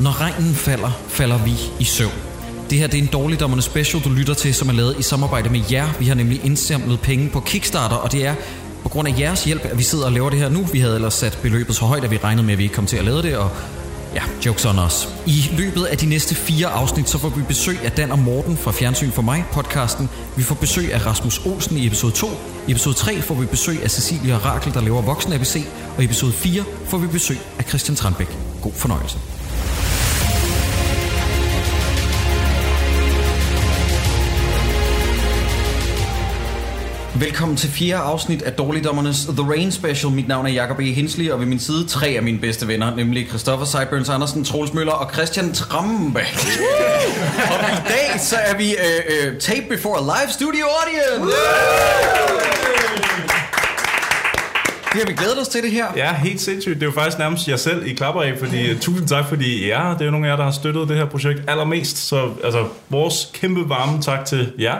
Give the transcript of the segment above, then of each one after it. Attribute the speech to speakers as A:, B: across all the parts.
A: Når regnen falder, falder vi i søvn. Det her det er en dårligdommerne special, du lytter til, som er lavet i samarbejde med jer. Vi har nemlig indsamlet penge på Kickstarter, og det er på grund af jeres hjælp, at vi sidder og laver det her nu. Vi havde ellers sat beløbet så højt, at vi regnede med, at vi ikke kom til at lave det, og Ja, jokes on os. I løbet af de næste fire afsnit, så får vi besøg af Dan og Morten fra Fjernsyn for mig, podcasten. Vi får besøg af Rasmus Olsen i episode 2. I episode 3 får vi besøg af Cecilia Rakel, der laver Voksen ABC. Og i episode 4 får vi besøg af Christian Tranbæk. God fornøjelse. Velkommen til fjerde afsnit af Dårligdommernes The Rain Special. Mit navn er Jakob E. Hensley, og ved min side tre af mine bedste venner, nemlig Christoffer Seiburns Andersen, Troels Møller og Christian Trambæk. og i dag så er vi øh, øh, Tape Before Live Studio Audience. Det har vi glædet os til det her.
B: Ja, helt sindssygt. Det er jo faktisk nærmest jer selv, I klapper af, fordi øh, tusind tak, fordi ja, det er jo nogle af jer, der har støttet det her projekt allermest. Så altså, vores kæmpe varme tak til jer.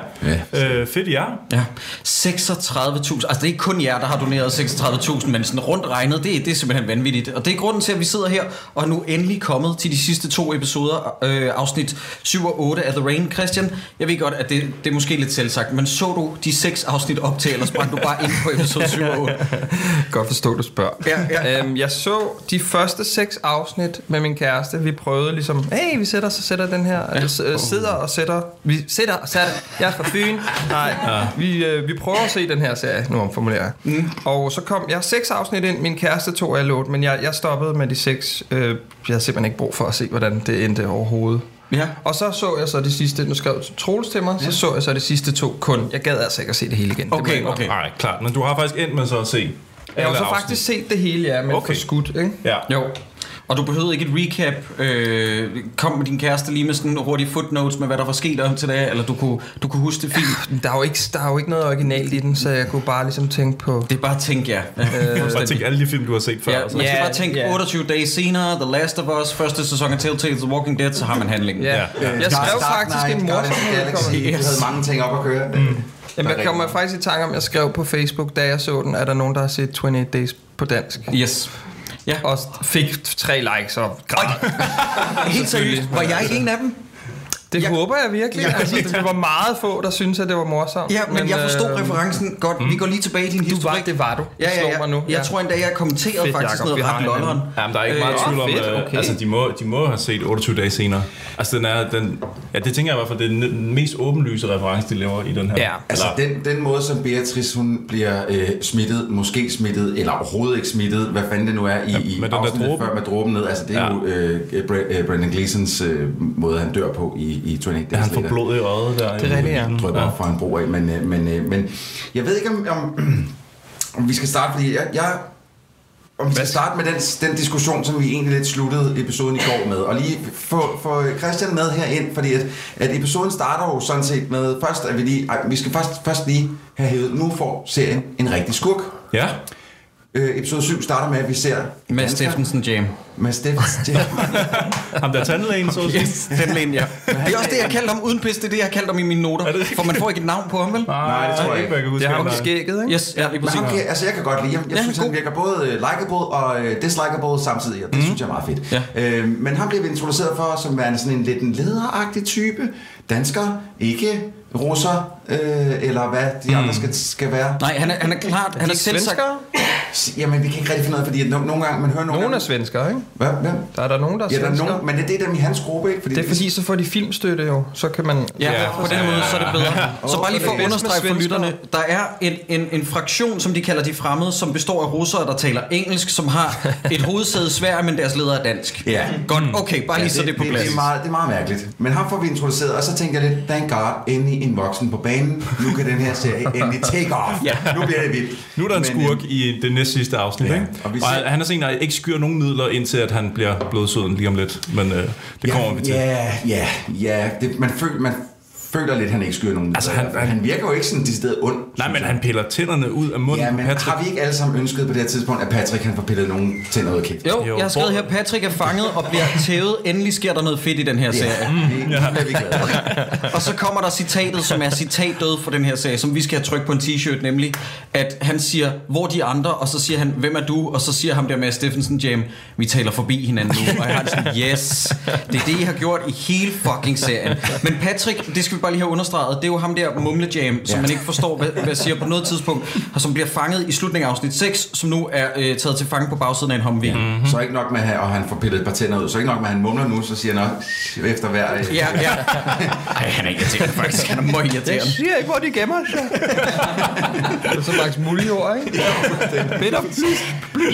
B: Ja. Øh, fedt jer.
A: Ja. 36.000. Altså, det er ikke kun jer, der har doneret 36.000, men sådan rundt regnet, det, det er simpelthen vanvittigt. Og det er grunden til, at vi sidder her og er nu endelig kommet til de sidste to episoder, øh, afsnit 7 og 8 af The Rain. Christian, jeg ved godt, at det, det er måske lidt selvsagt, men så du de seks afsnit op til, eller sprang du bare ind på episode 7 og 8?
C: Godt forstå, du spørger.
A: Ja, ja.
C: Øhm, jeg så de første seks afsnit med min kæreste. Vi prøvede ligesom, hey, vi sætter så sætter den her. Ja. Øh, sidder og sætter. Vi sætter og sætter. Jeg er fra Fyn. Nej, ja. vi, øh, vi prøver at se den her serie, nu omformulerer jeg. Mm. Og så kom jeg seks afsnit ind. Min kæreste tog alle otte, men jeg, jeg stoppede med de seks. Øh, jeg havde simpelthen ikke brug for at se, hvordan det endte overhovedet.
A: Ja.
C: Og så så jeg så de sidste, nu skrev Troels til mig, ja. så så jeg så de sidste to kun. Jeg gad altså ikke at se det hele igen. Det må jeg
A: Okay,
C: indrømme.
A: okay.
B: Nej, klart. Men du har faktisk endt med så at se
C: Jeg har
B: alle
C: jo så
B: afsnit.
C: faktisk set det hele, ja, men
B: Okay.
C: okay. forskudt, ikke?
B: Ja.
A: Jo. Og du behøvede ikke et recap. Øh, kom med din kæreste lige med sådan hurtige footnotes med, hvad der var sket op til dag, eller du kunne, du kunne huske det fint.
C: Der er, jo ikke, der er jo ikke noget originalt i den, så jeg kunne bare ligesom tænke på...
A: Det er bare tænk jer.
B: Jeg har bare tænkt alle de film, du har set før. altså.
A: Ja,
B: og så-
A: man skal
C: Ja,
A: bare tænke
C: ja.
A: 28 dage senere, The Last of Us, første sæson af Telltale The Walking Dead, så har man handlingen.
C: Ja.
B: Ja.
C: Jeg skrev faktisk en morsom
D: Galaxy.
C: velkommen.
D: Vi havde mange ting op at køre. Mm.
C: Jamen, jeg kommer faktisk i tanke om, jeg skrev på Facebook, da jeg så den, er der nogen, der har set 28 Days på dansk.
A: Yes. Ja,
C: Og fik tre likes og græd.
A: helt seriøst, var jeg ikke en af dem?
C: Det
A: Jeg-
C: håber jeg virkelig. Altså, det var meget få, der syntes, at det var morsomt.
A: Ja, men, men jeg forstod
C: øh,
A: øh, referencen godt. Mm. Vi går lige tilbage i din
C: Du var,
A: historik.
C: det var du.
A: Ja, ja,
C: Slå
A: ja.
C: mig nu.
A: Jeg tror endda, jeg kommenterede
C: Fedt,
A: faktisk
C: Jacob, vi
A: noget
C: har
A: ret
C: hinanden.
A: lolleren.
B: Jamen, der er ikke meget
A: Øh,
B: tvivl om,
C: fedt,
B: øh,
C: okay.
B: altså de må, de må have set 28 dage senere. Altså den er, den, ja det tænker jeg i hvert fald, det er den den mest åbenlyse reference, de laver i den her.
C: Ja.
D: Altså
B: Eller-
D: den, den måde, som Beatrice hun bliver øh, smittet, måske smittet, eller overhovedet ikke smittet, hvad fanden det nu er i, ja, i
B: med den der
D: afsnittet
B: dråbe.
D: før med dråben ned, altså det er
B: Ja.
D: ja. jo øh, Bra- øh, Brendan Gleesons øh, måde, han dør på i, i 28 Days
B: Ja, han får
D: Later.
B: blod i øjet der.
C: Det er rigtigt, ja.
D: drøber ja. fra en bro af, men, øh, men, øh, men jeg ved ikke, om, om, om vi skal starte, fordi jeg, jeg om vi skal starte med den, den diskussion, som vi egentlig lidt sluttede episoden i går med, og lige få, få Christian med herind, fordi at, at episoden starter jo sådan set med, først at vi lige, ej, vi skal først, først lige have hævet, nu får serien en rigtig skurk.
B: Ja.
D: Øh, episode 7 starter med, at vi ser... en
A: Mads
D: dansker.
A: Steffensen Jam.
D: Mads Steffensen. Ja.
B: Ham der tandlægen, så at sige.
A: Yes, den lane, ja. Det er også det, jeg kaldte ham uden pis. Det er det, jeg kaldte ham i mine noter.
B: Er det rigtigt?
A: For man får ikke et navn på ham, vel?
D: Nej, det tror jeg ikke.
B: hvad kan huske.
C: Det har man
B: Nej.
C: skægget, ikke?
A: Yes, ja, lige
D: Men
A: præcis.
D: ham kan, altså jeg kan godt lide ham. Jeg
A: Ja,
D: ja, synes,
A: god.
D: han virker både øh, likable og øh, dislikable samtidig, og det mm. synes jeg er meget fedt.
A: Ja.
D: Øh, men ham blev vi introduceret for som værende sådan en lidt en lederagtig type. Dansker, ikke russer, øh, eller hvad de mm. andre skal, skal være.
A: Nej, han er, han er klart... Han er selv sagt,
C: Svenskere?
D: S- Jamen, vi kan ikke rigtig finde ud af, fordi at no, nogle gange, man hører nogle
C: Nogen er
D: gange...
C: svenskere, ikke?
D: Hvad? Hvem?
C: Der er der nogen, der er
D: Ja, der er
C: svenskere.
D: nogen, men det det er dem i hans gruppe, ikke? Fordi
C: Det er fordi, så får de filmstøtte jo. Så kan man...
A: Ja,
B: Ja,
A: på den måde, så er det bedre. Så bare lige for
C: det
A: at
C: er bedst med
A: understrege for
C: svenskere.
A: lytterne, der er en, en, en fraktion, som de kalder de fremmede, som består af russere, der taler engelsk, som har et hovedsæde i Sverige, men deres leder er dansk.
D: Ja.
A: Godt, okay, bare lige så det er på
D: det,
A: plads.
D: er meget, det er meget mærkeligt. Men ham får vi introduceret, og så tænker jeg lidt, thank god, endelig en voksen på banen. Nu kan den her serie endelig take off.
A: Ja.
D: Nu bliver det vildt.
B: Nu er der en
D: Men, øh,
B: skurk i det næst sidste afsnit,
D: Ja,
B: ikke?
D: og vi
B: Og
D: ser-
B: han er sådan en, der ikke skyr nogen midler, indtil at han bliver blodsøden lige om lidt. Men øh, det kommer vi til.
D: Ja, ja, ja. Det, man, føl, man føler lidt, at han ikke skyder nogen.
B: Altså, han-
D: han, han virker jo ikke sådan decideret ond.
B: Nej,
D: synes
B: men
D: jeg.
B: han piller tænderne ud af munden
D: Ja,
B: på
D: men
B: Patrick.
D: har vi ikke alle sammen ønsket på det her tidspunkt, at Patrick han får pillet nogen til noget kæft?
A: Jo,
B: Jo,
A: jo, jeg har skrevet
B: hvor-
A: her, Patrick er fanget og bliver tævet. Endelig sker der noget fedt i den her serie.
D: Ja, mm, ja. Det er vi glade
A: Mm-hmm.
D: for.
A: Og så kommer der citatet, som er citatdød for den her serie, som vi skal have trykt på en t-shirt, nemlig, at han siger, hvor er de andre, og så siger han, hvem er du? Og så siger ham der med Steffensen Jam, vi taler forbi hinanden nu. Og jeg har det sådan, yes, det er det, I har gjort i hele fucking serien. Men Patrick, det skal vi bare lige have understreget, det er jo ham der Mumle Jam, som
D: Ja.
A: man ikke forstår, hvad, hvad siger på noget tidspunkt, og som bliver fanget i slutningen af afsnit 6, som nu er øh, taget til fange på bagsiden af en Humvee.
D: Så ikke nok med, at han- og han får pillet et par tænder ud, så ikke nok med, at han mumler nu, så siger han også efter hver... øh,
A: Ja, ja. Ej, han er irriterende faktisk. Han er meget
C: Jeg
A: irriterende.
C: siger ikke, hvor de gemmer sig. det er så Max Muljord, ikke? Bitter.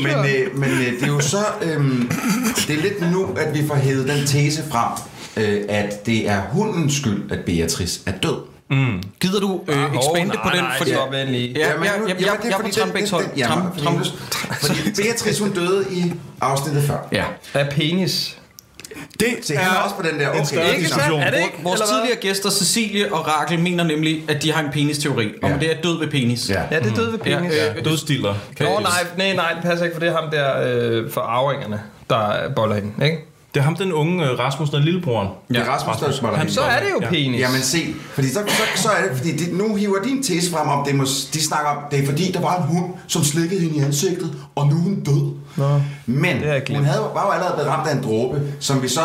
D: Men, øh, men øh, det er jo så... Øh, det er lidt nu, at vi får hævet den tese frem, øh, at det er hundens skyld, at Beatrice er død.
A: Gider du øh,
C: Ah, hov,
A: expande
C: nej,
A: på den?
C: nej,
A: Fordi,
C: stop endelig.
A: Ja, ja,
D: Jamen,
A: ja,
D: nu-
A: ja,
D: jamen,
A: ja,
D: det er
A: jeg er
D: fordi,
A: på
D: den-
A: Tranbæks hold.
D: den- ja,
A: Tram,
D: fordi
A: tram.
D: nu- Fordi Beatrice, hun døde i afsnittet før.
A: Ja.
C: Af penis.
B: Det
D: Se, han er også på den der,
B: en
D: okay,
B: større
D: ikke
B: diskussion.
C: sandt? Er det ikke?
A: Vor- Vores
C: Eller hvad?
A: tidligere gæster, Cecilie og Rakel, mener nemlig, at de har en penisteori. Om
D: Ja.
A: det er død ved penis.
D: Ja.
C: Ja, det døde ved
A: Ja,
C: penis.
A: øh,
B: Dødstiller. Kan
C: Nå, nej, nej, nej, det passer ikke, for det er ham der øh, for arvingerne, der boller hende, ikke?
B: Det er ham, den unge øh, Rasmus, der er lillebroren.
D: Det er Rasmus, der smatter
B: Han
D: hende.
C: Så er det jo
B: Ja.
C: penis.
D: Jamen se, fordi så, så, så er det, fordi det, nu hiver din tese frem om, det må, de snakker om, det er fordi, der var en hund, som slikkede hende i ansigtet, og nu er hun død.
C: Nå,
D: Men
C: det har jeg glemt.
D: hun havde, var jo allerede blevet ramt af en dråbe, som vi så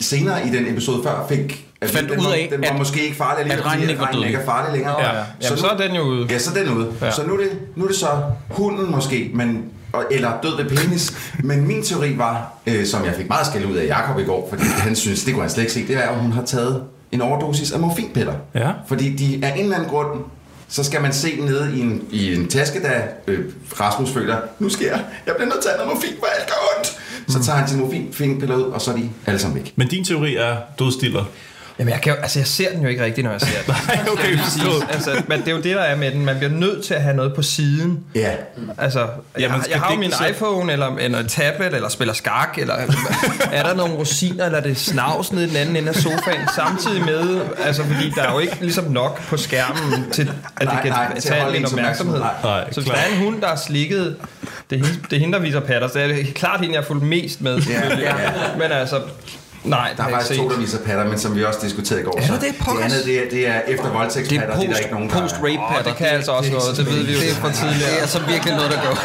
D: senere i den episode før fik... at
A: Fandt
D: den
A: ud
D: var,
A: af,
D: den var
A: at-
D: måske ikke farlig alligevel,
A: at regnen
D: fordi
A: ikke var
D: regnen
A: død.
D: ikke er farlig længere.
B: Ja.
C: Jamen, så er den jo ude.
D: Ja, så er den ude.
C: Ja.
D: Ja. Så nu er, det, nu er det så hunden måske, men, og, eller død ved penis. Men min teori var, øh, som jeg fik meget skæld ud af Jakob i går, fordi han synes, det kunne han slet ikke se, det er, at hun har taget en overdosis af morfinpiller.
B: Ja.
D: Fordi de af en eller anden grund, så skal man se nede i en, i en taske, da øh, Rasmus føler, nu sker jeg, jeg bliver nødt til at have noget morfin, for alt gør ondt. Så tager han sin morfinpiller ud, og så er de alle sammen væk.
B: Men din teori er dødstiller.
C: Jamen, jeg, kan jo, altså, jeg ser den jo ikke rigtigt, når jeg ser den.
B: Nej, okay, forstået.
C: altså, men det er jo det, der er med den. Man bliver nødt til at have noget på siden.
D: Ja,
C: Altså, jeg,
B: man
C: har-
B: skal
C: jeg har
B: digte
C: jo min
B: selv.
C: iPhone, eller, eller en tablet, eller spiller skak, eller er der nogle rosiner, eller er det snavs nede i den anden ende af sofaen, samtidig med, altså, fordi der er jo ikke ligesom nok på skærmen til, at det
D: Nej,
C: kan
D: nej, til at
C: tage
D: holde
C: lidt
D: ens
C: opmærksomhed.
D: opmærksomhed.
B: Nej, nej,
C: så hvis
B: klart.
C: der er en hund, der er slikket, det er, hende, det er hende, der viser patter, så er det klart hende, jeg har fulgt mest med.
D: Ja, ja.
C: Men altså, nej, det
D: der
C: har
D: er
C: jeg
D: faktisk to,
C: ikke
D: der
C: set.
D: viser patter, men som vi også diskuterede i går.
C: Er
D: så
C: det det, pokkers?
D: det andet, det er, det er efter
A: Det
D: voldtægtspatter,
A: er
D: det, det er der ikke nogen,
A: post,
D: der
A: post
D: er.
A: rape
C: Åh, det kan altså også noget, det ved vi jo altså fra tidligere.
A: Det er så virkelig noget, der går.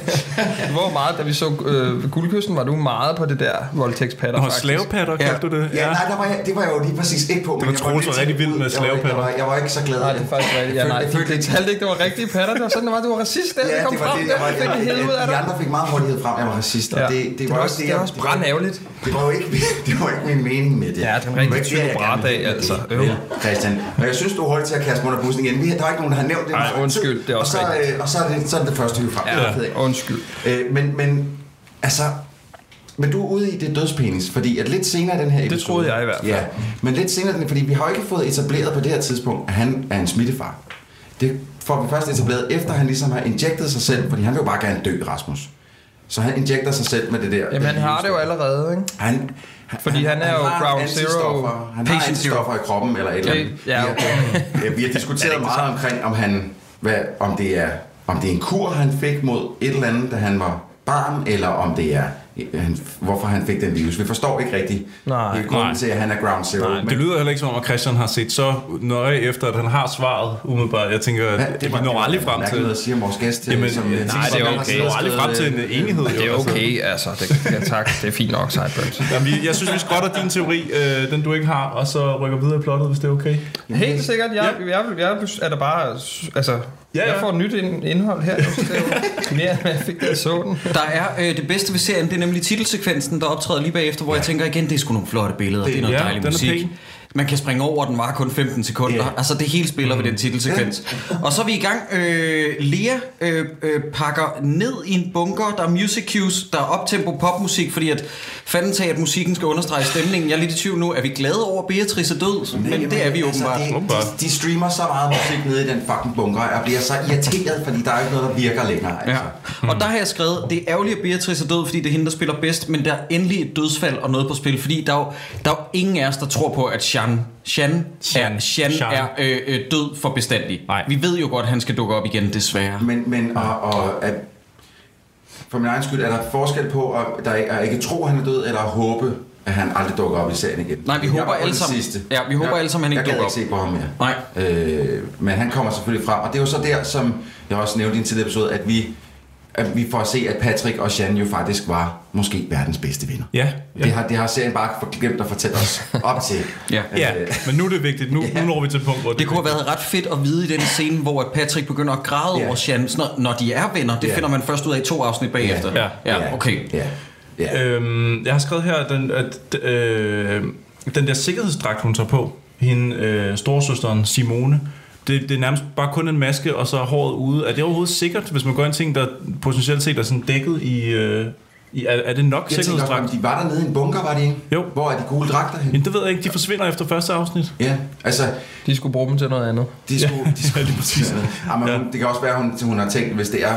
C: Hvor meget, da vi så øh, guldkysten, var du meget på det der voldtægtspatter,
B: Nå,
C: faktisk.
B: slavepatter,
A: Ja.
B: kaldte du det?
D: Ja, nej, der var jeg, det var jeg jo lige præcis ikke på. Det
B: var Troels var rigtig vild med
D: Jeg,
B: slavepatter.
D: var- jeg var ikke så glad.
C: Nej, det er faktisk rigtigt. Ja, nej,
D: Jeg
C: det,
D: følte- jeg
C: det
D: følte-
C: talte ikke, det var rigtige patter. Det var sådan, det var, du var racist, der
D: Ja,
C: det kom
D: det var
C: frem.
D: det, jeg var,
C: der fik det hele ud af
D: de
C: dig.
D: andre fik meget hurtighed frem, jeg var racist, og
C: Ja.
D: det, det,
C: Det
D: var
C: var
D: også
C: også-
D: det,
C: det
D: jeg...
C: var også brandærgerligt.
D: Det var jo ikke, det var ikke min mening med det.
C: Ja, det var en rigtig
D: ikke det, jeg
C: Tycho
D: gerne
C: Brahe-dag,
D: ville.
C: altså.
D: Vel,
C: Øv.
D: Christian, og jeg synes, du er hurtig til at kaste mig under bussen igen. Vi, der er ikke nogen, der har nævnt det.
C: Ej,
D: Så-
C: undskyld, det er også
D: og så, øh, og så er det, så er det, det første, vi er frem. Det er ked af.
C: Undskyld.
D: Øh, men, men altså... Men du er ude i det dødspenis, fordi at lidt senere i den her episode...
C: troede jeg i hvert fald.
D: Ja, men lidt senere, i den- fordi vi har jo ikke fået etableret på det her tidspunkt, at han er en smittefar. Det får vi først etableret, efter han ligesom har injektet sig selv, fordi han vil jo bare gerne dø, Rasmus. Så han injekter sig selv med det der.
C: Jamen, han
D: den
C: har det jo
D: livsstil.
C: allerede, ikke?
D: Han, han,
C: Fordi han er jo
D: har
C: ground
D: antistoffer.
C: zero.
D: Han har
A: Patient zero.
D: antistoffer i kroppen, eller et eller andet.
C: Ja,
D: Vi har-
C: okay.
D: Ja, vi har diskuteret meget omkring, om, han, hvad, om, det er, om det er en kur, han fik mod et eller andet, da han var barn, eller om det er, han, hvorfor han fik den virus. Vi forstår ikke rigtigt
C: Nej.
D: hele grunden
B: Nej.
D: til, at han er ground zero.
B: Nej, det lyder heller ikke som om, at Christian har set så nøje efter, at han har svaret umiddelbart. Jeg tænker,
D: Ja,
B: at vi
D: var-
B: når aldrig
D: var
B: frem
D: mærkeligt
B: til...
D: at sige om vores gæst. øh,
B: Jamen,
D: som,
B: nej,
C: det er
D: som-
C: okay.
B: Vi når aldrig frem til en enighed.
C: Det er
B: jo, altså.
C: okay, altså. Det, ja, tak. Det er fint nok, Sideburns.
B: Jamen, vi- jeg synes, vi skrotter din teori, øh, den du ikke har, og så rykker videre i plottet, hvis det er okay.
C: Helt sikkert. Jeg, jeg, jeg, jeg er da bare... Altså,
B: Ja, ja.
C: jeg får nyt ind- indhold her. jo, så det er jo Mere, end jeg fik, da jeg så den.
A: Der er øh, det bedste ved serien, det er nemlig titelsekvensen, der optræder lige bagefter, hvor jeg tænker igen, det er sgu nogle flotte billeder, det, det er noget
B: ja,
A: ja, dejlig
B: den er
A: musik.
B: pæn.
A: Man kan springe over, den var kun 15 sekunder.
D: Ja.
A: Yeah. Altså det hele spiller mm. ved den titelsekvens. Og så er vi i gang. Øh, Lea øh, øh, pakker ned i en bunker. Der er music cues, der er optempo popmusik, fordi at fanden tager, at musikken skal understrege stemningen. Jeg er lidt i tvivl nu. Er vi glade over, at Beatrice er død? Men
D: Jamen,
A: det er vi
D: altså,
A: åbenbart.
D: de-
B: Åbenbart.
D: De, de streamer så meget musik nede i den fucking bunker, og jeg bliver så irriteret, fordi der er jo ikke noget, der virker længere.
A: Ja.
D: Altså.
A: Og der har jeg skrevet, det er ærgerligt, at Beatrice er død, fordi det er hende, der spiller bedst, men der er endelig et dødsfald og noget på spil, fordi der er jo, der er jo ingen af os, der tror på, at Shia Shan, Shan,
B: Shan.
A: er, Shan
B: Shan.
A: er øh, øh, død for bestandig.
B: Nej.
A: Vi ved jo godt, at han skal dukke op igen, desværre.
D: Men, men og, og at, for min egen skyld, er der forskel på at, der ikke, at ikke tro, at han er død, eller at håbe, at han aldrig dukker op i serien igen?
A: Nej, vi
D: Jeg
A: håber
D: var på den
A: alle sammen-
D: sidste.
A: ja, vi håber
D: Jeg-
A: alle sammen, han ikke
D: Jeg
A: dukker
D: kan ikke se på ham mere.
A: Nej.
D: Øh, men han kommer selvfølgelig frem, og det er jo så der, som jeg også nævnte i en tidligere episode, at vi, at vi får at se, at Patrick og Jan jo faktisk var måske verdens bedste venner.
B: Ja,
D: Det,
B: ja.
D: har, det har serien bare for- glemt at fortælle os op til. Øh,
A: Ja.
B: ja. Men nu er det vigtigt. Nu, nu når vi til et punkt, hvor
A: Det kunne
B: er
A: have været ret fedt at vide i den scene, hvor at Patrick begynder at græde
D: Ja.
A: over Shan, sådan, når, når de er venner. Det
D: Ja.
A: finder man først ud af i to afsnit bagefter.
B: Ja.
A: ja okay.
D: Ja. ja.
B: Øhm, jeg har skrevet her, at den, at, øh, den der sikkerhedsdragt, hun tager på, hende øh, storesøsteren Simone, det, det er nærmest bare kun en maske, og så er håret ude. Er det overhovedet sikkert, hvis man gør en ting, der potentielt set er sådan dækket i... Øh, i er, er det nok
D: Jeg tænker også, om
B: sikkerhedsdragt?
D: de var dernede i en bunker, var de ikke?
B: Jo.
D: Hvor er de gule dragter henne?
B: Jamen, det ved jeg ikke. De forsvinder efter første afsnit.
D: Ja, altså,
C: De skulle bruge dem til noget andet.
D: de skulle... De skulle
B: lige præcis.
D: ja, men
B: Ja.
D: hun, det kan også være, hun, hun har tænkt, hvis det er...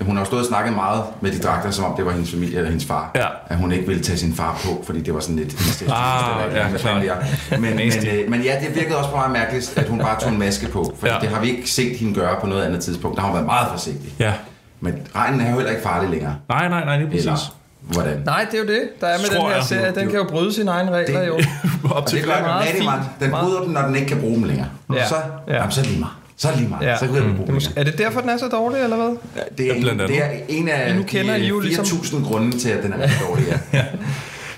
D: Hun har jo stået og snakket meget med de dragter, som om det var hendes familie eller hendes far.
B: Ja.
D: At hun ikke ville tage sin far på, fordi det var sådan lidt... incestisk,
B: Ah,
D: eller
B: ja,
D: hvad fanden
B: klart.
D: ved jeg. Men,
B: Nasty.
D: men, øh, men ja, det virkede også meget mærkeligt, at hun bare tog en maske på. For
B: Ja.
D: ja. det har vi ikke set hende gøre på noget andet tidspunkt. Der har hun været meget forsigtig.
B: Ja.
D: Men regnen er jo heller ikke farlig længere.
B: Nej, nej, nej, det er præcis.
D: Eller hvordan?
C: Nej, det er jo det, der er med
B: Tror
C: den her
B: jeg.
C: serie. Den kan jo bryde sine egne regler, jo.
B: Op
D: Og det
B: til
D: gør den
C: meget
D: rigtig
C: fint.
D: meget. Den
C: Meget.
D: bryder den, når den ikke kan bruge dem længere.
C: Ja.
D: Så,
C: Ja.
D: jamen, så er det lige meget. Så er det lige meget.
C: Ja.
D: Så kan vi ikke bruge
C: Det er,
D: dem
C: måske, er det derfor, den er så dårlig, eller hvad?
D: Det er,
B: Ja, blandt
D: en,
B: andet.
D: det er en af
C: Men nu
D: de
C: kender I jo
D: 4.000
C: ligesom-
D: grunde til, at den er rigtig dårlig. Ja.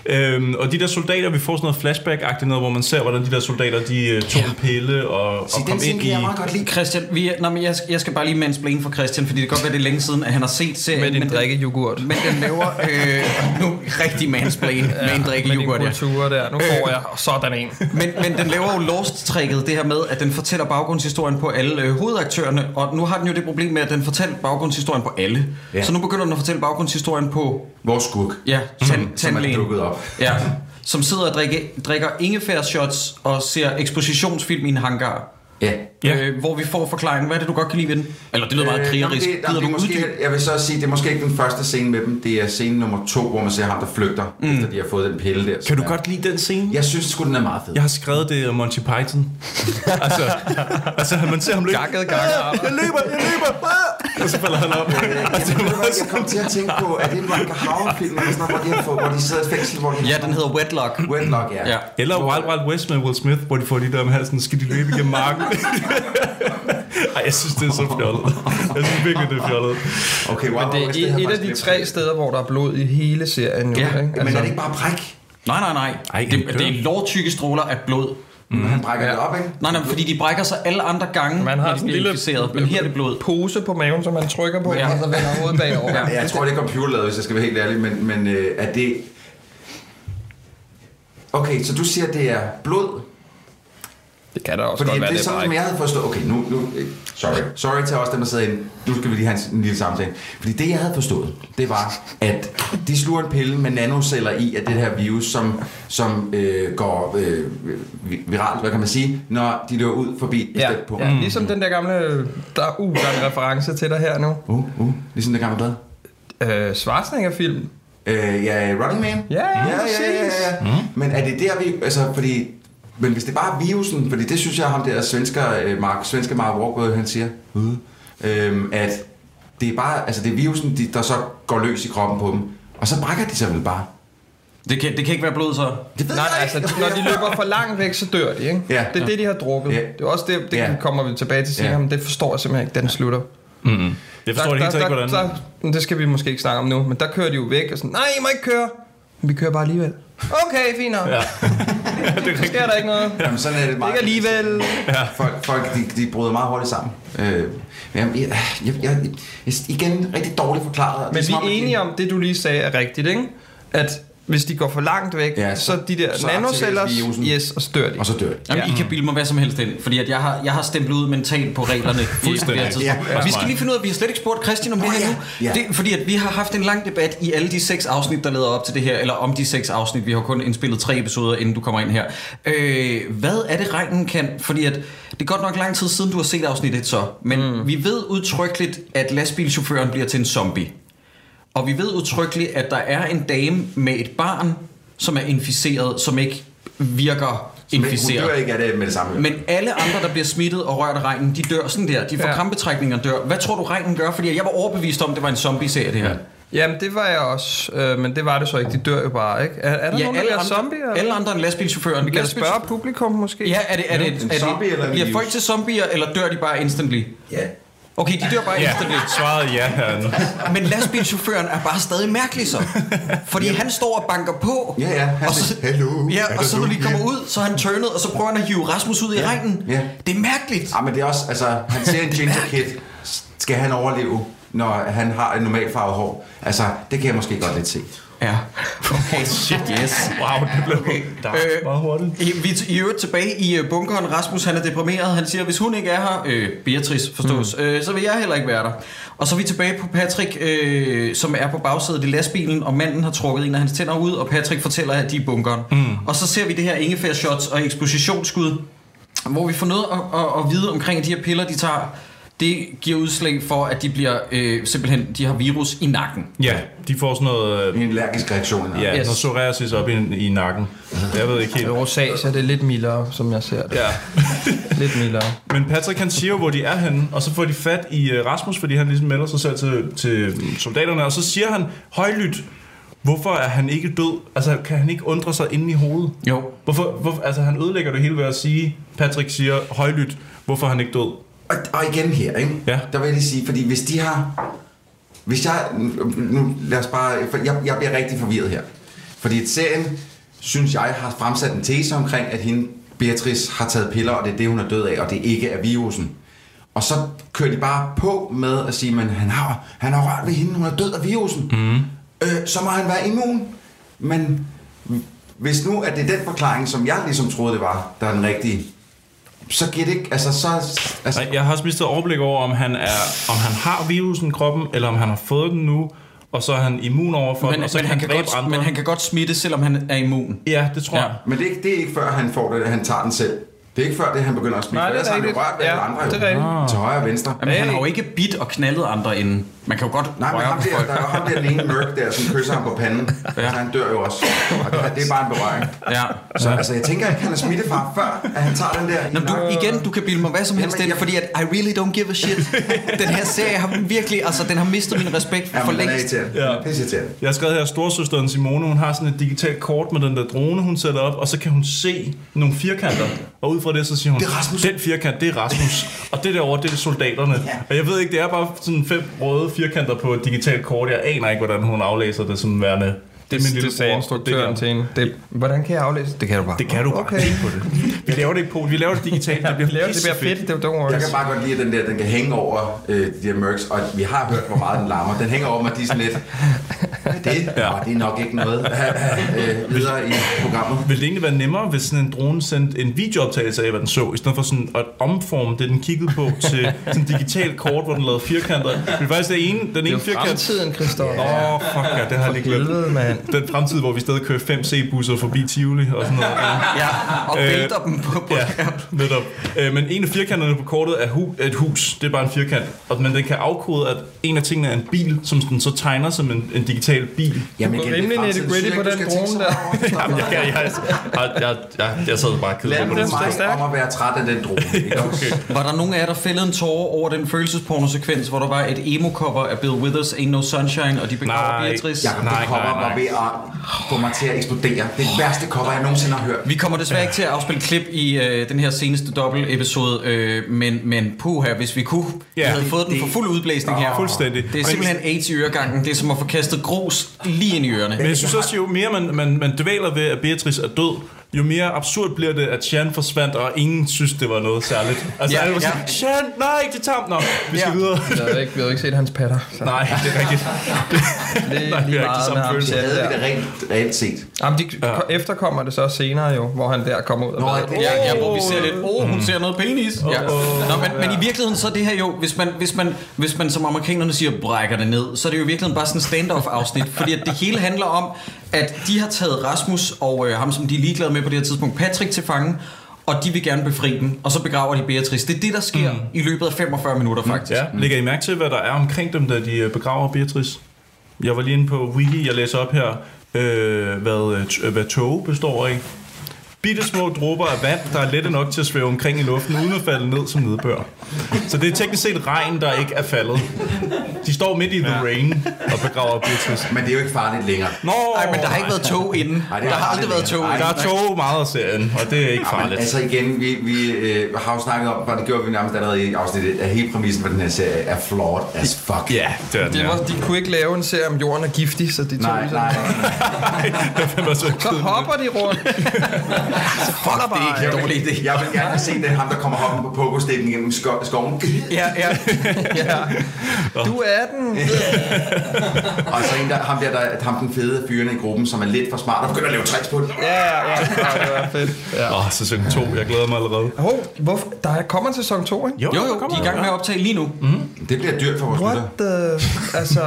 B: Øhm, og de der soldater, vi får sådan noget flashback-agtigt noget, hvor man ser, hvordan de der soldater, de øh, tog en pille og, og
D: Se,
B: kom
D: den scene
B: ind i...
D: kan jeg meget godt lide.
A: Christian, vi er, nej, men jeg, jeg skal bare lige mansplane for Christian, fordi det kan godt være, det er længe siden, at han har set serien.
C: Med din
A: men den-
C: drikkejoghurt.
A: Men den laver øh, nu rigtig mansplain ja, med en drikke
C: Med din
A: yoghurt. Ja.
C: kultur der. Nu får jeg sådan en.
A: Men, men den laver jo Lost-tricket, det her med, at den fortæller baggrundshistorien på alle øh, hovedaktørerne, og nu har den jo det problem med, at den fortæller baggrundshistorien på alle. Ja.
D: Ja.
A: Så nu begynder den at fortælle baggrundshistorien på,
D: Vores skurk,
A: ja, tand,
D: Mm, som er
A: tandlægen.
D: dukket op.
A: Ja, som sidder og drikke, drikker ingefærshots og ser ekspositionsfilm i en hangar.
D: Ja.
B: Ja.
A: Ja. Øh, hvor vi får forklaringen, hvad er det, du godt kan lide ved den? Eller det lyder meget
D: Øh, jamen,
A: krigerisk.
D: det,
A: Gider
D: jamen, det
A: du
D: er måske,
A: uddybe?
D: jeg vil så også sige, det er måske ikke den første scene med dem. Det er scene nummer to, hvor man ser ham, der flygter, mm. efter de har fået den pille der.
B: Kan du
D: Ja.
B: godt lide den scene?
D: Jeg synes sgu, den er meget fed.
B: Jeg har skrevet det er Monty Python. altså, altså, man ser ham løbe.
C: Gakket, gakket.
B: Ah, Jeg løber, jeg løber. Ah! Og så falder han op. altså, det er
D: Ved du hvad,
B: meget
D: Jeg kom til at tænke på, at det er en Rutger Hauer-film, eller sådan noget, hvor de har fået, hvor de sidder i et fængsel, hvor de
A: Ja, den hedder Wetlock.
D: Wedlock, ja.
A: Ja.
B: Eller Wild Wild West med Will Smith, hvor de får de der om halsen, skal de løbe igennem marken. Ej, jeg synes, det er så fjollet. Jeg synes virkelig, det er fjollet.
D: Okay, wow,
C: Men det er et af de tre steder, hvor der er blod i hele serien. Jo,
A: Ja,
C: ikke? Altså,
D: Men er det ikke bare bræk?
A: Nej, nej, nej.
B: Ej,
A: det,
B: han dør.
A: det er lårtykke stråler af blod.
D: Mm. Han brækker det op, ikke?
A: Nej, nej, fordi de brækker sig alle andre gange,
C: Man har
A: når de
C: sådan en
A: bliver
C: lille
A: inficeret. Men her er det blod.
C: pose på maven, som man trykker på,
A: Ja.
C: og så vender hovedet bagover.
A: Ja.
C: ja.
D: Jeg tror, det er computerlavet, hvis jeg skal være helt ærlig, men, men øh, er det... Okay, så du siger, at det er blod?
C: Det kan da også
D: Fordi
C: godt
D: det,
C: være,
D: det er
C: det
D: sådan,
C: bare
D: som
C: ikke.
D: jeg havde forstået... Okay, nu... nu øh, sorry. Sorry til os, der sidder inde. Nu skal vi lige have en, en lille samtale. Fordi det, jeg havde forstået, det var, at de sluger en pille med nanoceller i af det her virus, som, som øh, går øh, vi- viralt, hvad kan man sige, når de løber ud forbi et
C: Ja.
D: sted på.
C: ja, ligesom den der gamle, der er uh, der er en reference til dig her nu.
D: Uh, uh, ligesom det gamle blad.
C: Øh, Schwarzenegger-film.
D: Øh, ja, Running Man.
C: Ja,
D: ja, ja, ja, ja. Mm. Men er det der, vi... Altså, fordi... Men hvis det bare er virusen, fordi det synes jeg, ham der svensker, øh, Mark, svenske Mark Wargod, han siger,
C: Mm.
D: ude, øhm, at det er bare, altså det er virusen, de, der så går løs i kroppen på dem, og så brækker de sig vel bare.
A: Det kan, det kan ikke være blod, så.
D: Det ved
C: Nej,
D: jeg
C: altså,
D: ikke.
C: når de løber for langt væk, så dør de, ikke?
D: Ja.
C: Det er det, de har drukket.
D: Ja.
C: Det er også det, det
D: Ja.
C: kommer vi tilbage til senere,
D: Ja.
C: men det forstår jeg simpelthen ikke, den slutter.
B: Jeg forstår det helt ikke, hvordan...
C: der, men det skal vi måske ikke snakke om nu, men der kører de jo væk og sådan, nej, I må ikke køre. Men vi kører bare alligevel. Okay, fint nok. Ja. det sker der ikke noget.
D: Jamen, sådan er det meget.
C: Ikke alligevel.
D: Ja. Folk, folk de, de bryder meget hurtigt sammen. Øh, jamen, jeg, jeg, jeg, jeg, igen, rigtig dårligt forklaret. Det
C: Men vi
D: som
C: er
D: ligesom om, at de-
C: enige om, det du lige sagde er rigtigt, ikke? At hvis de går for langt væk, ja,
D: Ja,
C: så,
D: så-
C: så de der
D: så
C: nanoceller,
D: aktiveres virusen.
C: yes, og så dør de.
D: Og så dør de.
A: Jamen, I kan bilde mig hvad som helst ind, fordi at jeg, har, jeg har stemt ud mentalt på reglerne.
B: Fuldstændig.
A: Ja,
D: Ja,
A: ja. Vi skal lige finde ud af, vi har slet ikke spurgt Christian om det
D: Åh,
A: her
D: ja,
A: nu.
D: ja.
A: Det, fordi at vi har haft en lang debat i alle de seks afsnit, der leder op til det her, eller om de seks afsnit. Vi har kun indspillet tre episoder, inden du kommer ind her. Øh, hvad er det, regnen kan? Fordi at det er godt nok lang tid siden, du har set afsnit 1 så, men mm. vi ved udtrykkeligt, at lastbilchaufføren bliver til en zombie. Og vi ved udtrykkeligt, at der er en dame med et barn, som er inficeret, som ikke virker
D: Men hun dør
A: inficeret.
D: ikke af det med det samme.
A: Men alle andre, der bliver smittet og rørt af regnen, de dør sådan der. De får
C: Ja.
A: ja. krampetrækninger og dør. Hvad tror du, regnen gør? Fordi jeg var overbevist om, det var en zombie-serie, det her.
C: Jamen, det var jeg også, øh, men det var det så ikke. De dør jo bare, ikke? Er, er der ja, nogen, der bliver zombier?
A: alle andre end lastbilchaufføren.
C: Vi kan
A: Lastbil-
C: spørge publikum måske.
A: Ja, er det, er det, er det,
D: zombie eller en
A: bliver
D: virus?
A: folk til zombier, eller dør de bare instantly?
D: Ja.
A: Okay, de dør bare
B: Ja,
A: instantly.
B: svaret ja herinde.
A: Men lastbilchaufføren er bare stadig mærkelig så. Fordi han står og banker på.
D: Ja, ja. Han
A: og
D: siger,
A: så,
D: "Hello,
A: Ja, og så når
D: hello."
A: de kommer ud, så er han turnet, og så prøver han at hive Rasmus ud i regnen.
D: ja.
A: Det er mærkeligt.
D: Ah, men det er også, altså, han ser en ginger kid. Skal han overleve, når han har et normalfarvet hår? Altså, det kan jeg måske godt lidt se.
A: Ja. Okay, shit, yes.
B: Wow, det blev okay.
A: Øh,
B: meget hurtigt.
A: I, vi er i øvrigt tilbage i øh, bunkeren. Rasmus han er deprimeret. Han siger, hvis hun ikke er her, øh, Beatrice forstås, mm. øh, så vil jeg heller ikke være der. Og så er vi tilbage på Patrick, øh, som er på bagsædet i lastbilen, og manden har trukket en af hans tænder ud, og Patrick fortæller, at de er i bunkeren. Mm. Og så ser vi det her ingefær-shots og ekspositionsskud, hvor vi får noget at, at, at vide omkring, at de her piller, de tager, det giver udslag for, at de bliver øh, simpelthen, de har virus i nakken.
B: Ja, de får sådan noget... Øh,
D: En allergisk reaktion. eller?
B: ja,
A: Yes.
B: yes. noget psoriasis op i, i nakken. Jeg ved ikke helt.
C: Rosacea, det er lidt mildere, som jeg ser det.
B: Ja.
C: Lidt mildere.
B: Men Patrick han siger jo, hvor de er henne, og så får de fat i øh, Rasmus, fordi han ligesom melder sig selv til, til soldaterne, og så siger han højlydt, hvorfor er han ikke død? Altså, kan han ikke undre sig inde i hovedet?
A: Jo.
B: Hvorfor, hvorfor, altså, han ødelægger det hele ved at sige, Patrick siger højlydt, hvorfor er han ikke død?
D: Og, og igen her, ikke?
B: Ja.
D: der vil jeg lige sige, fordi hvis de har... Hvis jeg... Nu lad os bare... For jeg, jeg bliver rigtig forvirret her. Fordi serien, synes jeg, har fremsat en tese omkring, at hende, Beatrice, har taget piller, og det er det, hun er død af, og det ikke er virusen. Og så kører de bare på med at sige, men han har, han har rørt ved hende, hun er død af virusen. Mm.
B: Mhm.
D: Øh, så må han være immun. Men hvis nu at det er den forklaring, som jeg ligesom troede, det var, der er den rigtige, så giver det ikke, altså så... Altså,
B: Nej, jeg har også mistet overblik over, om han, er, om han har virusen i kroppen, eller om han har fået den nu, og så er han immun over for den,
A: Men,
B: og så
A: men,
B: kan han,
A: han kan
B: dræbe
A: godt,
B: andre.
A: men han kan godt smitte, selvom han er immun.
B: Ja, det tror
A: Ja.
B: ja. jeg.
D: Men det er, ikke, det er ikke før, han får det, han tager den selv. Det er ikke før, det han begynder at spise.
C: Nej,
D: for
C: det er
D: ellers har han jo
C: rigtigt.
D: rørt ved
C: Ja,
D: alle andre
C: det er
D: jo.
C: rigtigt.
D: Til højre og venstre.
A: Jamen, hey. han
C: Hey.
A: har jo ikke bidt og knaldet andre inden. Man kan jo godt
D: Nej, men
A: røre
D: ham
A: på
D: der,
A: folk.
D: der er jo ham der den ene mørk der, som kysser ham på panden. Ja. Så han dør jo også. Og det, det er bare en berøring.
A: Ja.
D: Så altså, jeg tænker ikke, han er smittefar, før at han tager den
A: Nå,
D: der.
A: men du, igen, du kan bilde mig hvad som helst
D: Jamen,
A: ind,
D: jeg-
A: fordi at I really don't give a shit. Den her serie har virkelig, altså den har mistet min respekt
D: ja,
A: for
D: men den er
A: længst.
D: irriterende.
B: Ja.
D: Ja. Pisse irriterende.
B: Jeg har skrevet her, at storsøsteren Simone, hun har sådan et digitalt kort med den der drone, hun sætter op, og så kan hun se nogle firkanter. Og ud fra det, så siger hun,
D: Det er Rasmus.
B: den firkant, det er Rasmus. og det derovre, det er soldaterne. Ja. Og jeg ved ikke, det er bare sådan fem røde firkanter på et digitalt kort. Jeg aner ikke, hvordan hun aflæser det som værende. Det er
C: Det, det, det sagde instruktøren
B: det, kan-
C: det til hende. Det, hvordan kan jeg aflæse? Det kan du bare.
B: det kan du bare
C: Okay.
B: okay. på det. Vi laver det ikke på, vi laver det digitalt, det bliver,
C: Lav, det bliver fedt. Det, don't worry.
D: Jeg kan bare godt lide, at den der, den kan hænge over øh, de der mørks, og vi har hørt, hvor meget den larmer. Den hænger over mig, de er sådan lidt, "Hvad er det? Ja. det er nok ikke noget øh, videre i programmet.
B: Ville det egentlig være nemmere, hvis sådan en drone sendte en videooptagelse af, hvad den så, i stedet for sådan at omforme det, den kiggede på, til sådan en digital kort, hvor den lavede firkanter? Det er faktisk det ene, den
C: det er
B: ene
C: jo
B: firkant...
C: fremtiden, Christoffer.
B: Åh, oh, fuck ja, det har jeg lige glemt.
C: Helvede, mand.
B: Den fremtid, hvor vi stadig kører 5C-busser forbi Tivoli og sådan noget.
A: Ja, og
B: Øh,
A: vælter dem på, på
B: Ja, netop. Øh, men en af firkanterne på kortet er, hu- er et hus. Det er bare en firkant. Og, men den kan afkode, at en af tingene er en bil, som den så tegner som en, en digital bil.
D: Jamen,
C: Du går
D: igen, det er
C: rimelig
D: fremtiden.
C: nitty-gritty
D: Synes
C: på
D: jeg ikke,
C: den
D: du skal tænke
C: drone
D: så meget over det.
B: Jamen, jeg, jeg, jeg, jeg, jeg, jeg, jeg sad bare og kedede
D: Lad
B: mig på
D: nu
B: det.
D: mig om at være træt af den drone. Ikke? okay.
A: Var der nogen af jer, der fældede en tårer over den følelsespornosekvens, hvor der var et emo-cover af Bill Withers' Ain't No Sunshine, og de begraver
B: Nej.
A: Beatrice?
D: Jakob,
B: Nej,
D: den kommer
B: nej, nej.
D: var ved at få mig til at eksplodere. Det er det værste cover, jeg nogensinde har hørt.
A: Vi kommer desværre ikke til at afspille klip i øh, den her seneste dobbelt-episode, øh, men, men puha, hvis vi kunne. Ja,
B: Ja,
A: vi havde fået den
D: det-
A: for fuld udblæsning her.
B: Fuldstændig.
A: Det er simpelthen AIDS i øregangen. Det er som at få kastet grus lige ind i ørerne.
B: Men jeg synes også, jo mere man, man, man dvæler ved, at Beatrice er død, jo mere absurd bliver det, at Chan forsvandt, og ingen synes, det var noget særligt. Altså,
A: Ja,
B: ja, alle var
A: ja.
B: sådan, Chan, nej, det tager ham." Nå, vi skal
A: Ja.
B: ja. videre.
C: Jeg havde ikke, vi havde ikke set hans patter. Så
B: nej, det er rigtigt.
C: det
B: nej, vi
C: er lige
B: har ikke de
C: meget
B: samme
C: med ham.
B: følelser.
C: Chan
D: Havde vi
C: der.
D: det rent, reelt set?
C: Jamen, de ja. efterkommer det så senere jo, hvor han der kommer ud og
D: Nå,
C: bader.
D: ja, det-
A: Ja, ja, hvor vi ser lidt, åh, oh, hun ser noget penis. Ja. Nå, men, men i virkeligheden så er det her jo, hvis man, hvis man, hvis man som amerikanerne siger, brækker det ned, så er det jo i virkeligheden bare sådan en stand-off-afsnit, fordi at det hele handler om, at de har taget Rasmus og øh, ham, som de er ligeglade med på det her tidspunkt, Patrick til fange, og de vil gerne befri dem, og så begraver de Beatrice. Det er det, der sker mm. i løbet af 45 minutter faktisk.
B: Ja. Lægger I mærke til, hvad der er omkring dem, da de øh, begraver Beatrice? Jeg var lige inde på Wiki, jeg læser op her, øh, hvad, øh, t- øh, hvad tog består af. Bitte små dråber af vand, der er lette nok til at svæve omkring i luften, uden at falde ned som nedbør. Så det er teknisk set regn, der ikke er faldet. De står midt i the rain og begraver Beatrice.
D: Men det er jo ikke farligt længere.
B: Nå,
A: Nej, men der har ikke været tog inden.
D: Nej, det
A: der
D: har
A: har aldrig
D: aldrig
A: været tog
D: været.
A: inden.
B: der er to meget af serien, og det er ikke
D: Ja, men
B: farligt.
D: altså igen, vi, vi øh, har jo snakket om, og det gjorde vi nærmest allerede i afsnittet, at hele præmissen for den her serie er flawed as fuck.
B: Ja, det er den,
C: Det
B: ja.
C: var, de kunne ikke lave en serie om jorden er giftig, så de tog
D: Nej,
C: ligesom-
D: nej.
B: Det var så
C: Så hopper de rundt. så holder bare.
A: det er ikke
D: Jeg
A: en dårlig idé.
D: vil, jeg vil gerne se den ham, der kommer hoppen på pokostikken gennem sko- skoven.
C: Ja, ja. ja. Du er den.
D: Og så en der, ham der, der ham den fede af fyrene i gruppen, som er lidt for smart og begynder at lave tricks på den.
C: Ja, ja, ja. Det var fedt. Ja.
B: Åh, oh, sæson 2. Jeg glæder mig allerede.
C: Hov, hvorfor? Der kommer en sæson 2, ikke?
A: Jo, jo, de er i gang med at optage lige nu. Mm.
D: Det bliver dyrt for vores lytter.
C: What the... Altså,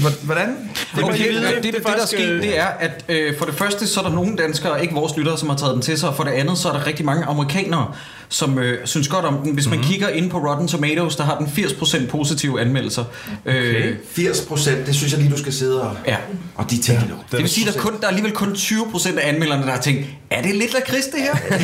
C: hvor- hvordan?
B: Det,
A: Okay,
B: okay,
A: det, det, det, det der er sket, det er, at øh, for det første, så er der nogle danskere, ikke vores lyttere, som har taget den til sig, og for det andet, så er der rigtig mange amerikanere, som øh, synes godt om den. Hvis man kigger ind på Rotten Tomatoes, der har den 80% positive anmeldelser. Okay. Øh,
D: 80 procent, det synes jeg lige, du skal sidde og...
A: Ja.
D: Og de tænker jo.
A: det vil sige, at der, kun, der er alligevel kun 20% af anmelderne, der har tænkt, er det lidt lakrids det her?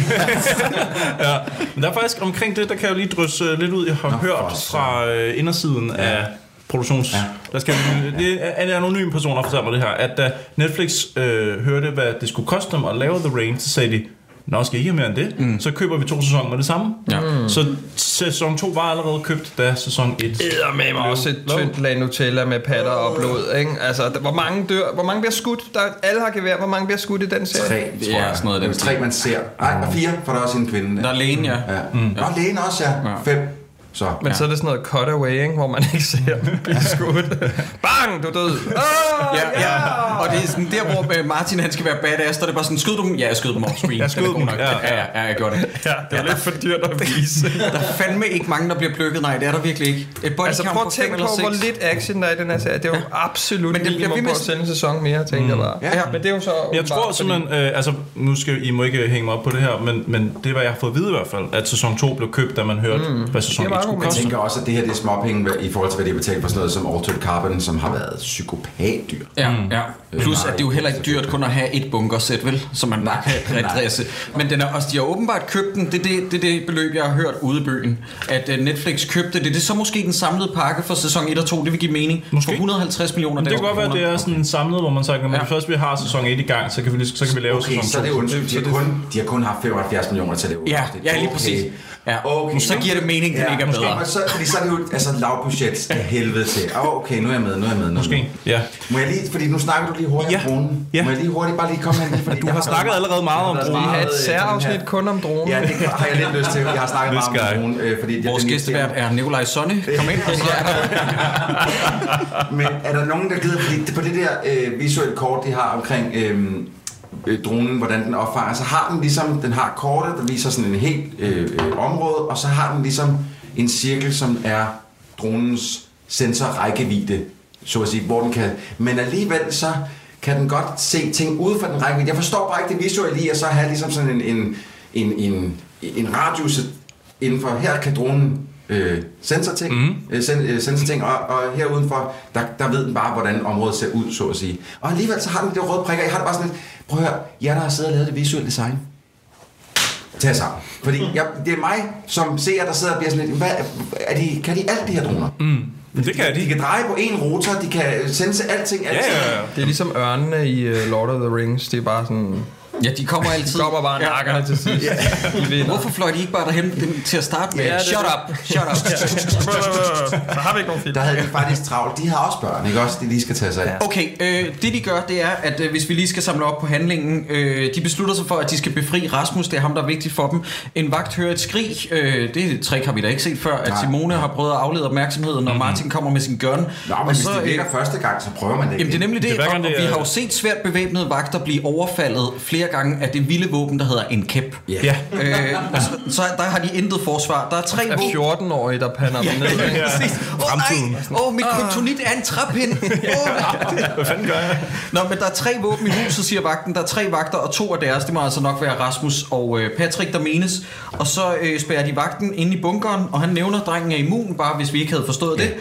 B: Ja, men der er faktisk omkring det, der kan jeg jo lige drysse øh, lidt ud. Jeg har Nå, hørt
D: for
B: fra øh, indersiden ja. af produktions... Ja. Der skal, det er en anonym person, der fortæller mig det her, at da Netflix øh, hørte, hvad det skulle koste dem at lave The Rain, så sagde de, Nå, skal I ikke have mere end det? Mm. Så køber vi to sæsoner med det samme.
A: Ja.
B: Mm. Så sæson 2 var allerede købt, da sæson 1
C: Eddermame også et
B: Lov.
C: tyndt lag Nutella med patter og blod, ikke? Altså, der- hvor mange dør, hvor mange bliver skudt? Der, alle har gevær, hvor mange bliver skudt i den
D: Tre,
C: serie?
D: tror
A: er
D: jeg.
A: sådan noget af den
D: Det er tre, man ser. Nej, og fire, for der er også en kvinde.
A: Der er lægen, ja.
D: Ja. Mm. Nå, lægen også, ja.
A: Ja.
D: Fem. Så.
C: Men ja. så er det sådan noget cutaway, ikke? Hvor man ikke ser dem blive skudt. Bang, du er død. Oh,
A: Ja, ja. Og det er sådan der, hvor øh, Martin han skal være badass, der er det bare sådan, skød du dem? Ja, jeg skød dem off screen. Jeg
B: skød dem,
A: Ja,
B: ja.
A: ja, ja, jeg gjorde det.
C: Ja, det er lidt for dyrt at vise.
A: Der er fandme ikke mange, der bliver plukket. Nej, det er der virkelig ikke. Et body
C: altså
A: count
C: prøv at
A: på fem
C: tænke på,
A: eller
C: hvor
A: seks.
C: lidt action der er i den her serie. Det er jo absolut
A: Men det
C: Men det
A: bliver Mm. ved
C: minimum
A: med
C: på at
A: sådan-
C: sende en sæson mere, tænker jeg bare.
D: Ja.
C: Men det er jo så...
B: Jeg tror simpelthen, øh, altså nu skal I må ikke hænge mig op på det her, men, men det er, hvad jeg har fået at vide i hvert fald, at sæson 2 blev købt, da man hørte, mm. hvad sæson
C: Det er
B: 1
C: meget
B: skulle
D: Jeg
B: koste.
D: tænker også, at det her det er småpenge hvad- i forhold til, hvad de har betalt for sådan noget som Altered Carbon, som har været psykopatdyr.
A: Ja, ja. Plus, at det er jo heller ikke dyrt kun at have et bunkersæt, vel? Som man bare kan redresse. Men den er, også, de har åbenbart købt den. Det er det, det, er det beløb, jeg har hørt ude i byen. At øh, Netflix købte det. Det er så måske den samlede pakke for sæson 1 og 2. Det vil give mening.
B: Måske.
A: For 150 millioner
B: Men det kan
A: danske
B: godt være, at det
A: kroner.
B: er sådan en samlet, hvor man sagt, at
A: Ja.
B: ja. først vi har sæson 1 i gang, så kan vi, lige- så kan vi lave
D: Okay, så
B: sæson
D: er
B: 2.
D: det undskyld. De har kun, de har kun haft 75 millioner til at lave
A: Ja,
D: afsnit.
A: ja, lige
D: Okay.
A: præcis. Ja.
D: Okay.
A: Så giver det mening, at den ikke er
D: måske,
A: bedre.
D: Og så, fordi så er det jo altså lavbudget af helvede til. Oh, okay, nu er jeg med, nu er jeg med. Nu er jeg
B: Måske, ja.
D: med. Må jeg lige, fordi nu snakker du lige hurtigt
B: Ja,
D: om dronen.
B: ja.
D: Må jeg lige hurtigt bare lige komme med en, fordi
B: Du har snakket allerede meget om
D: Jeg
B: dronen.
D: har
C: Vi har
D: meget,
C: et
D: øh, den
C: særafsnit
D: her-
C: kun om dronen.
D: Ja, det har jeg lidt lyst til. Jeg har snakket
B: This
D: meget om
B: guy.
D: dronen, øh, fordi jeg-
A: Vores
D: den-
A: gæstevært er Nikolaj Sonne. Kom ind.
D: Men er der nogen, der gider, fordi det- på det der øh, visuelle kort, de har omkring øh, øh, dronen, hvordan den opfanger, så har den ligesom, den har kortet, der viser sådan en helt øh, øh, område, og så har den ligesom en cirkel, som er dronens sensorrækkevidde, så at sige, hvor den kan, men alligevel så kan den godt se ting ude for den rækkevidde. Jeg forstår bare ikke det visuelle i, at så have ligesom sådan en, en, en, en, en radius, inden for her kan dronen øh, sensor ting, mm. øh, sen, øh, sensor ting og, og her udenfor, der, der ved den bare, hvordan området ser ud, så at sige. Og alligevel så har den det røde prikker. Jeg har det bare sådan lidt, prøv at høre, jeg der har siddet og lavet det visuelle design. Tag jer sammen. Fordi jeg, det er mig, som ser, der sidder og bliver sådan lidt, hvad, er de, kan de alt de her droner? Mm.
B: Men det kan de
D: De
B: ikke.
D: kan dreje på én rotor, de kan sense alting,
B: Ja,
D: alting.
B: ja, ja.
C: Det er ligesom ørnene i øh, Lord of the Rings. Det er bare sådan...
A: Ja, de kommer
C: De
A: altid.
C: kommer bare
A: Mm. Ja.
C: nakkerne til sidst. De vinder.
A: Hvorfor fløj de ikke bare derhen dem til at starte med?
C: Ja, det-
A: Shut up, shut up.
C: Så har vi ikke nogen film.
D: Der havde de faktisk travlt. De har også børn, ikke også? De lige skal tage sig af.
A: Okay, øh, det de gør, det er, at øh, hvis vi lige skal samle op på handlingen, øh, de beslutter sig for, at de skal befri Rasmus, det er ham, der er vigtigt for dem. En vagt hører et skrig, øh, det trick har vi da ikke set før, at
D: Nej. Mhm.
A: Simone har prøvet at aflede opmærksomheden, og Martin kommer med sin gun.
D: Nå, men
A: og
D: hvis det
A: øh,
D: virker første gang, så prøver man det
A: Jamen det er
D: igen.
A: nemlig det,
B: Det er hver
A: og,
B: gang,
A: og
B: det
A: vi
B: er-
A: har jo set svært bevæbnede vagter blive overfaldet flere gange af det vilde våben, der hedder en kæp.
B: Ja.
A: Øh, og så, så der har de intet forsvar. Der er tre
C: Er
A: våben,
C: 14-årige, der pander dem ned. ikke?
A: Ja, præcis. Åh oh, nej, åh oh, mit kryptonit er en trappind. Oh,
B: Ah. Hvad fanden gør jeg?
A: Nå, men der er tre våben i huset, siger vagten. Der er tre vagter, og to af deres, det må altså nok være Rasmus og øh, Patrick, der menes. Og så øh, spærrer de vagten inde i bunkeren, og han nævner, at drengen er immun, bare hvis vi ikke havde forstået det.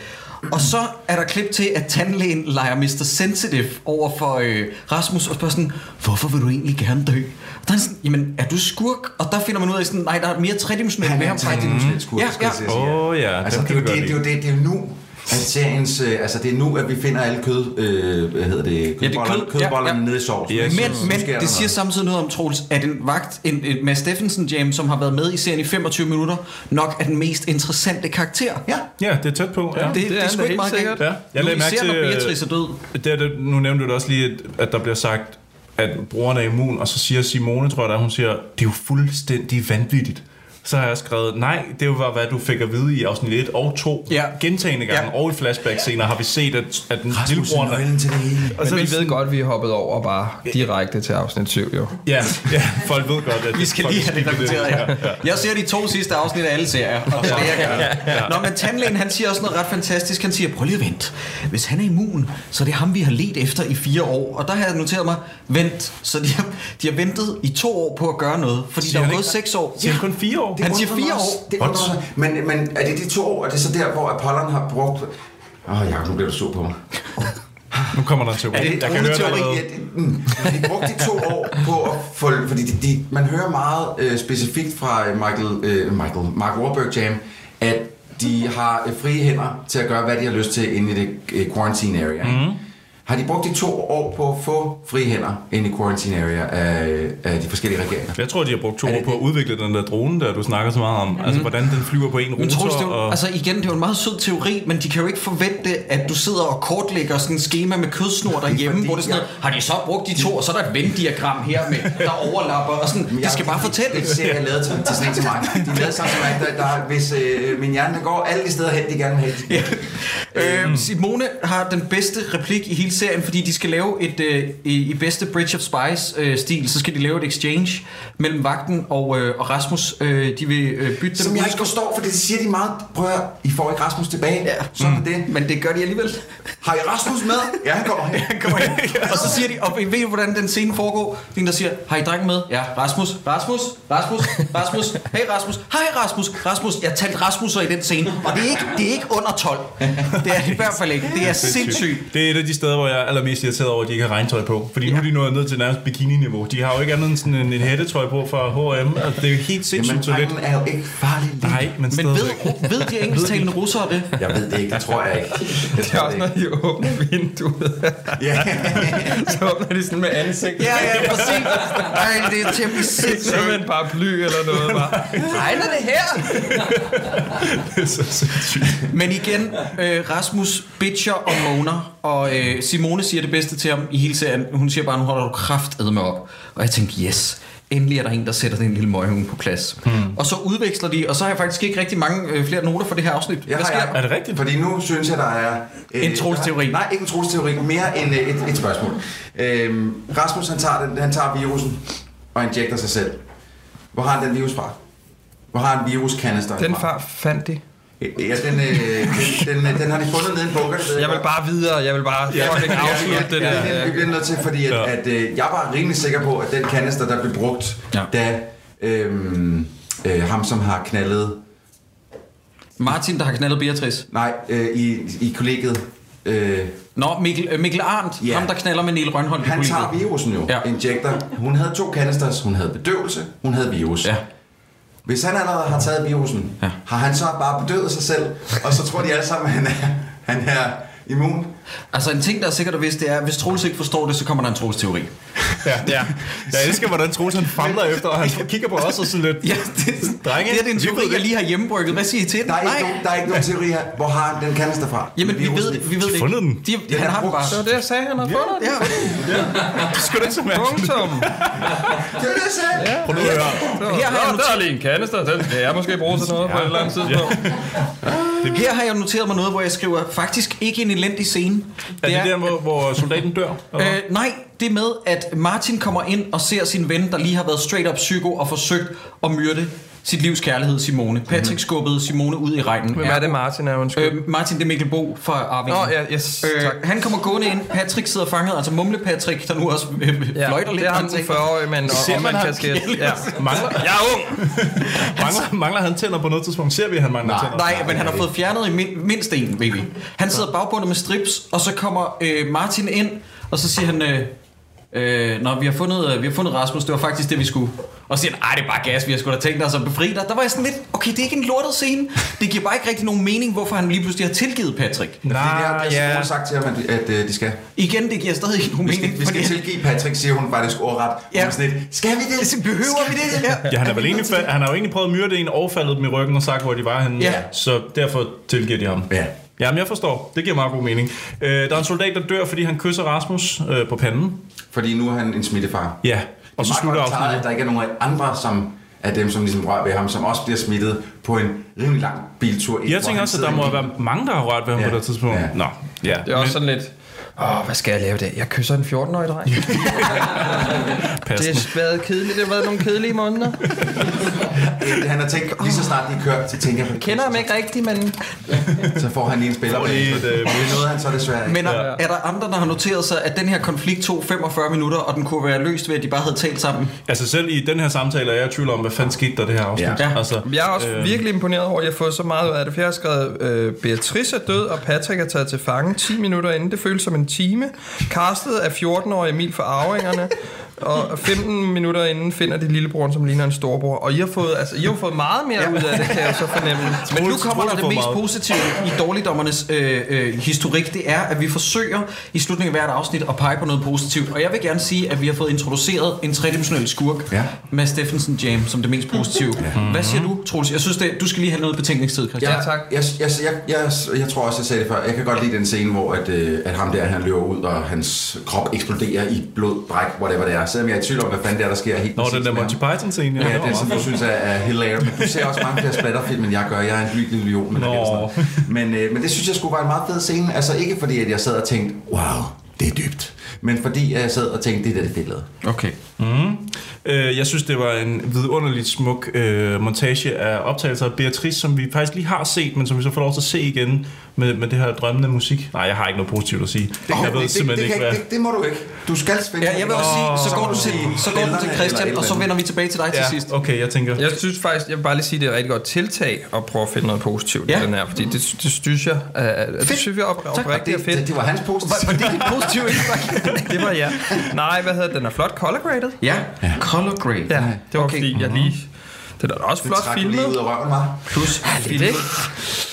A: Og så er der klip til, at tandlægen leger Mr. Sensitive over for øh, Rasmus og spørger sådan, hvorfor vil du egentlig gerne dø? Og der er sådan, jamen er du skurk? Og der finder man ud af sådan, nej, der er mere tredimensionelt
D: Han
A: ved
D: er
A: ham
D: en
A: faktisk.
D: tredimensionel skurk,
A: Ja,
D: skal jeg
A: ja.
D: til at sige.
B: Åh, ja, dem
D: Altså, det,
B: kan
D: er jo
B: vi
D: det,
B: godt
D: det, er jo det, det er jo nu, at seriens, øh, altså det er nu, at vi finder alle kød, øh, hvad hedder det, kødbollerne,
A: kød, ja,
D: kødbollerne
A: ja.
D: nede i sovsen.
B: Yes.
D: Nu
A: Men,
D: sker der
A: men det siger
D: noget.
A: samtidig noget om Troels, at en vagt, en, en Mads Steffensen James, som har været med i serien i 25 minutter, nok er den mest interessante karakter.
D: Ja.
B: Ja, det er tæt på. Ja.
A: det, det,
C: er
A: det er
C: han
A: sgu
C: da
A: ikke
C: helt
A: meget
C: sikkert.
A: sikkert.
B: Ja, jeg lagde mærke
A: især når
B: til, øh,
A: Beatrice er død.
B: Det er det, nu nævnte du det også lige, at- at der bliver sagt, at brugerne er immun, og så siger Simone, tror jeg, der, hun siger, det er jo fuldstændig vanvittigt. Så har jeg skrevet, nej, det var, hvad du fik at vide i afsnit 1 og 2.
A: Ja.
B: Gentagende gange, ja. og i flashback-scener har vi set, at, at den
D: Rasmus er
B: lillebror...
D: nøglen til det hele.
B: Og så
C: Men
B: er det
C: vi ved
B: sådan-
C: godt, vi er hoppet over bare direkte til afsnit 7, jo.
B: Ja, ja, folk ved godt, at
A: Vi skal
B: folk
A: lige have det
B: skipper
A: repeteret her. Jeg ser de to sidste afsnit af alle serier, og det er det, jeg kan. Nå, men tandlægen, han siger også noget ret fantastisk. Han siger, prøv lige at vent. Hvis han er immun, så er det ham, vi har let efter i fire år. Og der har jeg noteret mig, vent. Så de har, de har ventet i to år på at gøre noget, fordi
B: Siger
A: der er
B: han
A: gået
B: ikke-
A: seks år.
B: Siger han kun fire år?
A: Det- Han siger
D: undrer mig
A: fire
D: også.
A: år.
D: Det undrer mig. Men, men er det de to år, er det så der, hvor Apollon har brugt... Åh, oh, Jacob, nu bliver du sur på mig.
B: Nu kommer der en teori.
D: Er det
B: Jeg kan høre, der er noget-
D: Ja, det- mm. de brugte de to år på at få... Fordi de, de, man hører meget øh, specifikt fra øh, Michael, øh, Michael, Mark Warburg Jam, at de har øh, frie hænder til at gøre, hvad de har lyst til inde i det øh, quarantine area. Mm. Har de brugt de to år på at få frie hænder inde i quarantine area af, af de forskellige regeringer?
B: Jeg tror, de har brugt to år på at udvikle den der drone, der du snakker så meget om. Altså, hvordan den flyver på en
A: Men
B: rotor.
A: Troels, det er jo,
B: og...
A: altså igen, det er jo en meget sød teori, men de kan jo ikke forvente, at du sidder og kortlægger sådan et schema med kødsnor derhjemme,
D: Fordi
A: hvor det er sådan
D: jeg-
A: noget, har de så brugt de to, og så er der et venn-diagram her med, der overlapper, og sådan, det skal bare
D: Det
A: fortælles.
D: ser jeg lavet til, til sådan en som mig. De er lavet sammen med mig, der, der, hvis øh, min hjerne den går alle de steder hen, de gerne vil have. Ja. Øhm.
A: Øh, Simone har den bedste replik i hele serien, fordi de skal lave et, øh, i, i bedste Bridge of Spies-stil, så skal de lave et exchange mellem vagten og, øh, og Rasmus. Øh, de vil øh, bytte
D: Som
A: dem
D: jeg ikke forstår, for det siger de meget, prøv at høre, I får ikke Rasmus tilbage.
A: Ja.
D: Ja. Sådan mm. det.
A: men det gør de alligevel.
D: Har I Rasmus med? Ja, han kommer her.
A: Kommer ind. og så siger de, og ved I, hvordan den scene foregår? Det er en, der siger, har I drengen med? Ja, Rasmus, Rasmus, Rasmus, Rasmus, hey Rasmus, hej Rasmus, Rasmus. Jeg talte Rasmus'er i den scene, og det er ikke, det er ikke under 12. Det er det i hvert fald ikke. Det er sindssygt.
B: Det er et af de steder, hvor jeg er allermest irriteret over, at de ikke har regntøj på. Fordi ja. nu er de nået ned til nærmest bikini-niveau. De har jo ikke andet end sådan en, en hættetrøj på fra H&M. Altså, det er jo helt
D: Jamen,
B: sindssygt så lidt.
D: drengen er jo ikke farlig lige.
B: Nej, men
A: Men
B: stadigvæk.
A: ved, ved de engelsktalende russere det?
D: Jeg ved det ikke, det tror jeg ikke. Jeg
C: Det er
D: tror
C: også,
D: det
C: når
D: ikke.
C: de åbner vinduet,
D: Ja.
C: så åbner de sådan med ansigtet.
A: Ja, ja, præcis. Ej, det er temmelig
C: Så
A: sindssygt.
C: med en paraply eller noget bare.
A: Regner det her?
B: Det er så sindssygt.
A: Men igen, øh, Rasmus bitcher og moaner, og øh, Simone siger det bedste til ham i hele serien. Hun siger bare, nu holder du kraftedme op. Og jeg tænkte, yes, endelig er der en, der sætter den lille møghunde på plads. Hmm. Og så udveksler de, og så har jeg faktisk ikke rigtig mange øh, flere noter for det her afsnit.
D: Jeg
A: Hvad
D: har
A: sker
D: Jacob.
A: der?
B: Er det rigtigt?
D: Fordi nu synes jeg, der er... øh,
A: En Troels-teori.
D: der- Nej, ikke en trolsteori. Mere end øh, et, et spørgsmål. Øhm, Rasmus, han tager, den, han tager virusen og injekter sig selv. Hvor har han den virus fra? Hvor har han viruskanister
C: Den
D: fra?
C: far fandt de.
D: Ja, den, øh, den, den, øh, den har de fundet nede i en bunker. det ved
C: Jeg
D: godt.
C: vil bare videre, jeg vil bare fucking afslutte det
D: Ja, det
C: der.
D: er vi bliver nødt til, fordi at,
B: Ja.
D: at, øh, jeg var rimelig sikker på, at den kanister, der blev brugt,
A: Ja.
D: ja. da øhm, øh, ham, som har knaldet,
A: Martin, der har knaldet Beatrice.
D: nej, øh, i, i kollegiet, øh,
A: Nå, Mikkel, øh, Mikkel Arndt,
D: Ja.
A: ham der knaller med Niel Rønholm. i
D: han
A: kollegiet.
D: tager virusen jo,
A: Ja.
D: ja. injekter. Hun havde to kanisters, hun havde bedøvelse, hun havde virus.
A: Ja.
D: Hvis han allerede har taget virusen,
A: Ja.
D: ja. har han så bare bedøvet sig selv, og så tror de alle sammen, at han er, han er immun.
A: Altså en ting, der er sikkert og vist, det er, at hvis Troels ikke forstår det, så kommer der en Troels-teori.
B: Ja, ja. Jeg elsker, hvordan Troels han famler efter, og han kigger på os og sådan lidt...
A: Ja, det,
B: Drenge,
A: det er den
B: vi ved
A: teori, jeg
B: det.
A: lige har hjemmebrygget. Hvad siger I til den?
D: Der er, ikke nogen, der er ikke nogen teori her. Hvor har han den kanister fra?
A: Jamen, vi ved,
D: Virusen.
A: vi ved det ikke.
B: fundet den.
A: De,
D: Den
A: han
D: er
A: har den
D: brugt.
A: bare.
C: Det var det, jeg sagde, han har fundet den.
A: Ja.
B: Det skulle da ikke så mærkeligt.
C: Punktum.
D: Det er det, jeg sagde.
B: Prøv nu at høre.
A: Her har, jeg
C: Nå, der er
A: noteret,
C: lige en kanister, den skal jeg måske bruge til noget på et eller andet tidspunkt.
A: her har jeg noteret mig noget, hvor jeg skriver, faktisk ikke en elendig scene.
B: Er det der, hvor, hvor soldaten dør? Eller?
A: Øh, nej, det er med, at Martin kommer ind og ser sin ven, der lige har været straight up psyko og forsøgt at myrde sit livs kærlighed, Simone. Patrick mm-hmm. skubbede Simone ud i regnen.
C: Mhm. Hvem er det, Martin er, undskyld?
A: Øh, Martin, det er Mikkel Bo fra Arvingen. Øh,
C: Nå, ja, yes, tak.
A: han kommer gående ind. Patrick sidder fanget, altså Mumle Patrick, der nu også øh,
C: Ja,
A: ja, fløjter lidt.
C: det er ham
A: Han
C: den
A: tænker,
C: 40-årige mand, og,
B: Ser
C: og
B: man
C: man
B: ham?
C: kasket. Ja.
B: Mangler,
C: Jeg er ung!
B: mangler, mangler han tænder på noget tidspunkt? Ser vi, at han mangler tænder?
A: Nej, men han har fået fjernet i min- mindst en, ved vi. Han sidder bagbundet med strips, og så kommer øh, Martin ind, og så siger han... Øh, Øh, når vi har, fundet, øh, vi har fundet Rasmus, det var faktisk det, vi skulle. Og så siger han, "Ej, det er bare gas, vi har sgu da tænkt os at befri dig. Der var jeg sådan lidt, okay, det er ikke en lortet scene. Det giver bare ikke rigtig nogen mening, hvorfor han lige pludselig har tilgivet Patrick.
D: Fordi det har
B: Nej,
D: Kirsten
B: ja.
D: Rohde sagt til ham, at, at øh, de skal.
A: Igen, det giver stadig ikke nogen
D: Vi
A: mening.
D: skal, vi skal
A: fordi-
D: tilgive Patrick, siger hun faktisk ordret.
A: Ja.
D: Ja. Hun er sådan lidt, skal vi det?
A: Så behøver vi det? Ja.
B: Ja, han, er vel egentlig, fa- han har jo egentlig prøvet at myrde en og faldet dem i ryggen og sagt, hvor de var henne.
A: Ja.
B: Så derfor tilgiver de ham.
D: Ja.
B: Jamen, jeg forstår. Det giver meget god mening. Øh, der er en soldat, der dør, fordi han kysser Rasmus øh, på panden.
D: Fordi nu er han en smittefar.
B: Ja. Og så
D: Det er meget
B: slutter
D: godt klaret,
B: afsnittet.
D: at der ikke er nogen andre, som af dem, som ligesom rører ved ham, som også bliver smittet på en rimelig lang biltur. ind,
B: Jeg
D: hvor
B: tænker også,
D: han
B: at
D: sidder
B: der
D: i
B: må
D: en
B: være
D: bil.
B: mange, der har rørt ved ham
D: Ja.
B: på det tidspunkt.
D: Ja.
B: Nå, ja.
C: Det er også sådan lidt, åh, hvad skal jeg lave i dag? Jeg kysser en 14-årig dreng.
B: Pas
C: Det
B: den.
C: har været kedeligt. Det har været nogle kedelige måneder.
D: Øh, Han har tænkt, lige så snart de kører, så tænker jeg,
C: Kender ham ikke rigtigt, men...
D: så får han lige en spiller.
B: Får lige et, øh,
D: det nåede han så desværre ikke.
A: Men er, er der andre, der har noteret sig, at den her konflikt tog 45 minutter, og den kunne være løst ved, at de bare havde talt sammen?
B: Altså selv i den her samtale er jeg i tvivl om, hvad fanden skete der i det her afsnit.
A: Ja.
B: Altså,
C: Jeg er også
A: Øhm.
C: øh. virkelig imponeret over, at jeg har fået så meget ud af det, for jeg har skrevet, øh, Beatrice er død, og Patrick er taget til fange 10 minutter inden. Det føles som en time. Castet af 14-årige Emil for arvingerne. Og 15 minutter inden finder de lillebroren, som ligner en storbror. Og I har fået, altså, I har fået meget mere ud af det, kan jeg så fornemme.
A: Men nu
B: Troels,
A: kommer der
B: Troels
A: det
B: har
A: mest
B: fået meget.
A: positive i dårligdommernes øh, øh, historik. Det er, at vi forsøger i slutningen af hvert afsnit at pege på noget positivt. Og jeg vil gerne sige, at vi har fået introduceret en tredimensionel skurk.
D: Ja.
A: Mads Steffensen Jam som det mest positive. Hvad siger du, Troels? Jeg synes, det, du skal lige have noget betænkningstid, Christian.
D: Jeg,
C: Ja, tak.
D: Jeg, jeg, jeg, jeg, jeg tror også, jeg sagde det før. Jeg kan godt lide den scene, hvor at, øh, at ham der, han løber ud, og hans krop eksploderer i blod, bræk, whatever det er. Selvom jeg er i tvivl om, hvad fanden det er, der sker helt
B: Nå,
D: præcis
B: den der
D: med
B: Monty
D: ham.
B: Python-scene.
D: Ja,
B: det var
D: den som
B: meget
D: du synes er, er hilarious. Men du ser også mange flere splatterfilm, end jeg gør. Jeg er en lykkelig million. Eller
B: Nå.
D: sådan noget. men, øh, men det synes jeg skulle være en meget fed scene. Altså ikke fordi, at jeg sad og tænkte, wow, det er dybt. Men fordi at jeg sad og tænkte, det er det, det er lavet.
A: Okay.
B: Øh, jeg synes, det var en vidunderligt smuk øh, montage af optagelser af Beatrice, som vi faktisk lige har set, men som vi så får lov til at se igen med, med det her drømmende musik. Nej, jeg har ikke noget positivt at sige. Det, jeg ved
D: det,
B: simpelthen
D: det,
B: ikke,
D: kan
B: hvad...
D: det, det, må du ikke. Du skal spille.
A: Ja, jeg vil også sige, så går du til, så går du til
D: Billederne
A: Christian,
D: eller
A: og så
D: et eller
A: vender vi tilbage til dig til sidst.
B: Ja, okay, jeg tænker...
C: Jeg synes faktisk, jeg vil bare lige sige, at det er et rigtig godt tiltag at prøve at finde noget positivt ja.
A: Ja.
C: i den her, fordi det, det synes jeg, øh, det synes jeg op, oprigtigt er
D: andet. det,
C: fedt.
D: det, var hans
A: Var,
D: positive.
A: var det dit positive indtryk?
C: Det var ja. Nej, hvad hedder det? den? er flot color graded.
A: ja. Color grade.
C: Ja, det
A: Okay.
C: var okay. fordi, jeg lige... Det er da også
D: Det
C: flot
D: trak du lige ud
C: filmet.
D: af røven, var.
A: Plus
C: Lidt, ikke?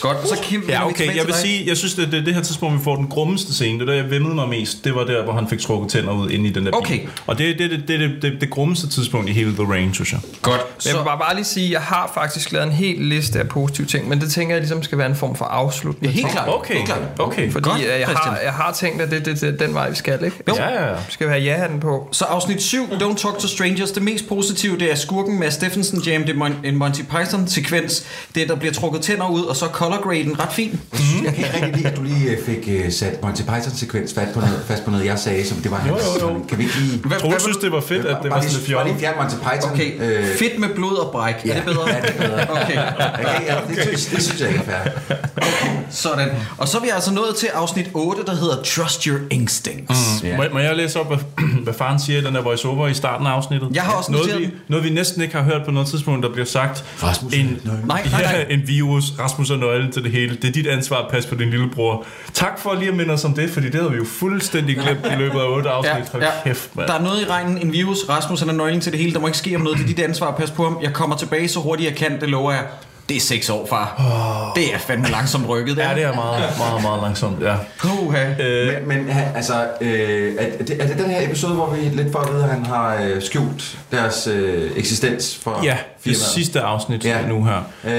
A: Godt, så Kim, vender
B: Ja,
A: vi
B: okay,
A: tilbage
B: jeg
A: til
B: vil
A: dig.
B: sige, jeg synes, det er det, det her tidspunkt, vi får den grummeste scene. Det der, jeg vemmede mig mest, det var der, hvor han fik trukket tænder ud inde i den der bil.
A: Okay.
B: Og det er det, det, det, det, det, det grummeste tidspunkt i hele The Rain, synes jeg.
A: Godt,
C: Men jeg vil
A: så...
C: bare, bare lige sige, at jeg har faktisk lavet en hel liste af positive ting, men det tænker jeg ligesom skal være en form for afslutning.
A: Helt klart,
B: Okay,
A: helt klart.
B: okay.
C: Fordi
A: Godt,
C: Godt, jeg, har,
A: Christian.
C: jeg har tænkt, at det det- det er den vej, vi skal, ikke? Jo.
B: Ja, ja, ja.
C: Skal vi have ja-handen på?
A: Så afsnit 7, Don't Talk to Strangers. Det mest positive, det er skurken med Steffensen Jam. Det er mon- en Monty Python-sekvens. Det, der bliver trukket tænder ud, og så color graden. Ret fin.
B: Mhm.
D: Jeg kan ikke rigtig lide, at du lige øh, fik øh, sat Monty Python-sekvens fast på, noget, fast på noget, jeg sagde, som det var hans.
B: jo, jo.
D: Kan vi ikke lige...
A: Hvad-
B: Troels
A: hvad-
B: synes, det var fedt, at det var
D: bare,
B: sådan lidt
D: lige, bare
B: fjollet.
D: lige fjern Monty Python. Øh,
A: Okay, fedt med blod og bræk. Er det bedre?
D: Ja, det er bedre.
A: Okay,
D: Jeg kan, ikke- jeg, det, synes, det synes jeg ikke er fair.
A: sådan. Og så er vi altså nået til afsnit 8, der hedder Trust Your Instincts. Mm.
B: Må, jeg- må jeg læse op, hvad, hvad faren siger i den der voiceover i starten af afsnittet?
A: Jeg har også
B: noget,
A: noteret
B: vi,
A: den.
B: noget, vi næsten ikke har hørt på noget tidspunkt, der bliver sagt.
D: Rasmus er
B: en,
D: nøglen.
A: Nej, nej,
B: ja,
A: nej.
B: en virus. Rasmus er nøglen til det hele. Det er dit ansvar at passe på din lillebror. Tak for lige at minde os om det, fordi det havde vi jo fuldstændig glemt i løbet af otte afsnit. Hold kæft, mand.
A: Der er noget i regnen, en virus, Rasmus han er nøglen til det hele, der må ikke ske om noget, det er dit ansvar at passe på ham. Jeg kommer tilbage så hurtigt jeg kan, det lover jeg. Det er seks år, far. Oh. Det er fandme langsomt rykket,
B: Ja, det
A: er.
B: er meget, meget, meget langsomt. Ja.
A: Puha.
D: Men, men ha- altså, øh, er, det, er det den her episode, hvor vi lidt får at vide, at han har øh, skjult deres øh, eksistens for
B: ja, det
D: firmaet?
B: sidste afsnit
D: Ja.
B: nu her.
D: Øh,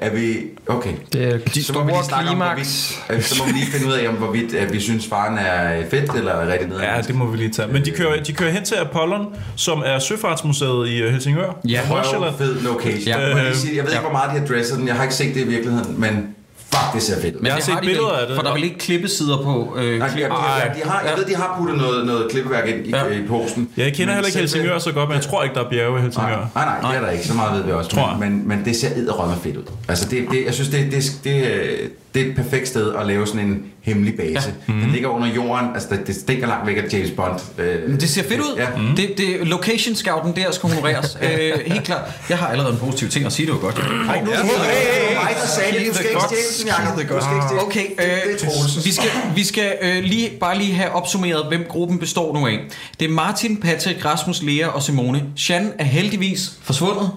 D: er vi... Okay.
C: Det er de
D: Så må vi lige
C: store
D: snakke om,
C: klimaks.
D: hvorvidt, øh, så må vi lige finde ud af, om hvorvidt at vi synes, faren er fedt eller rigtig nede.
B: Ja, det må vi lige tage. Men de kører, de kører hen til Apollon, som er Søfartsmuseet i øh, Helsingør.
A: Ja.
B: Nordsjælland.
D: Røv fed location.
A: Ja.
B: Øh,
D: Ja. Jeg, lige sige, jeg ved ikke, hvor meget de har dresset den. Jeg har ikke set det i virkeligheden, men fuck, det ser fedt ud.
A: Men
B: har
A: det
B: set
A: de
B: billeder
A: vel,
B: af det.
A: For der er vel ikke klippesider på... Øh,
D: Nej, de, de, de, de har, jeg ved, de har puttet noget, noget klippeværk ind i, ja. i posten.
B: Ja, jeg kender
D: Men
B: heller ikke
D: selve-
B: Helsingør så godt, men jeg tror ikke, der er bjerge i Helsingør.
D: Nej, nej, nej, det er der ikke. Så meget ved vi også.
B: Tror jeg.
D: men, men det ser edderrømme fedt ud. Altså, det, det, jeg synes, det, det, det, øh, det er et perfekt sted at lave sådan en hemmelig base. Ja. Den ligger under jorden. Altså, det, det stinker langt væk af James Bond. Øh,
A: Det ser fedt ud.
D: Ja.
A: Mm. Det, det, location scouten der skal honoreres. øh, helt klart. Jeg har allerede en positiv ting at sige, det var godt.
D: Ej, nu er det mig, der sagde, det. du skal ikke stjæle den, Jacob. Du skal ikke stjæle den.
A: Ah, Okay,
D: Det er Troelsen.
A: øh, vi skal, vi skal øh, lige, bare lige have opsummeret, hvem gruppen består nu af. Det er Martin, Patrick, Rasmus, Lea og Simone. Jan er heldigvis forsvundet.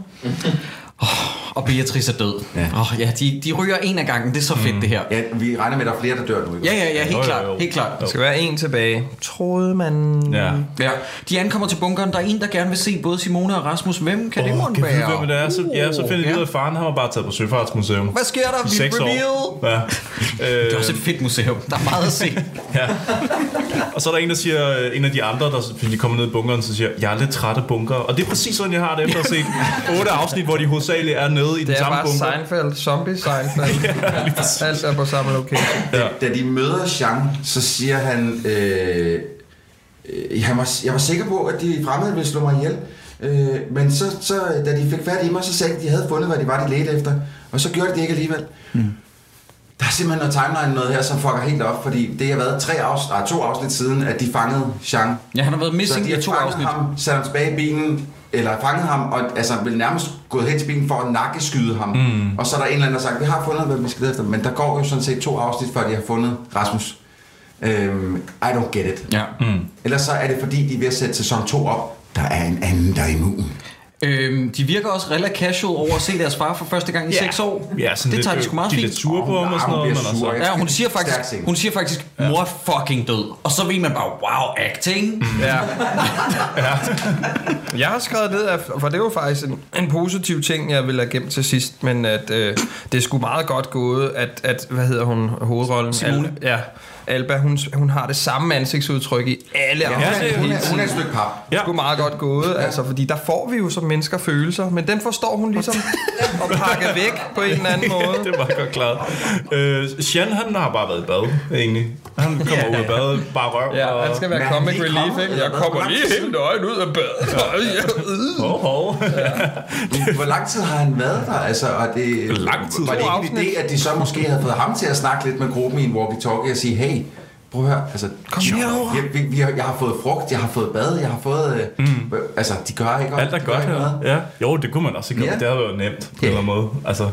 A: Oh, og Beatrice er død.
D: Ja. Mm.
A: Ja, oh, ja de, de ryger en af gangen. Det er så fedt, det her.
D: Ja, vi regner med, at der er flere, der dør nu. ikke?
A: Ja, ja, ja, helt
B: Jo, jo, jo.
A: klart. Helt klart.
C: Der skal være en tilbage. Troede man...
B: Ja.
A: Ja. De ankommer til bunkeren. Der er en, der gerne vil se både Simone og Rasmus. Hvem kan oh, det
B: Åh,
A: måtte
B: kan vi vide,
A: være?
B: hvem det er? Så, ja, så finder vi
A: Uh,
B: ud af,
A: ja.
B: at faren han var bare taget på Søfartsmuseum.
A: Hvad sker der?
B: I
A: Vi
B: seks år.
A: reveal!
B: Ja.
A: Det er
B: Øh,
A: også et fedt museum. Der er meget at se.
B: ja. Og så er der en, der siger, øh, en af de andre, der fordi de kommer ned i bunkeren, så siger, jeg er lidt træt af bunker. Og det er præcis sådan, jeg har det efter at have set otte afsnit, hvor de hovedsageligt er nede i den
C: Det er
B: samme
C: bare
B: bunker.
C: Seinfeld, zombie Seinfeld. Alt er på samme location.
B: Ja.
D: Da de møder Jean, så siger han, øh, øh, han var, jeg var sikker på, at de fremmede ville slå mig ihjel. Øh, men så, så, da de fik fat i mig, så sagde de, at de havde fundet, hvad de var, de ledte efter. Og så gjorde de det ikke alligevel. Mm. Der er simpelthen noget timeline noget her, som fucker helt op, fordi det har været tre afs- nej, to afsnit siden, at de fangede Jean.
A: Ja, han har været
D: Så
A: missing
D: de
A: i
D: har
A: to
D: fanget
A: afsnit.
D: ham, sat ham tilbage i bilen, eller fanget ham, og altså vil nærmest gået hen til bilen for at nakkeskyde ham. Mm. Og så er der en eller anden, der har sagt, vi har fundet, hvad vi skal lede efter. Men der går jo sådan set to afsnit, før de har fundet Rasmus. Øhm, I don't get it.
A: Ja. Mm.
D: Ellers så er det fordi, de er ved at sætte sæson 2 op. Der er en anden, der er immun.
A: Øhm, de virker også relativt casual over at se deres far for første gang i
B: Ja.
A: 6 år.
B: Ja, sådan
A: det
B: lidt,
A: tager de
B: øh,
A: sgu meget
B: de er
A: fint.
B: lidt sure på
D: Åh,
B: ham og sådan
D: nej, hun
B: noget.
D: bliver
B: Men altså,
D: sur, ikke?
A: Ja, hun siger
D: Stærk
A: faktisk,
D: scene.
A: hun siger faktisk mor er fucking død. Og så ved man bare, wow, acting.
C: Ja. Jeg har skrevet ned, af, for det var faktisk en, en positiv ting, jeg ville have gemt til sidst, men at øh, det skulle meget godt gået, at, at hvad hedder hun, hovedrollen?
A: Simone.
C: Al, ja, Alba, hun, hun har det samme ansigtsudtryk i alle ja,
D: Hun er,
B: det-
D: hun er, hun er et stykke pap.
C: Ja.
B: Ja.
C: Sgu meget godt gået, ja. altså, fordi der får vi jo som mennesker følelser, men dem forstår hun ligesom at pakke væk på en eller anden måde.
B: det var godt klaret. Øh, Shan, han har bare været i bad, egentlig. Han kommer ud af badet, bare røv.
C: Ja,
B: og...
C: han skal
D: Men
C: være
D: er han
C: comic
D: lige
C: relief,
D: kommet,
C: ikke?
D: eller
C: Jeg
D: hvad? Hvor
C: kommer
D: lang
C: lige
D: tid
C: helt nøgen ud af badet. Ja.
B: Hov, hov.
D: Men Hvor lang tid har han været der? Altså, og det,
B: Lang tid.
D: Var det ikke en
C: Afsnit.
D: idé, at de så måske havde fået ham til at snakke lidt med gruppen i en walkie-talkie og sige, hey, prøv at høre, altså,
C: Kom herover."
D: Jeg, vi, vi, har- jeg har fået frugt, jeg har fået bad, jeg har fået... Øh, mm. Altså, de gør ikke
B: Alt er
D: de gør
B: godt
D: ikke
B: her.
D: noget.
B: Ja. Jo, det kunne man også ikke.
D: Ja.
B: Yeah. Det havde været nemt på
D: Ja.
B: en eller anden måde. Altså.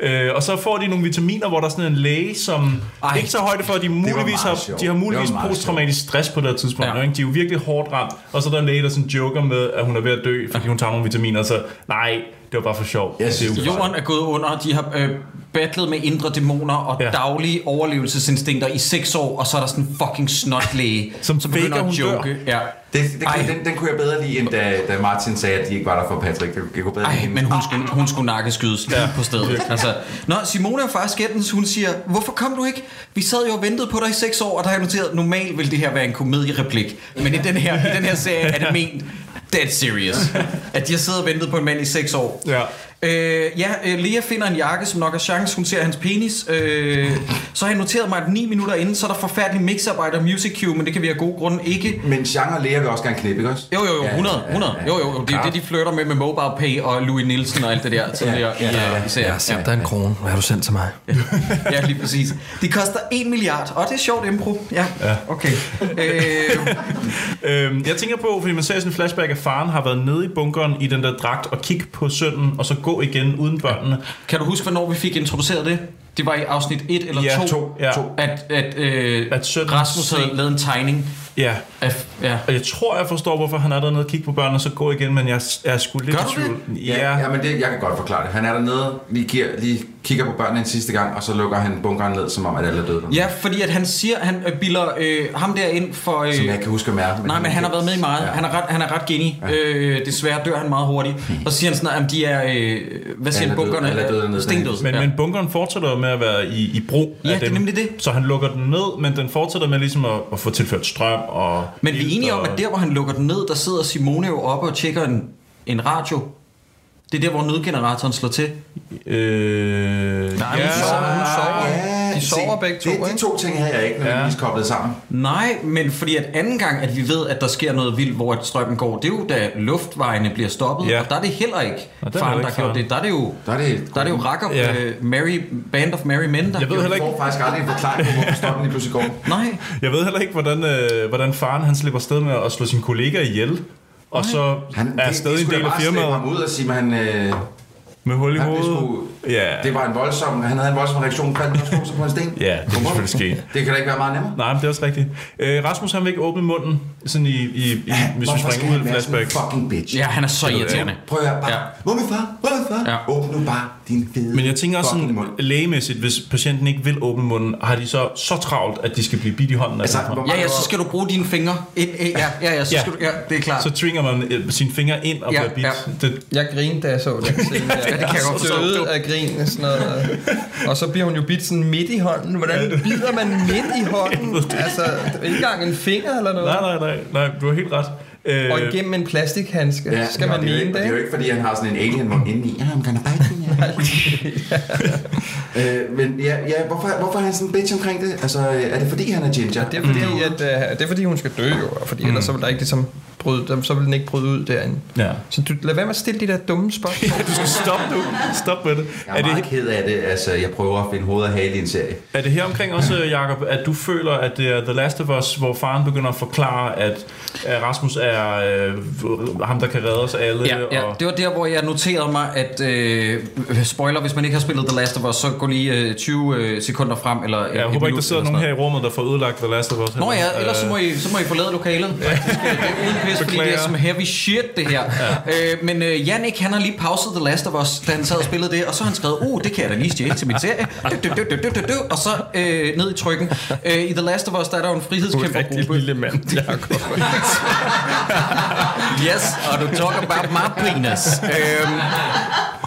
B: Øh, og så får de nogle vitaminer, hvor der er sådan en læge, som Ej. ikke så højde for, at de muligvis
D: meget
B: har,
D: sjovt.
B: de har muligvis
D: Det var meget
B: posttraumatisk stress på det her tidspunkt.
A: Ja.
B: Ja. Ikke? De er jo virkelig hårdt ramt. Og så er der en læge, der sådan joker med, at hun er ved at dø, fordi hun tager nogle vitaminer. Så nej, det var bare for sjov.
D: Jeg
B: det er
D: synes,
B: jo-
D: det var-
A: Jorden er gået under, og de har øh, battlet med indre dæmoner og
B: Ja.
A: ja. daglige overlevelsesinstinkter i 6 år, og så er der sådan en fucking snotlæge,
B: Som faker, hun dør.
A: Ja.
D: Det, det,
A: Ej.
D: det, den, den kunne jeg bedre lide, end da, da Martin sagde, at de ikke var der for Patrick. Det, jeg kunne bedre
A: Ej,
D: lide
A: men hun skulle, hun skulle nakkeskydes lige på stedet. Altså, Nå, Simone er faktisk gættens, hun siger, hvorfor kom du ikke? Vi sad jo og ventede på dig i 6 år, og der har jeg noteret, normalt ville det her være en komediereplik. Men i den her, i den her serie er det ment dead serious. At de har siddet og ventet på en mand i 6 år.
B: Ja.
A: Øh, ja, øh, Lea finder en jakke, som nok er chance. Hun ser hans penis. Øh, så har jeg noteret mig, at 9 minutter inden, så er der forfærdelig mixarbejde og music cue, men det kan vi af gode grunde ikke.
D: men Jean og Lea vil også gerne knippe, ikke også?
A: Jo, jo, jo,
D: Ja,
A: 100,
D: ja,
A: 100.
D: ja,
A: Jo, jo, jo. Det er det, de flytter med med mobile pay og Louis Nielsen og alt det der tidligere
D: Ja, ja,
A: i, øh, i serien. Ja,
C: Der er en krone. Hvad har du sendt til mig?
A: ja, lige præcis. De koster 1 milliard, og det er sjovt impro. Ja, okay. Øh,
B: Øhm, jeg tænker på, fordi man ser sådan en flashback, at faren har været nede i bunkeren i den der dragt og kigge på sønnen, og så gå igen uden børnene.
A: kan du huske, hvornår vi fik introduceret det? Det var i afsnit 1 eller 2,
B: Ja,
D: To,
B: Ja.
D: to.
A: at, at, øh,
B: At sønnen
A: Rasmus
B: se-
A: havde lavet en tegning
B: Ja,
A: af... Ja.
B: og jeg tror, jeg forstår, hvorfor han er dernede og kigger på børnene, og så går igen, men jeg er sgu lidt
A: Gør
B: i
A: du
B: tvivl.
D: Ja,
B: Ja,
D: ja, men det, jeg kan godt forklare det. Han er dernede, lige, giver, lige kigger på børnene en sidste gang, og så lukker han bunkeren ned, som om at alle er døde.
A: ja, fordi at han siger, han øh, bilder øh, ham der ind for... Øh,
D: Som jeg ikke kan huske at mærke.
A: Nej, men han har været med i meget. Ja. Han, er ret, han er ret geni. Ja. Øh, desværre dør han meget hurtigt. Og så siger han sådan, at de er, øh, hvad siger han,
D: Alle er døde.
A: bunkerne?
D: Alle er døde dernede.
A: Stendøde.
B: Men,
A: ja.
B: ja. men bunkeren fortsætter jo med at være i, i brug
A: Ja,
B: af
A: det er
B: dem.
A: nemlig det.
B: Så han lukker den ned, men den fortsætter med ligesom at, at få tilført strøm og...
A: men vi
B: ilt
A: er enige om,
B: og-
A: at der, hvor han lukker den ned, der sidder Simone jo oppe og tjekker en, en radio. Det er der, hvor nødgeneratoren slår til.
B: Øh,
A: Nej,
B: ja,
A: hun sover. Hun sover.
C: de
D: Ja,
C: sover begge to,
D: det, De
C: ikke?
D: to ting havde jeg ikke nødvendigvis ja. koblet sammen.
A: Nej, men fordi at anden gang, at vi ved, at der sker noget vildt, hvor at strømmen går, det er jo, da luftvejene bliver stoppet,
B: Ja.
A: og der er det heller ikke
B: Og der er
A: faren,
B: det
A: der
B: ikke
A: gjorde
B: faren.
A: det. Der er det jo,
D: Der er det-
A: der er det jo Racker,
B: Ja.
A: ja. uh, Mary, Band of Merry Men, der
B: Jeg ved
A: gjorde
B: heller
D: Jeg
B: ikke,
D: får faktisk aldrig en forklaring på, hvorfor strømmen lige pludselig går.
A: det. Nej,
B: jeg ved heller ikke hvordan, øh, hvordan faren han slipper sted med at slå sin kollega ihjel. Og så han, er stadig en
D: skulle
B: del
D: da
B: af
D: bare slæbe
B: firmaet
D: ham ud og sige, at han, øh,
B: med hul i
D: han blev
B: hovedet.
D: sgu,
B: Ja.
D: det var en voldsom, han havde en voldsom reaktion, faldt han og slog sig på en sten.
B: Ja, det kan
D: Hvorfor?
B: selvfølgelig ske.
D: Det kan da ikke være meget nemmere.
B: Nej, men det er også rigtigt. Øh, Rasmus han vil ikke åbne munden, sådan i, i, i hvis vi
D: Hvorfor skal
B: springer ud
D: han
B: i
D: være sådan
B: flashback.
D: en fucking bitch?
A: ja, han er så irriterende.
D: Prøv at høre, bare,
A: Ja.
D: ja. mummi far, mummi far,
A: Ja.
D: ja. åbn nu bare din fede
B: Men jeg tænker også
D: fucking
B: sådan
D: mund.
B: lægemæssigt, hvis patienten ikke vil åbne munden, har de så så travlt, at de skal blive bidt i hånden? af
D: Altså,
B: den her?
D: hvor
A: Ja,
D: mange
A: ja,
D: år-
A: så skal du bruge dine fingre. ind- ind- Ja, ja, ja, så
B: Ja.
A: skal du, ja det er klart.
B: så tvinger man øh, sine fingre ind og
A: Ja,
B: bliver bidt.
A: ja.
B: Det,
C: Jeg grinede, da jeg så den scene der. ja, det
A: kan jeg godt forstå.
C: Døde af grin, sådan noget. Og så bliver hun jo bidt sådan midt i hånden. Hvordan bider man midt i hånden? Altså, ikke engang en finger eller noget.
B: nej, nej, nej, nej, du har helt ret. Øh,
C: Og igennem en plastikhandske.
D: Ja,
C: Ja, skal man
D: det, er jo
C: mene
D: ikke,
C: det,
D: det er jo
C: ikke?
D: ikke, fordi han har sådan en alien mund indeni. Ja, I'm gonna bite you. yeah. øh, men ja, ja hvorfor, hvorfor er han sådan en bitch omkring det? Altså, er det fordi, han er ginger?
C: Det er fordi,
D: Mm.
C: at, øh, det er fordi hun skal dø jo, og fordi ellers så vil der ikke ligesom bryde, der- så vil den ikke bryde ud derinde.
B: Ja.
C: Så du, lad være med at stille de der dumme spørgsmål.
B: Du skal stoppe nu. Stop med det.
D: Jeg er,
B: Er
D: meget
B: det,
D: ked af det. Altså, jeg prøver at finde hoved og hale i en serie.
B: er det her omkring også, Jakob, at du føler, at det er The Last of Us, hvor faren begynder at forklare, at, at Rasmus er øh, ham, der kan redde os alle?
A: Ja, ja,
B: og,
A: det var der, hvor jeg noterede mig, at øh, spoiler, hvis man ikke har spillet The Last of Us, så gå lige øh, 20 øh, sekunder frem. Eller,
B: ja, jeg håber ikke, der sidder nogen her i rummet, der får ødelagt The Last of Us.
A: Nå ja,
B: Øh,
A: ellers så må I, så må I forlade lokalet. Faktisk, øh, det er uden pis, fordi det er
B: Beklager.
A: som heavy shit, det her. Ja. Øh, men øh, Jannik, han har lige pauset The Last of Us, da han sad og spillede det, og så har han skrevet, uh, det kan jeg da lige stjæle til min serie. Du, du, du, du, du, du, og så øh, ned i trykken. Øh, I The Last of Us, der er der jo en frihedskæmpergruppe.
C: lille mand, Jacob.
A: Yes, og du talk about my penis. Øhm,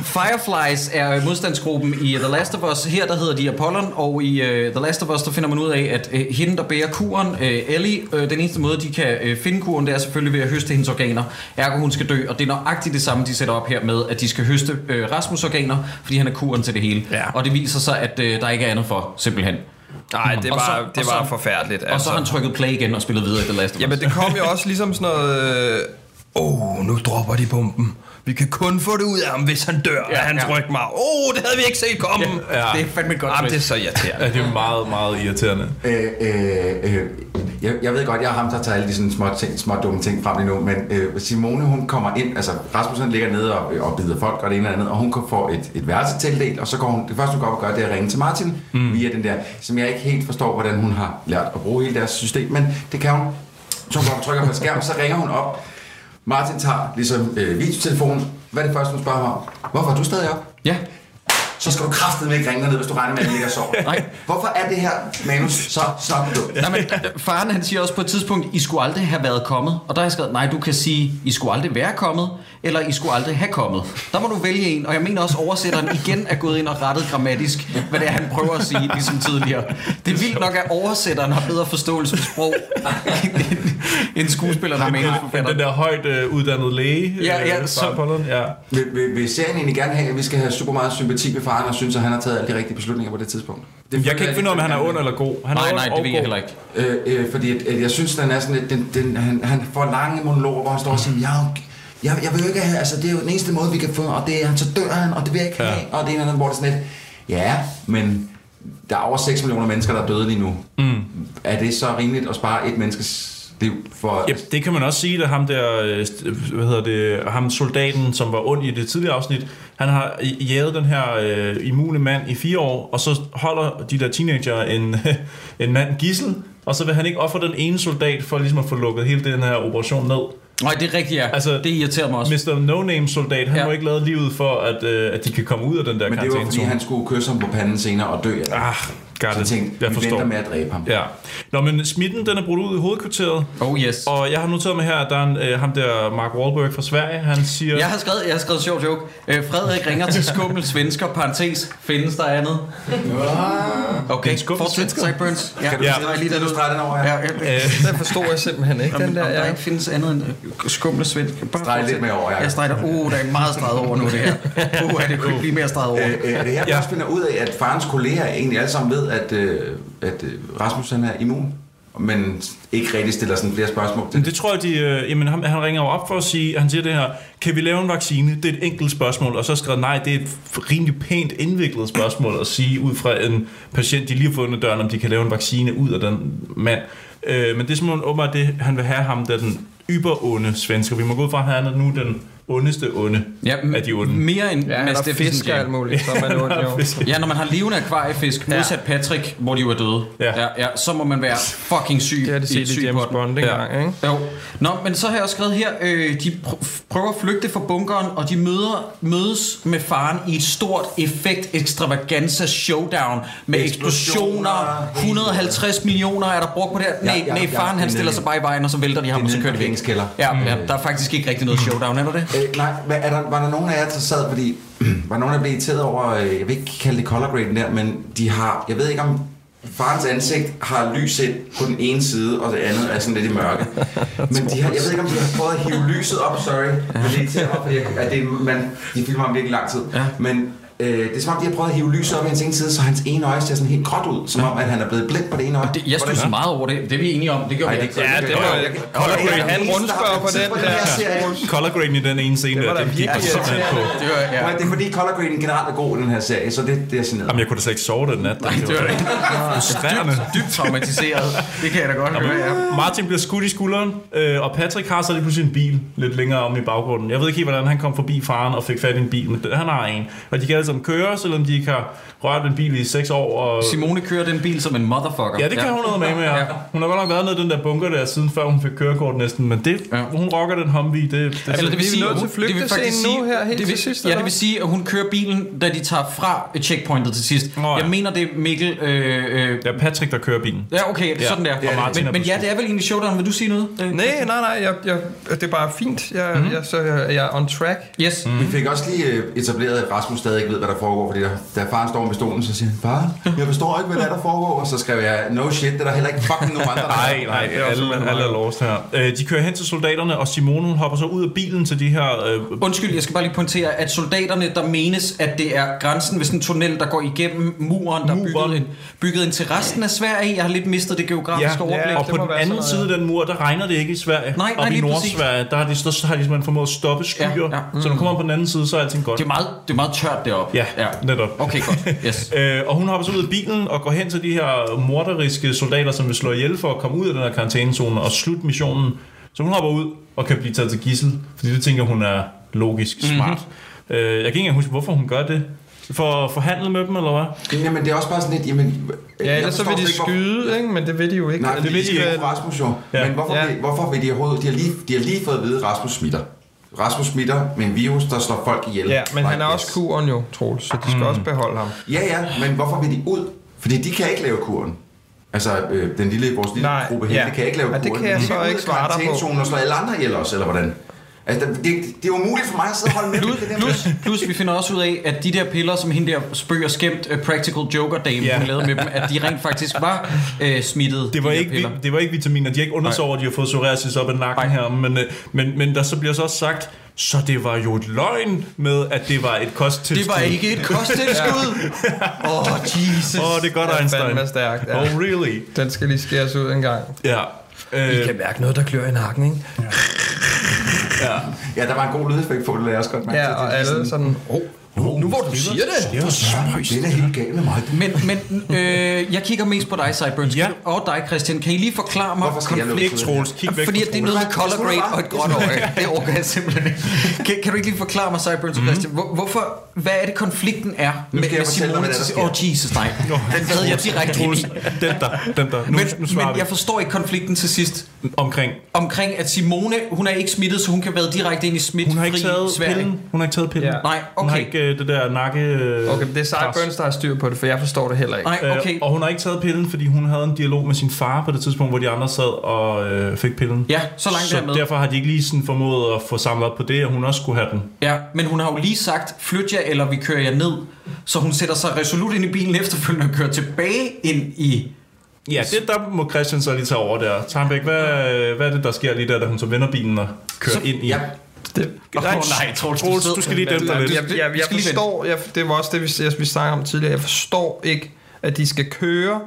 A: Fireflies er modstandsgruppen i uh, The Last of Us. Her der hedder de Apollon, og i uh, The Last of Us der finder man ud af, at uh, hende, der bærer kuren, uh, Ellie, uh, den eneste måde, de kan uh, finde kuren, det er selvfølgelig ved at høste hendes organer. Ergo, hun skal dø, og det er nøjagtigt det samme, de sætter op her med, at de skal høste uh, Rasmus' organer, fordi han er kuren til det hele.
B: Ja.
A: Og det viser sig, at uh, der ikke er andet for, simpelthen.
C: Nej, det
A: Og så-
C: var,
A: og
C: det
A: så-
C: var forfærdeligt.
A: Og så har han trykket play igen og spillet videre i The Last of Us.
C: Jamen det kom jo også ligesom sådan noget... Åh, oh, nu dropper de bomben. Vi kan kun få det ud af ham, hvis han dør, ja,
A: Ja,
C: og han
A: ja.
C: ja. rykker mig. Åh, oh, det havde vi ikke set komme. Ja,
A: Det er fandme et godt
C: Jamen,
A: twist.
C: det er så irriterende.
B: Ja, det er meget, meget irriterende.
D: Øh, øh, øh, jeg, jeg ved godt, jeg er ham, der tager alle de sådan små, ting, små dumme ting frem lige nu, men øh, Simone, hun kommer ind, altså Rasmus han ligger nede og, og bider folk og det ene eller andet, og hun kan få et, et værelse tildelt, og så går hun, det første hun går op og gør, det er at ringe til Martin mm. via den der, som jeg ikke helt forstår, hvordan hun har lært at bruge hele deres system, men det kan hun. Så hun går op og trykker på skærmen, så ringer hun op. Martin tager ligesom øh, videotelefonen. Hvad er det første, hun spørger mig om? Hvorfor er du stadig op?
A: Ja.
D: Så skal du kraftedeme ikke ringe derned, hvis du regner med, at jeg ligger og sover.
A: Nej.
D: Hvorfor er det her manus så, så dumt?
A: Nej, men øh, faren han siger også på et tidspunkt, I skulle aldrig have været kommet. Og der har jeg skrevet, nej, du kan sige, I skulle aldrig være kommet, eller I skulle aldrig have kommet. Der må du vælge en, og jeg mener også, oversætteren igen er gået ind og rettet grammatisk, hvad det er, han prøver at sige, ligesom tidligere. Det er vildt nok, at oversætteren har bedre forståelse for sprog, end skuespilleren har
B: Den
A: manusforfatteren.
B: der højt øh, uddannede læge
A: Ja, ja,
B: øh,
A: så-
B: fra Apollon, ja.
D: Vil, vil, vil serien egentlig gerne have, at vi skal have super meget sympati med faren, og synes, at han har taget alle de rigtige beslutninger på det tidspunkt? Det
B: Jeg kan ikke finde ud af, om han er ond eller god. Han er
A: Nej,
B: ond
A: nej,
B: og
A: det ved jeg
B: god.
A: heller ikke.
D: Øh, øh, fordi at, at jeg synes, den er sådan lidt, den, den, han, han får lange monologer, hvor han står og siger, jeg, er jo- jeg, jeg vil jo ikke have, altså det er jo den eneste måde, vi kan få, og det er, så dør han, og det vil jeg ikke
B: Ja.
D: have, og det er en anden, hvor det er sådan lidt, ja, men der er over 6 millioner mennesker, der er døde lige nu. Mm. Er det så rimeligt at spare et menneskes liv for...
B: Ja, det kan man også sige, at ham der, øh, st- hvad hedder det, ham soldaten, som var ond i det tidligere afsnit, han har i- jaget den her øh, immune mand i fire år, og så holder de der teenager en, en mand gissel, og så vil han ikke ofre den ene soldat for ligesom at få lukket hele den her operation ned.
A: Nej, det er rigtigt, ja.
B: Altså,
A: Altså, det irriterer mig også.
B: Mr. No-Name-soldat, han
A: Ja.
B: ja. må ikke lade livet for, at, øh, at de kan komme ud af den der
D: Men det var, fordi
B: karantænezone.
D: han skulle kysse ham på panden senere og dø af det.
B: Ah,
D: Så
B: got
D: jeg
B: it.
D: tænkte,
B: Jeg
D: vi venter
B: forstår.
D: med at dræbe ham.
B: Ja. Nå, men smitten, den er brudt ud i hovedkvarteret.
A: Oh yes.
B: Og jeg har noteret mig her, at der er en, øh, ham der Mark Wahlberg fra Sverige, han siger...
A: Jeg har skrevet, jeg har skrevet en sjov joke. Øh, Frederik ringer til skummel svensker, parentes, findes der andet? Okay,
B: skummel
A: fortsæt, Zach Burns. Ja,
D: Kan du,
B: Ja.
D: ja.
A: jeg lige den
D: du
A: ud.
D: streger den over her?
A: Ja,
D: Ja.
A: ja. Øh,
C: Den forstod jeg simpelthen ikke, den
A: om
C: der.
A: der
C: Ja.
A: ikke findes andet end øh, skumle svensker. Bare
D: Streg lidt
A: fortsæt.
D: mere over, ja.
A: Jeg streger, uh, der er meget streget over nu, det her. Uh, det kunne ikke blive mere streget over.
D: Øh, øh, er det her, ja.
B: Ja.
D: også finder ud af, at farens kolleger egentlig alle sammen ved, ved, at, øh, at øh, Rasmus han er immun, men ikke rigtig stiller sådan flere spørgsmål til
B: Men det tror jeg, de, øh, jamen, han, han ringer jo op for at sige, han siger det her, kan vi lave en vaccine? Det er et enkelt spørgsmål, og så skrev nej, det er et f- rimelig pænt indviklet spørgsmål at sige ud fra en patient, de lige har fået under døren, om de kan lave en vaccine ud af den mand. Øh, men det er simpelthen åbenbart det, han vil have ham, der er den yberonde svensker. Vi må gå ud fra, at han er nu den ondeste onde
A: Ja, m-
B: af de onde.
A: mere end
C: Ja, han
A: Mads
C: har
A: Steffensen
C: fisk og
A: gav.
C: alt muligt, så er man ondt, jo.
A: Ja, når man har levende akvariefisk, modsat Patrick, hvor de jo er døde,
B: Ja.
A: ja, ja så må man være fucking syg.
C: Det har de set i
A: syg
C: James
A: på den.
C: Bond engang, ikke?
A: Jo. Nå, men så har jeg også skrevet her, øh, de pr- f- prøver at flygte fra bunkeren, og de møder, mødes med faren i et stort effekt extravaganza showdown med
D: Eksplosioner.
A: eksplosioner. 150 millioner er der brugt på det her. Nej,
D: ja,
A: nej,
D: ja,
A: faren
D: det er
A: han stiller
D: nede.
A: sig bare i vejen, og så vælter de ham,
D: Det er
A: og så
D: nede
A: kører
D: i
A: de væk.
D: parkeringskælder.
A: Ja, ja, der er faktisk ikke rigtig noget showdown, er der det?
D: Øh, nej, hvad, er der, var der nogen af jer, der sad, fordi var nogen, der blev irriteret over, øh, jeg vil ikke kalde det color grading der, men de har, jeg ved ikke om farens ansigt har lys ind på den ene side, og det andet er sådan lidt i mørke. Men de har, jeg ved ikke, om de har prøvet at hive lyset op, sorry, men det irriterer mig, fordi jeg- at det, er- man, de filmer om virkelig lang tid.
A: Ja.
D: Men øh, det er som om, de har prøvet at hive lyset op i hans ene side, så hans ene øje ser sådan helt gråt ud, som om, at han er blevet blind på det ene øje.
A: Det, jeg synes meget over det. Det er vi enige om. Det gjorde
D: Ej,
A: vi
D: det
A: altid.
D: gør
C: Ja,
D: jeg
C: det
D: ikke.
C: var-
D: Jeg kan-
C: Color grading.
D: Jeg er
C: Han
D: den eneste, der har
C: rundspørger på
D: kritik
C: den
D: den her
C: der.
D: serie.
B: Color grading i den ene scene,
C: var
B: der,
C: da
B: det gik
C: virkelig
B: mig simpelthen på.
D: irriterende.
A: Det var, ja.
D: Ja. Det er fordi color grading generelt er god i den her serie, så det, det er generet.
B: Jamen, jeg kunne da slet ikke sove den nat. Nej,
A: det var det.
B: frustrerende.
A: Dybt traumatiseret. Det kan jeg da godt høre, ja.
B: Martin bliver skudt i skulderen, øh, og Patrick har så lige pludselig en bil lidt længere om i baggrunden. Jeg ved ikke helt, hvordan han kom forbi faren og fik fat i en bil, men han har en. Og de kan alle sammen køre, selvom de ikke har rørt en bil i 6 år. Og...
A: Simone kører den bil som en motherfucker.
B: Ja, det kan hun noget med, med ja. Hun har godt nok været nede i den der bunker der, siden før hun fik kørekort næsten, men det, ja.
A: Ja.
B: hun rocker den Humvee, det, det,
A: Eller det vil
C: Vi er
A: sige,
C: nået til
A: hun- det vil
C: flygtescenen
A: faktisk
C: nu
A: sige-
C: her helt
A: det
C: til
A: vil,
C: sidst,
A: Ja,
C: eller
A: det vil
C: hvad?
A: sige, at hun kører bilen, da de tager fra checkpointet til sidst.
B: Nå ja.
A: Jeg mener, det er Mikkel... Øh, øh,
B: det er Patrick, der kører bilen.
A: ja, okay, det er
B: Ja,
A: sådan der.
B: det er det.
A: men, men ja, det er vel egentlig showdown. Vil du sige noget? Øh,
C: Nej, nej, nej, jeg, jeg, det er bare fint. Jeg, mm. jeg, så, jeg, jeg er on track.
A: Yes.
D: Vi fik også lige øh, etableret, at Rasmus stadig ikke ved, hvad der foregår, fordi der, da faren står med stolen, så siger han, far, jeg forstår ikke, hvad der, er, der foregår, og så skrev jeg, no shit, det er der heller ikke fucking nogen andre, der
B: Nej,
D: er."
B: nej, alle, alle er lost her. Øh, de kører hen til soldaterne, og Simone hun hopper så ud af bilen til de her øh,
A: Undskyld, jeg skal bare lige pointere, at soldaterne, der menes, at det er grænsen ved sådan en tunnel, der går igennem muren, der er
B: Muren.
A: bygget en, bygget en til resten af Sverige. Jeg har lidt mistet det geografiske
B: Ja,
A: overblik.
C: ja,
B: og
C: det
B: på
C: må
B: den
C: være
B: anden
C: sådan
B: side
C: noget,
B: af den mur, der regner det ikke i Sverige.
A: Nej, nej,
B: og i
A: lige præcis.
B: Nordsverige, der har de, så, så har de simpelthen formået at stoppe skyer.
A: Ja, ja.
B: Så når du kommer om på den anden side, så er alting godt.
A: Det er meget, det er meget tørt deroppe.
B: Ja, netop.
A: Okay, godt. Yes.
B: Øh, og hun hopper så ud af bilen og går hen til de her morderiske soldater, som vil slå ihjel for at komme ud af den her karantænezone og slutte missionen. Så hun hopper ud og kan blive taget til gissel, fordi det tænker hun er logisk smart.
A: Mhm.
B: Mm-hmm. Øh, jeg kan ikke engang huske, hvorfor hun gør det. For at forhandle med dem, eller hvad?
D: Jamen, det er også bare sådan lidt, jamen... øh,
C: Ja,
D: jeg
C: ellers så
D: forstår
C: vil de
D: slet ikke, hvor-
C: skyde, ikke? men det vil de jo ikke.
D: Nej,
C: Og
D: det vil de ikke.
C: skal-
D: Rasmus jo.
B: Ja.
D: Ja. Men hvorfor,
C: Ja.
D: ja. vil, hvorfor vil de overhovedet... De har, lige, de har lige fået at vide, at Rasmus smitter. Rasmus smitter med en virus, der slår folk ihjel.
C: Ja, men han
D: Like
C: er
D: this.
C: også kuren jo, Troels, så de skal også beholde ham.
D: Ja, ja, men hvorfor vil de ud? Fordi de kan ikke lave kuren. Altså, øh, den lille, vores lille
C: Nej,
D: gruppe her,
C: ja.
D: ja. kan ikke lave
C: Ja,
D: kuren.
C: det kan jeg
D: de
C: så
D: ud af
C: ikke svare dig på.
D: karantænezonen og slå alle andre ihjel også, eller hvordan? Altså, det, det, det er umuligt for mig at sidde og holde med i det der.
A: Plus, plus vi finder også ud af, at de der piller, som hende der spøg og skæmt uh, Practical Joker-dame,
B: Ja.
A: yeah. hun lavede med dem, at de rent faktisk var uh, smittet.
B: Det var,
A: de der
B: ikke,
A: piller.
B: vi- det var ikke vitaminer. De har ikke undersøgt over, at de har fået psoriasis op ad nakken her. Men, øh, men, men der så bliver så også sagt, så det var jo et løgn med, at det var et kosttilskud.
A: Det var ikke et kosttilskud. Åh, oh, Jesus.
B: Åh, oh, det er godt,
C: Det er
B: Einstein.
C: fandme stærkt, ja.
B: Oh, really?
C: Den skal lige skæres ud en gang.
B: Ja. Øh,
C: mærke noget, der klør i nakken, ikke?
D: Ja, der var en god lydeffekt på det, lader jeg også godt mærke.
C: Ja,
D: til. Det er
C: og alle sådan... Oh, nu hvor du siger det!
D: Det er jo spøjst. Det er da helt galt med mig.
A: Men, men øh, jeg kigger mest på dig, Cyburns,
B: Ja.
A: ja. og dig, Christian. Kan I lige forklare mig
D: Hvorfor skal jeg
A: konflikten?
D: lukke
B: ikke Troels, kig væk
A: Fordi
B: fra
A: at det er noget
B: Troels.
D: Troels.
A: med color
D: Jeg
A: grade og
D: slutter
A: et grønt øje. Det overgår jeg simpelthen ikke. Kan, kan du ikke lige forklare mig,
B: Mhm.
A: Cyburns og Christian, hvor, hvorfor, hvad er det konflikten er
D: skal
A: med,
D: jeg
A: med
D: fortælle dig,
A: Simone
D: hvad
A: til
D: der
A: Åh,
D: sker.
A: oh, Jesus, nej. Den ved jeg direkte ind i.
B: Den der, den der. Nu,
A: Men,
B: nu svarer
A: men jeg
B: vi
A: forstår ikke konflikten til sidst
B: omkring.
A: omkring, at Simone, hun er ikke smittet, så hun kan være direkte ind i smitfri
B: Hun har ikke taget
A: Sverige.
B: pillen. Hun har ikke taget pillen.
C: Ja.
A: Nej,
B: Hun har
A: okay.
B: ikke øh, det der nakke... øh,
C: Okay, det er Cyburns, der har styr på det, for jeg forstår det heller ikke.
A: Nej,
B: Øh,
A: okay.
B: Og hun har ikke taget pillen, fordi hun havde en dialog med sin far på det tidspunkt, hvor de andre sad og øh, fik pillen.
A: Ja, så langt
B: så
A: dermed.
B: derfor har de ikke lige sådan formået at få samlet op på det, at hun også skulle have den.
A: Ja, men hun har jo lige sagt, flyt jer, eller vi kører jer ned. Så hun sætter sig resolut ind i bilen efterfølgende og kører tilbage ind i...
B: Ja, det der må Christian så lige tage over der. Tambæk, hvad, hvad er det, der sker lige der, da hun så vender bilen og kører så, ind i?
D: Ja,
C: Det,
B: Åh
A: nej, Troels, du
B: Troels,
A: sidder-
B: du skal lige dæmpe dig
C: jeg,
B: lidt.
C: jeg, jeg, jeg
A: skal lige
C: forstår, jeg, det var også det, vi, jeg, vi snakkede om tidligere, jeg forstår ikke, at de skal køre,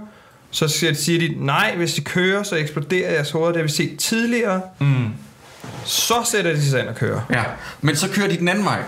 C: så siger siger de, nej, hvis de kører, så eksploderer jeres hoveder. Det har vi set tidligere. Mm. Så sætter de sig ind og kører.
A: Ja. Men så kører de den anden vej.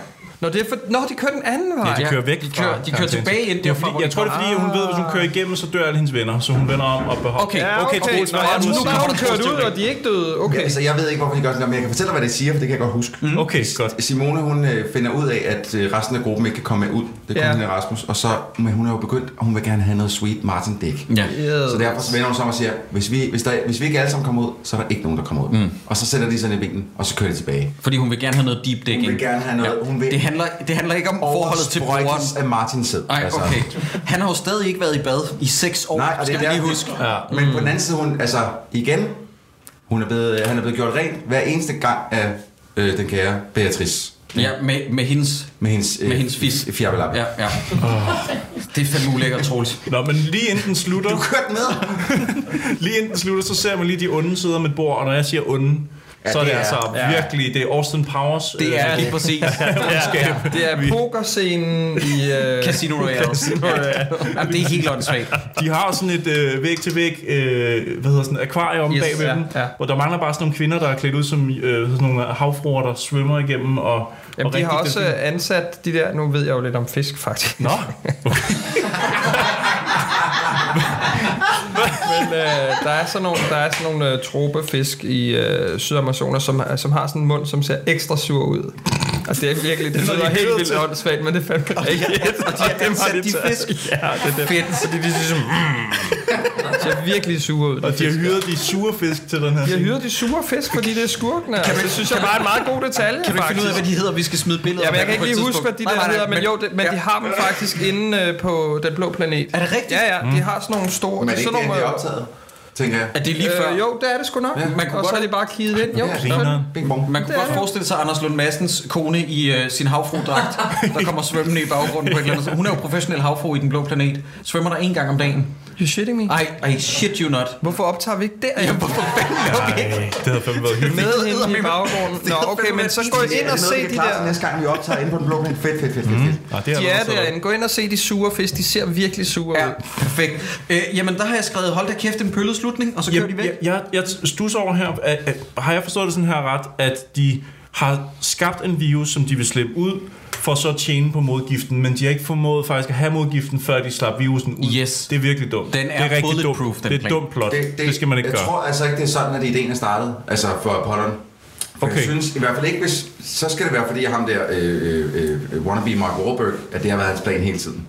C: Nå, det er for, nå, de kører den anden vej.
B: De kører væk
A: de kører-
B: fra
A: de kører
B: karantæne.
A: tilbage ind,
B: Det er
A: der, hvor
B: fordi,
A: de
B: jeg tror, det er fordi, hun ved, at hvis hun kører igennem, så dør alle hendes venner. Så hun vender om og beholder.
A: Okay.
C: Ja, okay, okay,
B: Troels,
C: okay.
B: hvad er
C: Nå,
B: det,
C: nu
B: du
C: var
B: siger?
C: hun kørt ud, og de er ikke døde.
D: Okay.
C: Okay.
D: Altså, jeg ved ikke, hvorfor de gør sådan noget, men jeg kan fortælle dig, hvad det siger, for det kan jeg godt huske. Mm.
B: Okay, godt.
D: Simone, hun øh, finder ud af, at øh, resten af gruppen ikke kan komme med ud. Det
C: Ja.
D: kommer ja. Rasmus. Og så, men hun er jo begyndt, og hun vil gerne have noget sweet Martin Dæk.
A: Ja.
C: Yes.
D: Så derfor så vender hun sig om og siger, hvis vi, hvis, der, hvis vi ikke alle sammen kommer ud, så er der ikke nogen, der kommer ud. Mm. Og så sætter de sig ned i vinklen, og så kører de tilbage.
A: Fordi hun vil gerne have noget deep digging.
D: Hun vil gerne have noget. Hun vil
A: Det handler, det handler ikke om forholdet til broren.
D: Sprøjtes af Martin altså. Sæd.
A: Nej, okay. Han har jo stadig ikke været i bad i 6 år,
D: Nej, og
A: skal
D: det er
A: vi lige
D: derfor-
A: huske.
B: Ja.
D: Men på den anden side, hun, altså igen, hun er blevet, han er blevet gjort ren hver eneste gang af øh, den kære Beatrice.
A: Ja, med, med hendes...
D: Med hendes, øh,
A: Med hendes fis.
D: Fjerbelap.
A: Ja, ja. Det er fandme ulækkert, Troels.
B: Nå, men lige inden den slutter,
D: Du kørte med!
B: lige inden den slutter, så ser man lige de onde sidder med et bord, og når jeg siger onde, ja,
D: Ja,
B: så er det,
D: det
B: det
D: er-
B: altså ja. virkelig, det er Austin Powers.
A: Det er lige
B: øh,
A: præcis
B: ondskab.
C: Det er pokerscenen i... Øh,
A: Casino Royale. Jamen, det er helt åndssvagt.
B: De har sådan et øh, væg til væg, øh, hvad hedder sådan, akvarium
C: Yes,
B: yes, bag ved
C: ja,
B: dem,
C: ja.
B: hvor der mangler bare sådan nogle kvinder, der er klædt ud som øh, sådan nogle havfruer, der svømmer igennem. Og,
C: Jamen,
B: og
C: de har
B: rigtig
C: også
B: delfiner.
C: øh, ansat de der... Nu ved jeg jo lidt om fisk, faktisk.
B: Nå,
C: Men øh, der er sådan nogle, der er sådan nogle øh, tropefisk i øh, Sydamazoner, som, som har sådan en mund, som ser ekstra sur ud. Altså, det er virkelig... Det,
B: er noget,
C: lyder
B: de er
C: helt
B: nødt
C: vildt
B: til.
C: åndssvagt, men det er fandme... Og de,
A: Og de har ansat de fisk.
B: ja, det er det.
A: Fedt. Fordi det er ligesom...
C: ser virkelig sure ud.
B: Og de har hyret de sure fisk til den her
C: de har
B: scene.
C: hyret de sure fisk, fordi det er skurkene. Kan altså, det synes jeg bare er en meget god detalje,
A: Kan du ikke finde ud af,
C: faktisk.
A: hvad de hedder? Vi skal smide billeder.
C: Ja, men jeg
A: af
C: kan
A: dem på
C: ikke
A: et
C: lige huske,
A: tidspunkt.
C: hvad de
A: Nej,
C: der
A: nej, nej,
C: hedder, men jo, det, men de har dem faktisk inde øh, på Den Blå Planet.
A: Er det rigtigt?
C: Ja, ja, de
A: Mm.
C: har sådan nogle store...
D: Men er det
C: sådan nogle,
D: ikke det, han er
C: øh,
D: optaget? Tænker jeg.
A: Er det lige før?
C: Øh, jo, det er det sgu nok. Ja,
A: man kunne
C: og
A: godt-
C: så er de bare kiget ind. Jo,
D: Ja,
C: selvfølgelig.
D: Bing bong.
A: Man kunne
C: Det er
A: godt
C: det.
A: forestille sig Anders Lund Madsens kone i øh, sin havfrudragt, der kommer svømmende i baggrunden på et eller andet. Hun er jo professionel havfru i Den Blå Planet. Svømmer der en gang om dagen.
C: You're shitting me.
A: Ej, ej, shit you not.
C: Hvorfor optager vi ikke det? Ja,
A: Hvorfor fanden gør vi ikke?
B: Ej, det havde fandme været hyggeligt.
C: med
A: Det
C: hende
A: hedder-
C: i baggrunden. Nå, okay, men så gå
D: Det er
C: ind og
D: noget,
C: se
D: vi kan
C: de
D: klare til
C: der...
D: Næste gang vi optager inde på den blå plan. Fedt, fedt, fedt, fedt. fedt.
B: Nå, det er
C: De er
B: allerede sådan.
C: derinde. Gå ind og se de sure fisk. De ser virkelig sure
A: Ja,
C: ud.
A: perfekt. Øh, jamen, der har jeg skrevet, hold da kæft, en pøllet slutning, og så kører de
B: Jeg,
A: væk.
B: jeg, jeg, jeg stusser over her, at, at, har jeg forstået det sådan her ret, at de har skabt en virus, som de vil slippe ud, for så at tjene på modgiften, men de har ikke formået faktisk at have modgiften, før de slap virusen ud.
A: Yes.
B: Det er virkelig dumt.
A: Den er
B: det er rigtig dumt.
A: bulletproof, den
B: det er et
A: plan.
B: dumt plot. Det, det, det skal man ikke
D: jeg
B: gøre.
D: tror altså ikke, det er sådan, at ideen er startet. Altså for Apollon. For
B: Okay.
D: Jeg synes i hvert fald ikke, hvis, så skal det være, fordi ham der øh, øh, øh, wannabe Mark Wahlberg, at det har været hans plan hele tiden.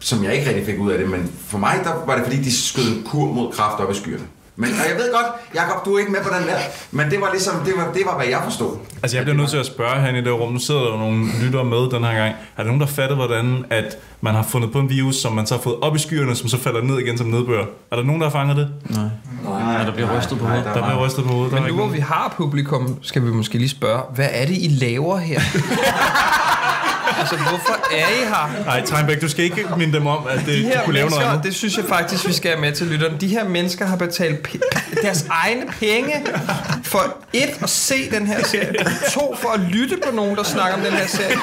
D: Som jeg ikke rigtig fik ud af det, men for mig der var det, fordi de skød en kur mod kraft op i skyerne. Men og jeg ved godt, Jacob, du er ikke med på den der, men det var ligesom, det var, det var hvad jeg forstod.
B: Altså, jeg bliver nødt til at spørge herinde i det rum. Nu sidder der jo nogle lyttere med den her gang. Er der nogen, der fatter, hvordan at man har fundet på en virus, som man så har fået op i skyerne, som så falder ned igen som nedbør? Er der nogen, der har fanget det?
D: Nej, der bliver rystet på
A: hovedet.
B: Der bliver rystet på hovedet.
C: Men nu hvor vi har publikum, skal vi måske lige spørge, hvad er det, I laver her? altså, hvorfor er I her?
B: Nej, Treinbæk, du skal ikke minde dem om, at det,
C: De
B: de,
C: her
B: kunne lave noget
C: mennesker,
B: andet.
C: det synes jeg faktisk, vi skal have med til lytterne, de her mennesker har betalt p- p- deres egne penge for et, at se den her serie, to, for at lytte på nogen, der snakker om den her serie,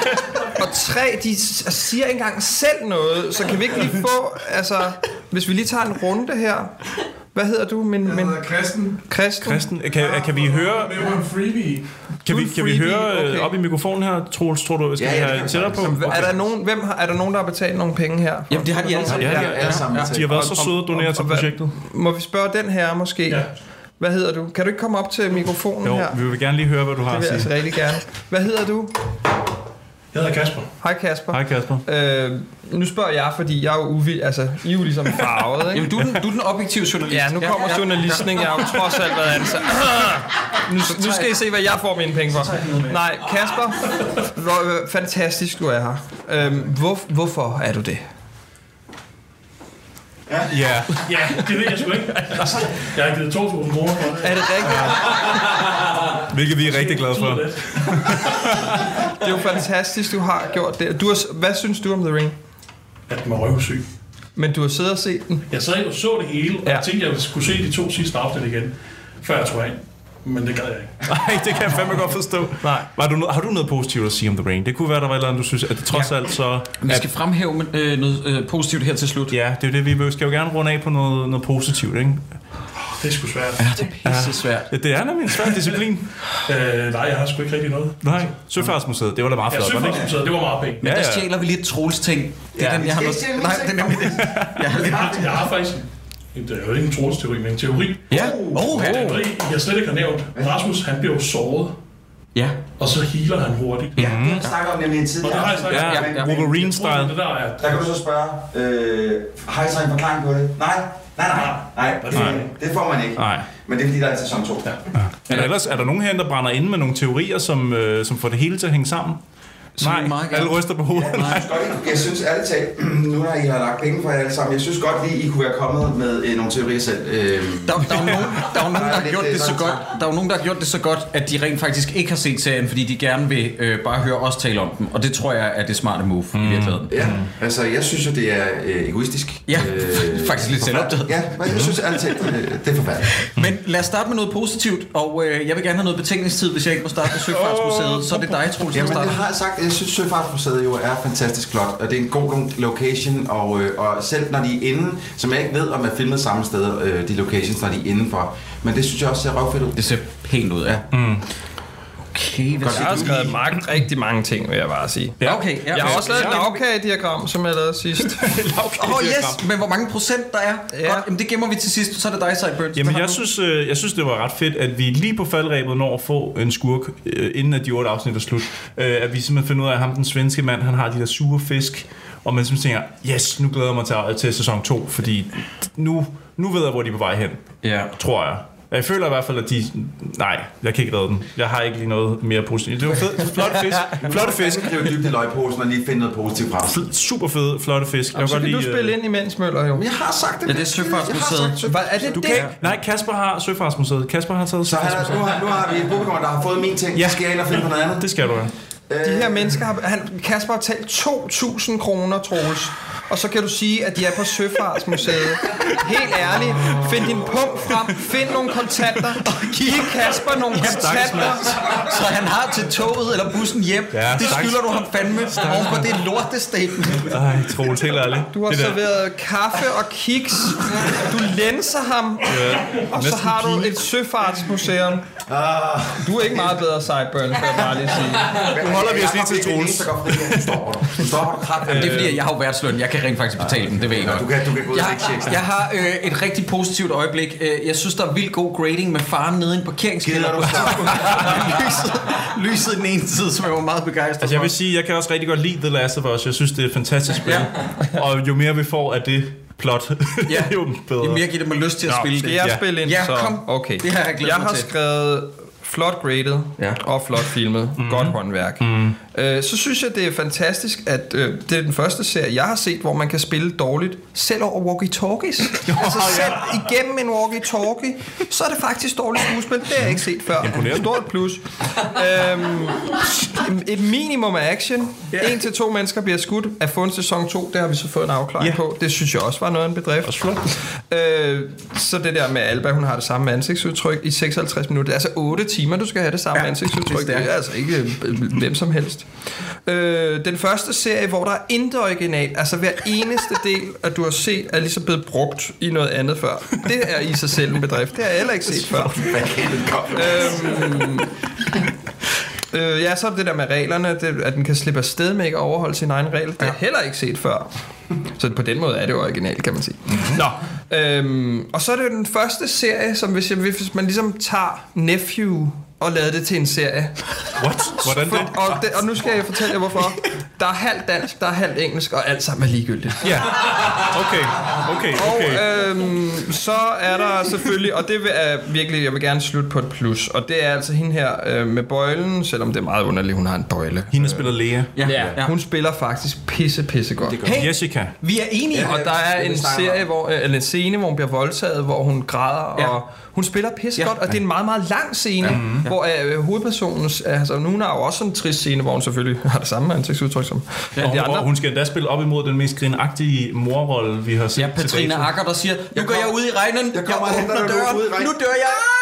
C: og tre, de s- altså, siger ikke engang selv noget, så kan vi ikke lige få, altså, hvis vi lige tager en runde her, hvad hedder du, min, min
E: hedder Kristen.
C: Christen?
B: Kristen, kan, kan vi høre,
E: Det var en freebie.
B: kan vi, kan vi
C: freebie,
B: høre
C: okay.
B: okay. op i mikrofonen her, Troels, tror du, skal
D: Ja,
B: ja, vi
D: ja, det
B: have
D: kan
B: tættere
D: vi
B: på?
D: sagtens.
C: Hvem- Er der, nogen, hvem har, er der nogen, der har betalt nogle penge her?
A: Jamen, det har de alle sammen.
B: Ja,
D: Ja,
B: ja,
D: alle sammen.
B: De har været så
C: Og-
B: søde at donere
C: og-
B: til
C: og hvad-
B: projektet.
C: Må vi spørge den her måske? Ja. Hvad hedder du? Kan du ikke komme op til mikrofonen
B: Jo,
C: her?
B: vi vil gerne lige høre, hvad du har
C: Det
B: at
C: vil jeg altså
B: sige.
C: rigtig gerne. Hvad hedder du?
E: Jeg hedder Kasper.
C: Hej Kasper.
B: Hej Kasper.
C: Øh, nu spørger jeg, fordi jeg er jo uvild, altså, I er jo ligesom farvet, ikke?
A: Jamen, du, er den- du er den objektive journalist.
C: Ja, nu kommer journalisten, ikke? Jeg har jo trods alt været ansat. Nu, nu skal I se, hvad jeg får mine penge for. Nej, Kasper, hvor øh, fantastisk du er her. Øhm, hvor, hvorfor er du det?
B: Ja,
E: Ja, det ved jeg sgu ikke. Jeg har givet 2.000 kroner for det.
C: Er det rigtigt?
B: hvilket vi er rigtig glade for.
E: Det
C: Det er jo fantastisk, du har gjort det. Du har, s- hvad synes du om The Ring?
E: At den var røvsyg.
C: Men du har siddet og set den.
E: Jeg sad og så det hele, og
C: Ja.
E: ja. tænkte, at jeg skulle se de to sidste afsnit igen, før jeg tog ind. men det gad jeg ikke.
B: Nej, det kan jeg fandme godt forstå.
C: Nej.
B: Var du, no- har du noget positivt at sige om The Rain? Det kunne være, der var et eller andet, du synes, at det trods ja. alt så...
A: Vi skal fremhæve men, øh, noget øh, positivt her til slut.
B: Ja, det er jo det, vi vi skal jo gerne runde af på noget, noget positivt, ikke?
E: Det er sgu svært.
A: Det er pisse svært.
B: Ja, det er nemlig en svær disciplin.
E: Øh, nej, jeg har sgu ikke rigtig noget.
B: Nej, Søfartsmuseet, det var da meget
E: Jeg
B: flot, var det
E: synes
B: ikke?
E: faktisk, det var meget pænt.
A: Men
B: Ja,
A: ja, der
B: ja.
A: stjæler vi lidt Troels ting. Det er
B: Ja.
A: ja, den, jeg har
D: Vi
A: noget...
D: skal ikke
A: Nej,
D: stjæle
A: det er nemlig det. Jeg har lidt...
E: Jeg har, jeg har faktisk en, en, det er jo ikke en trosteori, men en teori.
A: Ja. Oh,
E: En
A: ja.
E: teori, jeg slet ikke har nævnt. Rasmus, han bliver jo såret,
A: ja.
E: og så healer han hurtigt.
D: Ja, det har vi snakket om nemlig en tid.
E: Og det har jeg snakket om.
B: Ja,
D: Men-
A: Ja.
E: Tror du,
B: Wolverine-style.
E: det der er
D: Der kan du så spørge, øh, har I så en forklaring på det? Nej, nej, nej, nej, det,
B: Nej.
D: det får man ikke.
B: Nej.
D: Men det er fordi, der er en sæson 2. Ja.
B: Er der, ellers, er der nogen herinde, der brænder ind med nogle teorier, som, øh, som får det hele til at hænge sammen?
A: Så
B: Nej,
A: vi meget gerne-
B: alle ryster på hovedet.
A: Nej.
D: Jeg synes godt, I- Jeg synes ærligt talt, nu når I har lagt penge for jer alle sammen, jeg synes godt lige, I kunne være kommet med øh, nogle teorier selv. Øh,
A: Der, der, er jo nogen, der er jo nogen, der
D: Nej,
A: har
D: det-
A: gjort
D: det er
A: det så
D: sådan
A: godt,
D: tak.
A: der er jo nogen, der har gjort det så godt, at de rent faktisk ikke har set serien, fordi de gerne vil øh, bare høre os tale om dem. Og det tror jeg er det smarte move mm. i virkeligheden.
D: ja, altså jeg synes jo, det er øh, egoistisk. Øh,
A: Ja, faktisk lidt
D: forfærdeligt.
A: selvopdaget.
D: Ja, men jeg synes ærligt talt, øh, det er forfærdeligt.
A: Men lad os starte med noget positivt, og øh, jeg vil gerne have noget betænkningstid, hvis jeg ikke må starte med Søfartsmuseet. Så er det dig, Troels, der
D: Jamen det
A: starter.
D: har jeg sagt, jeg synes Søfartsmuseet jo er fantastisk flot, og det er en god lo- location, og, øh, og selv når de er inde, som jeg ikke ved, om er filmet samme sted, øh, de locations, når de er indenfor, men det synes jeg også ser røvfedt ud.
A: Det ser pænt ud, ja. Mm. Okay, hvad
C: Jeg
A: siger
C: har
A: du?
C: skrevet mange, rigtig mange ting, vil jeg bare sige.
A: Ja, okay, ja.
C: Jeg har også lavet et
B: Ja.
C: lavkagediagram, som jeg lavede sidst.
A: Åh, oh, yes, men hvor mange procent der er?
C: Ja.
A: Ja. Godt, jamen det gemmer vi til sidst, så er det dig, Sideburns.
B: Jamen, jeg synes, øh, jeg synes, det var ret fedt, at vi lige på faldrebet når at få en skurk, øh, inden at de otte afsnit er slut. Øh, at vi simpelthen finder ud af, at ham, den svenske mand, han har de der sure fisk, og man simpelthen tænker, yes, nu glæder jeg mig til, til sæson 2, fordi nu, nu ved jeg, hvor de er på vej hen,
A: Ja.
B: tror jeg. Jeg føler i hvert fald, at de... Nej, jeg kan ikke redde dem. Jeg har ikke lige noget mere positivt. Det var fedt. Flot fisk. Flotte fisk.
D: Jeg kan jo dybt i løgposen og lige finde noget positivt frem.
B: Fl- Super fede, flotte fisk. Jeg
C: Så
B: kan
C: kan du spille ind imens, Møller, jo.
D: Men jeg har sagt det.
A: Ja, det er Søfartsmuseet.
D: Jeg har sagt
C: Hvad er det
D: Søfartsmuseet.
C: du
B: Kan ikke- Nej, Kasper har Søfartsmuseet. Kasper har taget
D: Så han
B: Søfartsmuseet.
D: er, nu, har, nu har vi en Pokémon, der har fået min ting.
B: Ja.
D: Ja. Skal jeg ind og finde på noget andet?
B: Det skal du gøre.
C: De her mennesker har... Han, Kasper har talt 2.000 kroner, Troels. Og så kan du sige, at de er på Søfartsmuseet. Helt ærligt, find din pung frem, find nogle kontanter, giv Kasper nogle kontanter.
A: Så han har til toget eller bussen hjem.
B: Ja,
A: Ja, det
B: stakkels-
A: skylder du ham fandme. Oven på det lortestatement.
B: Ej, Troels, helt ærligt.
C: Du har
B: Det der.
C: serveret kaffe og kiks, du lenser ham, og så
B: næsten
C: har du
B: pinligt.
C: et søfartsmuseum. Du er ikke meget bedre, Sideburn, kan jeg bare lige sige.
D: Nu
B: holder vi os lige til Troels.
D: Du stopper dig. Du stopper dig krat.
A: Det er fordi, at jeg har jo værtsløn. Jeg kan rent faktisk betale dem, det ved jeg godt.
D: Du kan, du kan gå ud og
A: Jeg,
D: stikke checks.
A: jeg har øh, et rigtig positivt øjeblik. Øh, Jeg synes, der er vildt god grading med faren nede i en parkeringskælder.
D: Gider du så?
A: lyset, lyset i den ene side, som jeg var meget begejstret
B: Altså, jeg
A: for.
B: vil sige, jeg kan også rigtig godt lide The Last of Us. Jeg synes, det er et fantastisk spil. Ja. Og jo mere vi får af det plot, ja.
A: Ja.
B: jo bedre.
A: Jo mere giver det mig lyst til at
B: Nå,
A: spille
C: Skal
A: det.
C: jeg
B: Ja.
C: spille ind?
A: Ja,
C: så?
A: kom.
C: Okay.
A: Det har jeg glædet
C: jeg
A: mig
C: har
A: til.
C: skrevet flot graded
A: Ja. Mhm.
C: ja. og flot filmet. Mm. Godt håndværk. Mm. Øh, så synes jeg, det er fantastisk, at øh, det er den første serie, jeg har set, hvor man kan spille dårligt, selv over walkie-talkies. altså selv igennem en walkie-talkie, så er det faktisk dårligt skuespil. Det har jeg ikke set før.
B: Imponerende.
C: Stort plus. Øhm, et minimum af action. Yeah. En til to mennesker bliver skudt. At få en sæson 2, det har vi så fået en afklaring
B: Ja.
C: yeah. på. Det synes jeg også var noget af en bedrift. Øh, så det der med Alba, hun har det samme ansigtsudtryk i 56 minutter. Altså 8 timer, du skal have det samme ja, ansigtsudtryk. Det er altså ikke øh, hvem som helst. Øh, den første serie, hvor der er intet original, altså hver eneste del, at du har set, er ligesom blevet brugt i noget andet før. Det er i sig selv en bedrift. Det har jeg heller ikke set før.
D: Hvad helvede kom du?
C: Øhm, Øh, ja, så er det det der med reglerne, det, at den kan slippe afsted med ikke at overholde sine egne regler. Det har jeg heller ikke set før. Så på den måde er det jo originalt, kan man sige. Nå. Øhm, og så er det jo den første serie, som hvis, jeg, hvis man ligesom tager Nephew og lavede det til en serie.
B: What? Hvordan det?
C: For, og, det, og nu skal jeg fortælle jer, hvorfor. Der er halvt dansk, der er halvt engelsk, og alt sammen er ligegyldigt.
B: Ja. Okay, okay, okay.
C: Øhm, så er der selvfølgelig, og det vil- er virkelig, jeg vil gerne slutte på et plus, og det er altså hende her øh, med bøjlen, selvom det er meget underligt, hun har en bøjle.
B: Hende spiller Lea.
A: Ja. Ja. Ja.
C: Hun spiller faktisk pisse, pisse godt.
A: Hey,
B: Jessica.
A: vi er enige.
C: Og der er
D: det
C: en
D: snakker
C: serie, hvor, øh, eller en scene, hvor hun bliver voldtaget, hvor hun græder,
A: Ja.
C: ja. og hun spiller pisse godt, og det er en meget, meget lang scene, ja. hvor øh, hovedpersonen, altså hun har jo også sådan en trist scene, hvor hun selvfølgelig har det samme ansigtsudtryk som ja,
B: Og hun,
C: de andre.
B: og hun skal endda spille op imod den mest grinagtige morrolle, vi har set
A: Ja, Patrine
B: til dato.
A: Akker, der siger, nu går jeg
D: kommer-
A: ud i regnen, jeg,
D: kommer og
A: jeg
D: henter
A: åbner
D: dig nu
A: døren,
D: ude i regnen." Ah!
A: nu dør jeg.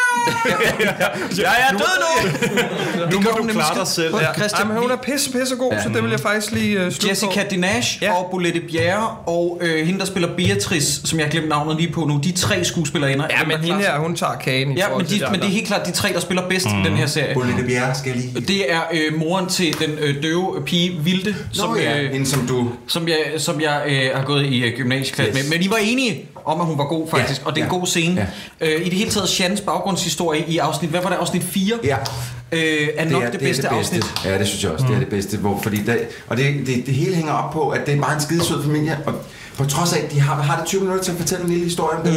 B: Ja, jeg er død nu! nu må
A: gør hun
B: du
A: nemlig
B: klare
A: skide
B: dig selv.
A: godt.
B: Ja.
A: Christian,
C: Ej, men hun er pisse, pisse god, ja. så det vil jeg faktisk lige øh, slutte
A: Jessica
C: på.
A: Dinash
C: Ja.
A: ja. og Bolette Bjerre og øh, hende, der spiller Beatrice, som jeg har glemt navnet lige på nu. De tre skuespillerinder.
C: Ja,
A: Hvem
C: men
A: er
C: hende
A: klar?
C: her, hun tager kagen i
A: Ja,
C: forhold
A: men,
C: til
A: de, men det er helt klart de tre, der spiller bedst mm. i den her serie.
D: Bolette Bjerre skal jeg lige...
A: Det er øh, moren til den øh, døve pige Vilde, som,
D: Nå ja,
A: øh,
D: hende som du...
A: som jeg, som jeg øh, har gået i øh, gymnasieklasse yes.
D: Yes.
A: med. Men I var enige om, at hun var god faktisk, ja,
D: Ja,
A: og det er en
D: ja,
A: god scene. Ja. Øh, I det hele taget, Shans baggrundshistorie i afsnit, hvad var det, afsnit 4?
D: Ja.
A: Øh, er nok det, det bedste afsnit.
D: Ja, det synes jeg også.
B: Mm.
D: Det er det bedste. Hvor, fordi der, og det, det, det, hele hænger op på, at det er bare en skidesød familie. Og på trods af, at de har, har det 20 minutter til at fortælle en lille historie om det,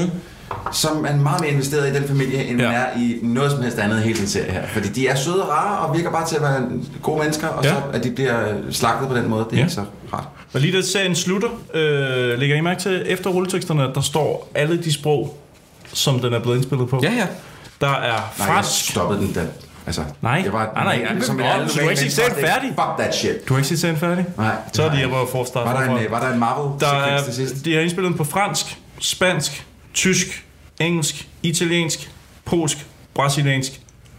D: mm. som er meget mere investeret i den familie, end
B: Ja.
D: ja. man er i noget som helst andet i hele den serie her. Fordi de er søde og rare, og virker bare til at være gode mennesker, og
B: Ja.
D: ja. så at de bliver slagtet på den måde, det er
B: Ja.
D: ja. ikke så rart.
B: Og lige da serien slutter, øh, lægger I mærke til, efter rulleteksterne, at der står alle de sprog, som den er blevet indspillet på.
A: Ja, ja.
B: Der er
D: Nej, jeg
B: fransk.
D: stoppede den da. Altså,
B: Nej. Ah,
D: jeg var,
B: Nej, nej, jeg-
D: som
B: Nå,
D: en anden
B: du har ikke set serien
D: fuck that-
B: færdig.
D: Fuck that shit.
B: Du har ikke set serien færdig?
D: Nej.
B: Så er de
D: Nej.
B: her, hvor forstart
D: Var der en, øh, var der en
B: Der
D: Marvel-sekvens til sidst?
B: er, de har indspillet den på fransk, spansk, tysk, engelsk, italiensk, polsk, brasiliansk,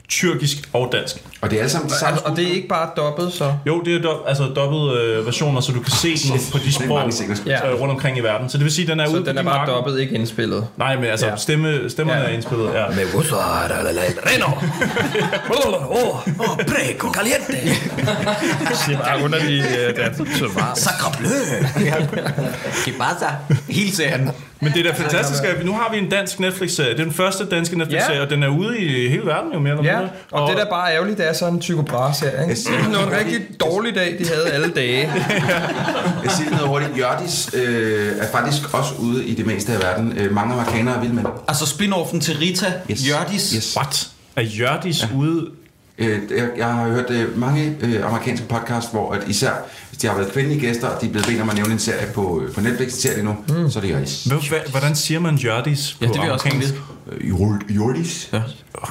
B: tyrkisk og dansk.
D: Og det er alle sammen de samme
C: Altså, og det er ikke bare dobbelt, så...
B: Jo, det er do- altså dobbelt øh, versioner, så du kan se den på de
D: Ah, Det er
B: sprog
D: mange scener.
C: Ja.
B: øh, rundt omkring i verden. Så det vil sige, at den er
C: Så
B: ude
C: den
B: på
C: er
B: de
C: bare
B: markeder.
C: dobbelt, ikke indspillet.
B: Nej, men altså,
C: Ja.
B: stemme, stemmerne
C: Ja.
B: er indspillet. Ja.
F: Me gusta la, la, la, el reno. Oh, oh, prego, caliente.
C: Det er bare underlig øh, dansk.
F: Sacrebleu.
A: Det er bare så. Hele serien.
B: Men det er da fantastisk, at vi- nu har vi en dansk Netflix-serie. Det er den første danske Netflix-serie,
C: Ja.
B: og den er ude i hele verden jo mere eller
C: Ja,
B: mindre.
C: og, og det der bare er ærgerligt, det er sådan en Tycho Brahe-serie, ikke?
D: Jeg siger-
C: Det var en rigtig dårlig dag, de havde alle dage.
D: Jeg siger lige noget hurtigt. Hjørdis øh, er faktisk også ude i det meste af verden. Øh, mange amerikanere er vilde med.
A: Altså spin-offen til Rita, yes.
D: Yes.
A: Jørdis. Yes.
D: Yes.
B: What? Er Jørdis ja. ude?
D: Øh, jeg, jeg har hørt øh, mange øh, amerikanske podcasts, hvor at især hvis de har været kvindelige gæster, og de er blevet bedt om at nævne en serie på, øh, på Netflix, ser det nu, mm. så er det Hjørdis.
B: Hvad- hvad- Hvordan siger man Jørdis på
A: Ja, det vil jeg også gerne
B: amerikansk?
A: vide.
D: Øh, Hjørdis? Ja.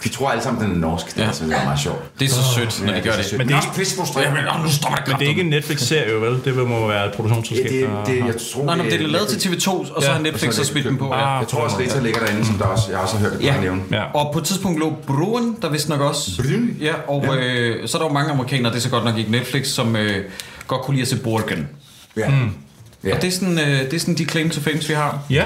D: De tror alle sammen, den er norsk. Det er, altså, det er meget sjovt. Altså,
A: Det er så sødt, når de gør det.
D: Men det er også
A: Jamen,
D: pissefrustrerende.
A: åh, nu stopper det
B: Men det er
A: kraftigt.
B: ikke en Netflix-serie, jo vel? Det vil må være et
D: Ja,
B: produktionsselskab.
D: det,
B: der-
D: det, jeg tror,
A: Nå, nå, men det er lavet til TV2, og så
B: Ja,
A: har
D: og så er
A: Netflix
D: det
A: så spilt den på.
D: købt.
A: Ja.
D: Jeg tror også, Rita ligger derinde, som der også, jeg også har hørt det
A: Ja.
D: ja. nævne.
B: Ah, Ja.
A: Og på et tidspunkt lå Broen, der vist nok også.
D: Brun?
A: Ja, og Øh, så er der jo mange amerikanere, det er så godt nok ikke Netflix, som øh, godt kunne lide at se Borgen.
D: Ja. Mm.
A: Ja.
D: Ja.
A: Og det er, sådan, øh, det er sådan de claim to fames, vi har.
B: Ja.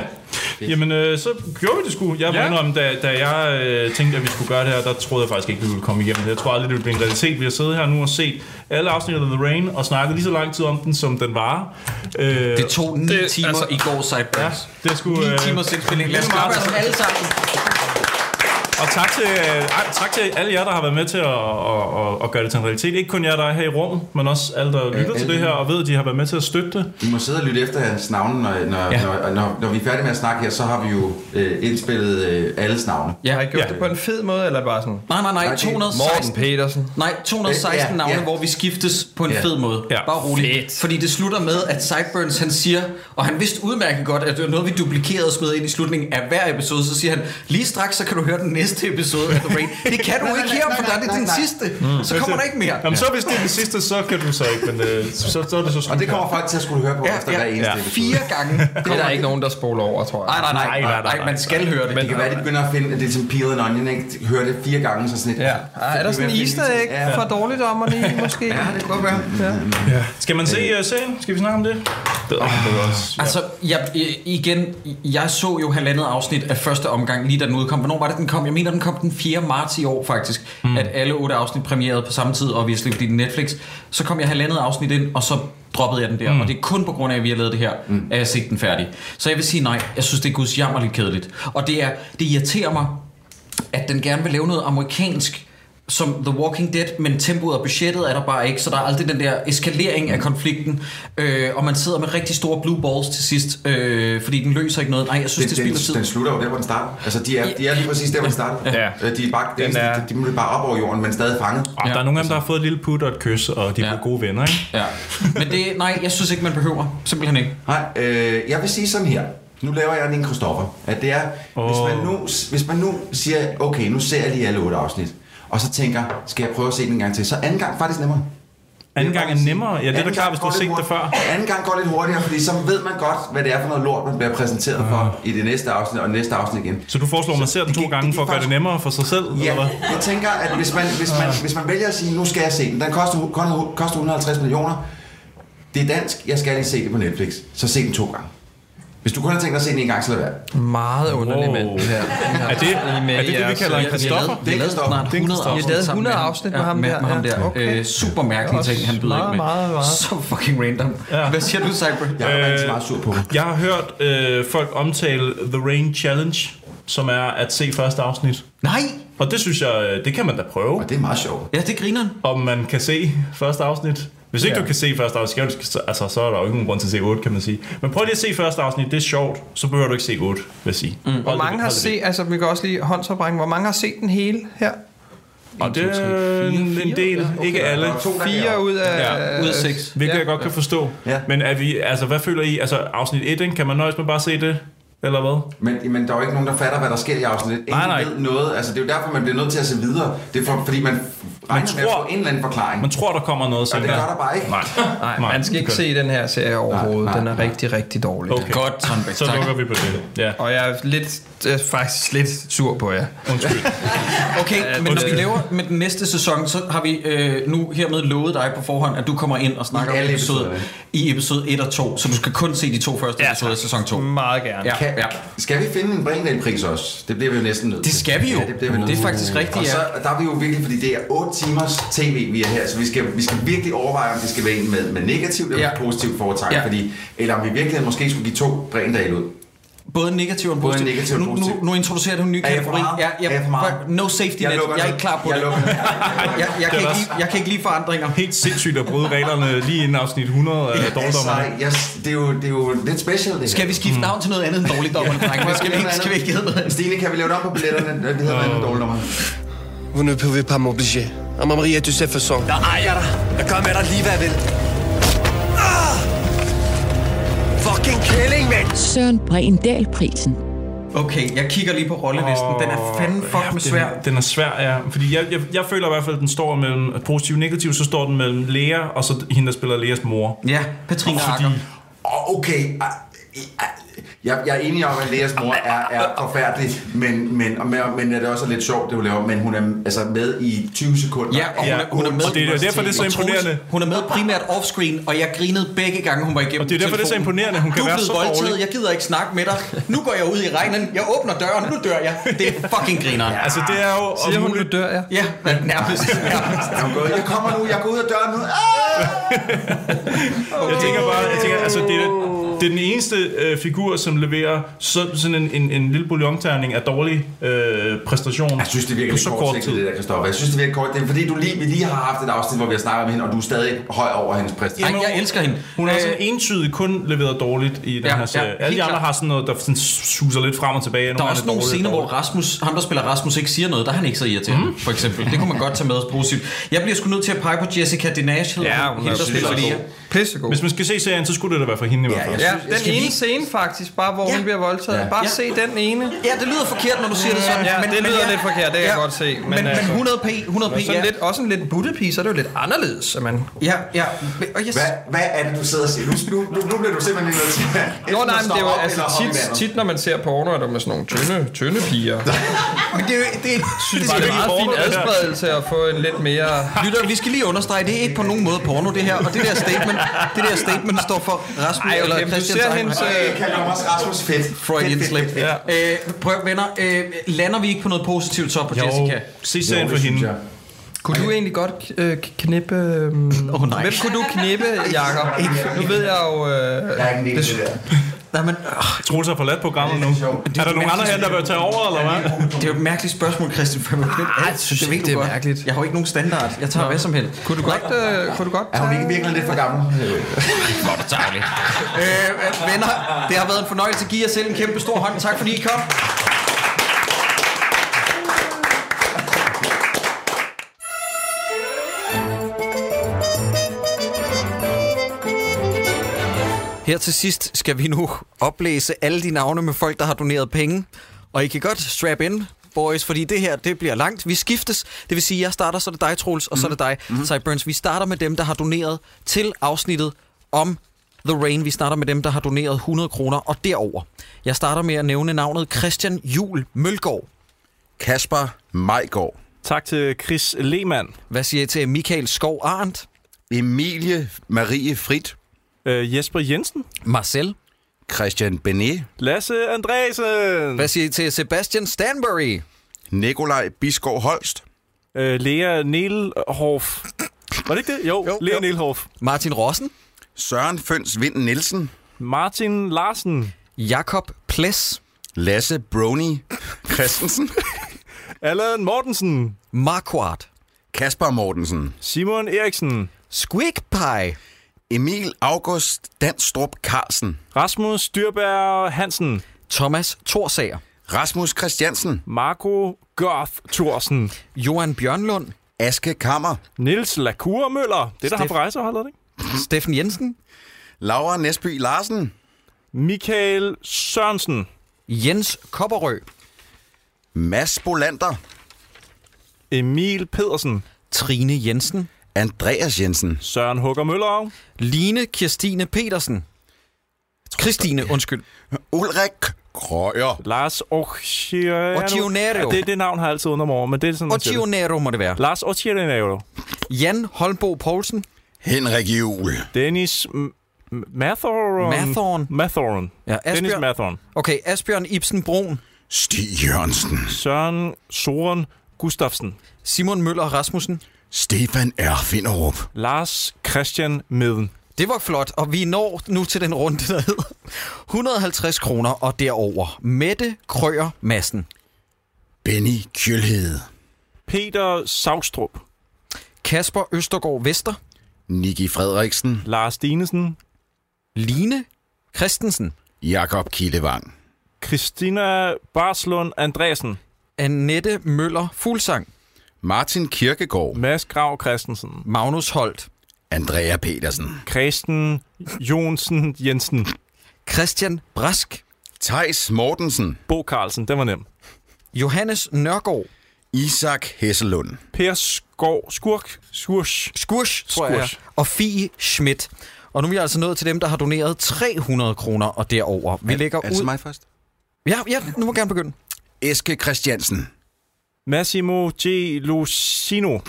B: Jamen, øh, så gjorde vi det sgu. Jeg ja. om, da, da jeg øh, tænkte, at vi skulle gøre det her, der troede jeg faktisk ikke, vi ville komme igennem det. Jeg tror aldrig, det ville blive en realitet. Vi har siddet her nu og set alle afsnit af The Rain og snakket lige så lang tid om den, som den var. Øh,
A: Det tog 9
C: Det-
A: timer altså,
C: altså-
A: i går, Sideburns.
B: det er sgu,
A: 9
B: øh,
A: timer selvspilling. Lad os klare os alle sammen.
B: Og tak til, øh, ej, tak til alle jer, der har været med til at, at, at, at gøre det til en realitet. Ikke kun jer, der er her i rummet, men også alle, der lytter til
D: alle.
B: det her og ved, at de har været med til at støtte det.
D: I må sidde og lytte efter hans navne, når, når, ja. når, når, når vi er færdige med at snakke her, så har vi jo øh, indspillet øh, alles navne.
A: Ja.
C: Har I gjort
B: Ja.
C: det på en fed måde, eller bare sådan...
A: Nej, nej,
D: Nej,
A: nej.
D: det er
C: Morten
A: 216.
C: Petersen.
A: Nej, 216
D: Ja, ja.
A: navne, hvor vi skiftes på en
D: Ja.
A: fed måde.
B: Ja.
A: Bare roligt.
C: Fedt.
A: Fordi det slutter med, at Sideburns han siger, og han vidste udmærket godt, at det var noget, vi duplikerede og smed ind i slutningen af hver episode, så siger han, lige straks, så kan du høre den næste episode af The Rain. Det kan du ikke her, for der er det den sidste.
D: Mm.
A: Så kommer der ikke mere.
B: Jamen, så hvis det er det sidste, så kan du så ikke, men øh, så, så er det så slut.
D: Og det kommer folk til at skulle høre på
A: Ja,
D: ja, efter
A: ja.
D: ja, hver eneste
B: Ja.
D: ja.
A: Fire gange.
C: Det er der ikke nogen, der spoler over, tror jeg.
A: Nej, nej, nej,
B: Nej, nej,
A: nej,
B: nej,
A: nej, man skal høre det.
D: Det kan være, de begynder at finde, at det er som peel and onion, ikke? Hører det fire gange, så sådan et...
C: Ja. Ah, er der sådan en easter egg
D: Ja,
C: fra dårligdommerne i, måske?
D: ja det kan godt være. Ja.
B: Skal man se uh, serien? Skal vi snakke om det? Det er også.
A: Altså, jeg, i- igen, jeg så jo halvandet afsnit af første omgang, lige da den udkom. Hvornår var det, den kom? Jeg mener, den kom den 4. marts i år, faktisk. Mm. At alle otte afsnit premierede på samme tid, og vi fordi det er Netflix. Så kom jeg halvandet afsnit ind, og så droppede jeg den der. Mm. Og det er kun på grund af, at vi har lavet det her, mm. at jeg set den færdig. Så jeg vil sige nej. Jeg synes, det er gudsjammerligt kedeligt. Og det, er, det irriterer mig, at den gerne vil lave noget amerikansk som The Walking Dead, men tempoet og budgettet er der bare ikke, så der er aldrig den der eskalering af konflikten, øh, og man sidder med rigtig store blue balls til sidst, øh, fordi den løser ikke noget. Nej, jeg synes, det,
D: Den,
A: det
D: den,
A: spilder
D: den
A: tid.
D: slutter jo der, hvor den starter. Altså, de er, de er lige præcis der, hvor den starter.
B: Ja.
D: Øh, De er bare,
B: Den
D: den
B: er-
D: er... de, de bliver bare op over jorden, men stadig fanget.
B: Og Ah, der er nogle af dem, der har fået et lille put og et kys, og de er
A: Ja.
B: blevet gode venner, ikke?
A: Ja. Men det, nej, jeg synes ikke, man behøver. Simpelthen ikke.
D: Nej, øh, jeg vil sige sådan her. Nu laver jeg den en Christoffer. At det er, oh. hvis, man nu, hvis man nu siger, okay, nu ser jeg lige alle otte afsnit, og så tænker, skal jeg prøve at se den en gang til, så anden gang er faktisk nemmere.
B: Anden
D: Det
B: gang er nemmere. Ja, det er da
D: Anden
B: klart,
D: gang
B: hvis du
D: går
B: har
D: lidt
B: set det før.
D: hurtigt- Anden gang går lidt hurtigere, fordi så ved man godt, hvad det er for noget lort, man bliver præsenteret for i det næste afsnit og næste afsnit igen.
B: Så du foreslår, at man ser den
D: det
B: to
D: gik-
B: gange
D: det
B: for at
D: gik
B: gøre det
D: faktisk-
B: nemmere for sig selv?
D: Ja,
B: Eller hvad?
D: jeg tænker, at hvis man, hvis, man, hvis man vælger at sige, nu skal jeg se den, den koster, hu- koster, koster 150 millioner, det er dansk, jeg skal lige se det på Netflix, så se den to gange. Hvis du kun har tænkt dig at se den en gang, så lad være.
C: Meget underlig
B: Wow.
C: mand. det her.
B: Er det er det, det, vi kalder en Christoffer?
D: Det er
A: lavet
D: Christoffer.
A: snart
D: Det er
A: 100
D: Christoffer.
A: afsnit.
C: Vi har lavet
A: sammen
C: 100
A: ham.
C: afsnit med
A: Ja,
C: ham
A: med,
C: der.
A: Med ham
C: Ja.
A: der.
C: Okay.
A: Øh, super mærkelige
C: Det er også
A: ting, han byder
C: meget,
A: ind med.
C: meget, meget.
A: Så fucking random.
B: Ja.
A: Hvad siger du, Cyber?
D: Jeg er rigtig meget sur på det.
B: Øh, Jeg har hørt øh, folk omtale The Rain Challenge, som er at se første afsnit.
A: Nej!
B: Og det synes jeg, øh, det kan man da prøve,
D: Og det er meget sjovt.
A: Ja, det griner han.
B: om man kan se første afsnit. Hvis ikke
D: Ja.
B: ja. du kan se første afsnit, skal du- så- altså, så er der jo ikke nogen grund til at se 8, kan man sige. Men prøv lige at se første afsnit, det er sjovt, så behøver du ikke se 8, vil jeg sige. Mm.
C: Hvor mange har set, altså vi kan også lige håndsoprækken, hvor mange har set den hele her?
B: Og det er en, en del, ikke alle.
D: Der er to, der
C: Fire
D: kan-
C: ud af...
B: Ja.
A: Ud af seks.
B: Hvilket
C: Ja.
B: ja. jeg godt kan forstå.
D: Ja.
B: Men er vi, altså, hvad føler I? Altså, afsnit 1, ikke? kan man nøjes med bare at se det? Eller hvad?
D: Men, men der er jo ikke nogen, der fatter, hvad der sker i afsnit 1. Ingen
B: Nej, nej.
D: ved noget. Altså, det er jo derfor, man bliver nødt til at se videre. Det er for, fordi man regner med at
B: tror-
D: få en eller anden forklaring.
B: Man tror, der kommer noget
D: og det
B: senere.
D: gør der bare ikke.
B: Nej.
C: Nej, man skal ikke se den her serie overhovedet.
D: Nej, nej,
C: Den er
D: nej.
C: rigtig, rigtig dårlig.
B: Okay.
A: Godt, Tranbæk.
B: Så
A: tak.
B: lukker vi på det. Ja.
C: Og jeg er, lidt, jeg er faktisk lidt sur på jer.
B: Undskyld.
A: Okay, men når vi laver med den næste sæson, så har vi øh, nu hermed lovet dig på forhånd, at du kommer ind og snakker
D: I
A: om
D: alle
A: episode,
D: episoderne.
A: i episode 1 og 2. Så du skal kun se de to første ja, episoder i sæson 2.
C: Meget gerne.
A: Ja,
D: Mm. Kan,
A: ja.
D: Skal vi finde en Brindahl-pris også? Det bliver vi jo næsten nødt til.
A: Det skal vi jo.
D: Ja, det, bliver vi nødt
A: Det er
D: til.
A: faktisk rigtigt,
D: og
A: ja.
D: så, der er vi jo virkelig, fordi det er 8 timers tv, vi er her, så vi skal, vi skal virkelig overveje, om det skal være en med, med negativt eller
A: Ja.
D: ja. positivt foretegn,
A: Ja.
D: ja. fordi, eller om vi virkelig måske skulle give to Brindahl ud.
A: Både negativ og
D: Både
A: positiv.
D: negativ og
A: nu, nu,
D: positiv.
A: nu introducerer du en ny
D: Er jeg for
A: kategori.
D: meget?
A: Ja, ja,
D: Er jeg for meget?
A: fuck, No safety net. Jeg,
D: lukker
A: er
D: den.
A: ikke klar på
D: jeg
A: det.
D: Lukker den.
A: Jeg, jeg, kan
B: er
A: ikke
B: også-
A: lide, jeg kan ikke lide forandringer.
B: Helt sindssygt at bryde reglerne lige inden afsnit 100 af
D: altså,
B: dårligdommerne.
D: jeg, det, er jo, det er jo lidt special, det her.
A: Skal vi skifte
B: Hmm.
A: navn til noget andet end dårligdommerne, drenge? Skal vi ikke, skal vi ikke hedde noget andet?
D: Stine, kan vi lave det om på billetterne? Det hedder oh. en dårlig nummer.
G: Vous ne pouvez pas m'obliger. Ah, À ma Maria Josefsson.
F: Jeg ejer dig. Jeg gør med dig lige, hvad jeg vil. Ah! Fucking kælling, mand!
H: Søren Brindal-prisen.
A: Okay, jeg kigger lige på rollelisten. Den er fanden fuck med svær.
B: Den, den er svær, ja. Fordi jeg, jeg, jeg føler i hvert fald, at den står mellem positiv og negativ, så står den mellem Lea og så hende, der spiller Leas mor.
A: Ja, Patrine Akker.
D: Og okay, ah, ah, jeg, jeg er enig om, at Leas mor er, er forfærdelig, men, men, og men, men er det også er lidt sjovt, det hun laver, men hun er altså med i 20 sekunder.
A: Ja, og hun,
B: Ja,
A: er, hun er med.
B: og det er jo derfor, det er så
A: Og Troels,
B: imponerende.
A: Hun er med primært offscreen, og jeg grinede begge gange, hun var igennem
B: Og det er derfor, det er så
A: telefonen.
B: imponerende, hun kan
A: du er
B: være
A: blevet
B: så
A: voldtaget,
B: dårlig.
A: jeg gider ikke snakke med dig. Nu går jeg ud i regnen, jeg åbner døren, nu dør jeg. Det er fucking grineren. Ja,
B: Altså, det er jo... om
C: Siger hun,
B: muligt-
C: du dør, ja?
A: ja nærmest. nærmest.
D: Jeg, går, jeg kommer nu, jeg går ud af døren nu. Ah!
B: Jeg tænker bare, jeg tænker, altså, det er, det er den eneste øh, figur, som leverer så, sådan en, en, en lille bouillonterning af dårlig øh, præstation
D: Jeg synes, det virker
B: på
D: lidt
B: så kort
D: kortsigtet, det
B: tid.
D: der, Kristoffer. Jeg synes, det virker kort. Det er fordi, du lige, vi lige har haft et afsnit, hvor vi har snakket om hende, og du er stadig høj over hendes præstation.
A: Ej, jeg elsker hende.
B: Hun har sådan
A: Øh,
B: entydigt kun leveret dårligt i den
A: ja,
B: her serie.
A: ja,
B: Alle
A: helt
B: de andre
A: klart.
B: har sådan noget, der sådan suser lidt frem og tilbage.
A: Der er
B: gange
A: også nogle
B: dårligt,
A: scener, hvor
B: dårligt.
A: Rasmus, ham der spiller Rasmus, ikke siger noget. Der er han ikke så irriterende, mm. for eksempel. Det kunne man godt tage med os positivt. Jeg bliver sgu nødt til at pege på Jessica Dinage. hedder
C: Ja, hun er
A: hende, der spiller
C: pissegod.
A: Lia.
C: Pissegod.
B: Hvis man skal se serien, så skulle det da være for hende i hvert fald.
D: jeg
C: Ja,
D: synes-
C: den ene scene faktisk, bare hvor
A: Ja.
C: hun bliver voldtaget.
D: Ja.
C: Bare
A: Ja.
C: se den ene.
A: Ja, det lyder forkert, når du siger det sådan.
C: Ja, det lyder
A: ja.
C: lidt forkert, det kan jeg godt se, men
A: Men, men,
C: altså-
A: 100p, 100p,
C: Sådan
A: ja.
C: lidt, også en lidt buttepige, så er det jo lidt anderledes, at man...
A: Ja, ja. Og jeg,
D: Hvad, hvad er det, du sidder og siger? Nu, nu, nu, nu bliver du simpelthen lige nødt til at...
C: Nå,
D: Enten
C: nej, men
D: stå
C: det er jo
D: op,
C: altså
D: eller hoppe i
C: tit,
D: vandet.
C: tit, når man ser porno, er der med sådan nogle tynde, tynde piger.
A: men det er jo det, er, det,
B: bare,
A: skal
C: Det er en
B: det
A: vi-
B: er
C: meget fin
B: porno, det der.
C: adspredelse at få en lidt mere...
A: Lytter, vi skal lige understrege, det er ikke på nogen måde porno, det her. Og det der statement, det der statement står for Rasmus
C: Ej,
A: Ej,
C: okay,
A: eller
C: men du
A: Christian
C: ser
A: Seimer.
C: hendes,
A: Ej,
D: Øh, kalder mig også Rasmus Fedt.
A: Freudian
D: Fedt, fedt,
A: slip.
D: fedt, fedt.
A: Ja. Øh, prøv, venner, øh, lander vi ikke på noget positivt så på Jessica?
B: Jo, se serien
D: Jo,
B: for
D: det synes
B: hende.
D: jeg.
C: Kunne du egentlig godt øh, knippe... Øh,
A: Åh, nej.
C: Hvem kunne du knippe, Jakob? Nu ved jeg jo... Øh,
D: Jeg er ikke en del af det der.
A: Nej, men, øh,
B: Troels har forladt programmet nu.
D: Det er sjovt.
B: Er der nogen andre her, der vil tage over, eller hvad?
A: det er jo et mærkeligt spørgsmål, Christian. For jeg
C: jeg synes ikke, det er mærkeligt.
A: Jeg har jo ikke nogen standard. Jeg tager hvad som helst.
C: kunne du godt... Øh, kunne du godt
D: Er hun ikke virkelig lidt for gammel?
A: Øh, øh, venner, det har været en fornøjelse. Giv jer selv en kæmpe stor hånd. Tak fordi I kom. Her til sidst skal vi nu oplæse alle de navne med folk, der har doneret penge. Og I kan godt strap in, boys, fordi det her, det bliver langt. Vi skiftes, det vil sige, jeg starter, så er det dig, Troels, og så er det dig, mm-hmm. Cyburns. Vi starter med dem, der har doneret til afsnittet om The Rain. Vi starter med dem, der har doneret 100 kroner og derover. Jeg starter med at nævne navnet Christian Jul Mølgaard.
D: Kasper Majgaard.
I: Tak til Chris Lehmann,
A: Hvad siger I til Michael Skov Arndt?
D: Emilie Marie Frit.
I: øh, Jesper Jensen,
A: Marcel?
D: Christian Benet.
I: Lasse Andresen,
A: Hvad siger I til Sebastian Stanbury?
D: Nikolaj Biskov Holst.
I: øh, Lea Nielhoff. Var det ikke det? Jo, jo Lea jo. Nielhoff.
A: Martin Rossen?
D: Søren Føns Vind Nielsen.
I: Martin Larsen,
A: Jakob Ples?
D: Lasse Brony Christensen.
I: Allan Mortensen,
A: Marquardt?
D: Kasper Mortensen.
I: Simon Eriksen,
A: Squigpie?
D: Emil August Danstrup Carlsen.
I: Rasmus Dyrberg Hansen,
A: Thomas Torsager?
D: Rasmus Christiansen.
I: Marco Goth Thorsen,
A: Johan Bjørnlund?
D: Aske Kammer.
I: Nils Lacour Møller, det er der har på rejseholdet, ikke?
A: Steffen Jensen?
D: Laura Nesby Larsen.
I: Michael Sørensen,
A: Jens Kopperø?
D: Mads Bolander.
I: Emil Pedersen,
A: Trine Jensen?
D: Andreas Jensen.
I: Søren Hugger Møller,
A: Line Kirstine Petersen? Christine, undskyld.
D: Ulrik Krøyer.
I: Lars Occhiano.
A: Occhionero.
I: Ja, det, det navn har jeg altid undret mig over, men det er sådan, man siger det.
A: Occhionero må det være.
I: Lars Occhiano.
A: Jan Holmbo Poulsen?
D: Henrik Juhl.
I: Dennis M- M- Mathorn.
A: Mathorn.
I: Mathorn.
A: Ja,
I: Dennis
A: Asbjørn-
I: Mathorn.
A: Okay, Asbjørn Ibsen Brun,
D: Stig Jørgensen.
I: Søren Soren Gustafsen.
A: Simon Møller Rasmussen.
D: Stefan R. Finderup.
I: Lars Christian Meden.
A: Det var flot, og vi når nu til den runde, der hedder 150 kroner og derover. Mette Krøyer Madsen,
D: Benny Kjølhede.
I: Peter Savstrup.
A: Kasper Østergaard Vester,
D: Niki Frederiksen.
I: Lars Dinesen.
A: Line Christensen,
D: Jakob Kildevang.
I: Christina Barslund Andresen.
A: Annette Møller Fuglsang,
D: Martin Kirkegaard.
I: Mads Grav Christensen.
A: Magnus Holt,
D: Andrea Petersen.
I: Kristen Jonsen Jensen.
A: Christian Brask,
D: Tejs Mortensen.
I: Bo Carlsen, den var nem.
A: Johannes Nørgaard,
D: Isak Hesselund.
I: Per Skov Skurk. Skursch.
A: Skursch, tror jeg,
I: Skursch.
A: og Fie Schmidt. Og nu er vi altså nået til dem, der har doneret 300 kroner og derover. Vi lægger
D: Er det så
A: ud...
D: mig først?
A: Ja, ja, nu må jeg gerne begynde.
D: Eske Christiansen.
I: Massimo G. Lucino.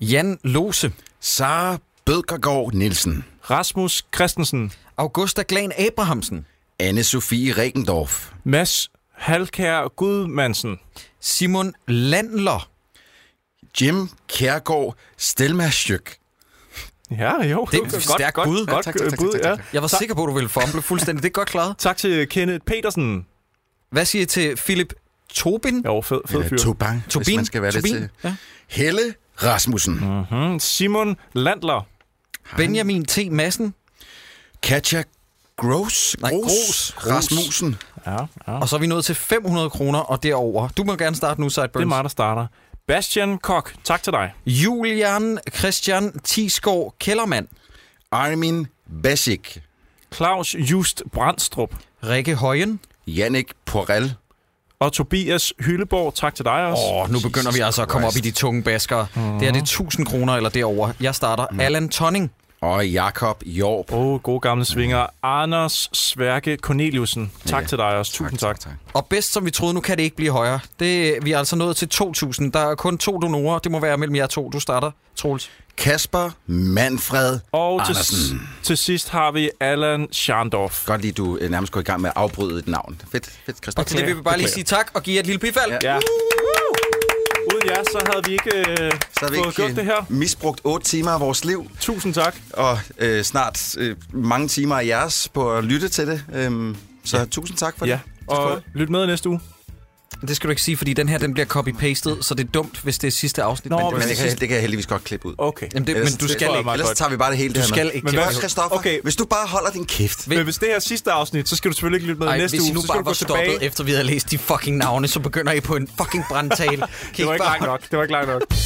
A: Jan Lose,
D: Sara Bødkergaard Nielsen.
I: Rasmus Christensen.
A: Augusta Glan Abrahamsen,
D: anne Sofie Regendorf.
I: Mads Halkær Gudmansen.
A: Simon Landler.
D: Jim Kjærgaard Stelmarsjøk.
I: Ja, jo.
A: Det er et stærkt
I: godt,
A: bud.
I: Godt,
D: tak,
I: tak,
D: tak, tak,
I: bud,
D: tak,
I: ja.
D: tak,
A: Jeg var sikker på, at du ville fumble fuldstændig. Det er godt klaret.
I: Tak til Kenneth Petersen.
A: Hvad siger I til Philip Tobin?
I: Jo, fed, fed fyr.
D: Tobang, hvis man skal være lidt
A: Tobin?
D: til.
A: Ja.
D: Helle Rasmussen. Mm.
I: Mm, Simon Landler.
A: Benjamin T. Madsen.
D: Katja Gross.
A: Nej, Gros.
D: Rasmussen.
I: Ja, ja.
A: Og så er vi nået til 500 kroner og derover. Du må gerne starte nu, Sideburns.
I: Det er mig, der starter. Bastian Kok, tak til dig.
A: Julian Christian Tisgaard Kellermann.
D: Armin Basik.
I: Claus Just Brandstrup.
A: Rikke Højen.
D: Jannik Porel.
I: Og Tobias Hylleborg, tak til dig også.
A: Åh, oh, nu begynder vi altså at komme op i de tunge baskere. Det
D: Mhm.
A: her det er 1000 kroner eller derover. Jeg starter
D: Mm.
A: Allan Tonning.
D: Og Jakob Jorp.
I: Åh, oh, gode gamle svinger. Anders Sværke Corneliusen, tak til dig også. Tusind tak. tak.
A: Og bedst som vi troede, nu kan det ikke blive højere. Det, vi er altså nået til 2000. Der er kun to donorer. Det må være mellem jer to. Du starter, Troels.
D: Kasper Manfred
I: Og til,
D: Andersen.
I: til sidst har vi Allan Schandorf.
D: Godt lige, du øh, nærmest går i gang med at afbryde et navn. Fedt, fedt, Christian.
A: Og til det vil vi bare lige sige tak og give jer et lille bifald.
D: Ja.
I: Ja. Uden jer, så havde vi ikke øh,
D: Så har vi
I: fået
D: ikke
I: gjort det her.
D: øh, misbrugt 8 timer af vores liv,
I: Tusind tak.
D: og øh, snart øh, mange timer af jeres på at lytte til det. Øhm, så ja. tusind tak for
I: Ja,
D: det.
I: og lyt med næste uge.
A: Det skal du ikke sige, fordi den her den bliver copy-pastet, så det er dumt, hvis det er sidste afsnit.
I: Nå,
A: men det,
D: Men
I: hvis
D: det
I: det
D: kan, det kan jeg heldigvis godt klippe ud.
I: Okay.
A: jamen det,
D: Ellers-
A: men du
D: det
A: skal
D: tror jeg
A: ikke.
I: meget
D: Ellers
I: godt.
D: tager vi bare det hele
A: Du
D: det her
A: skal
D: med.
A: ikke.
I: Men
A: klippe
I: hvad-
D: Hvad,
A: det ud.
D: Christoffer?
I: Okay.
D: Okay. Hvis du bare holder din kæft.
A: Vil-
I: Men hvis det her er sidste afsnit, så skal du selvfølgelig ikke lytte med
A: Ej,
I: næste
A: hvis I
I: uge.
A: nu
I: så skal
A: bare
I: du
A: var
I: gå
A: stoppet,
I: tilbage.
A: efter vi havde læst de fucking navne, så begynder I på en fucking brandtale. Kan I
I: Det var ikke
A: bare-
I: langt nok. Det var ikke langt nok.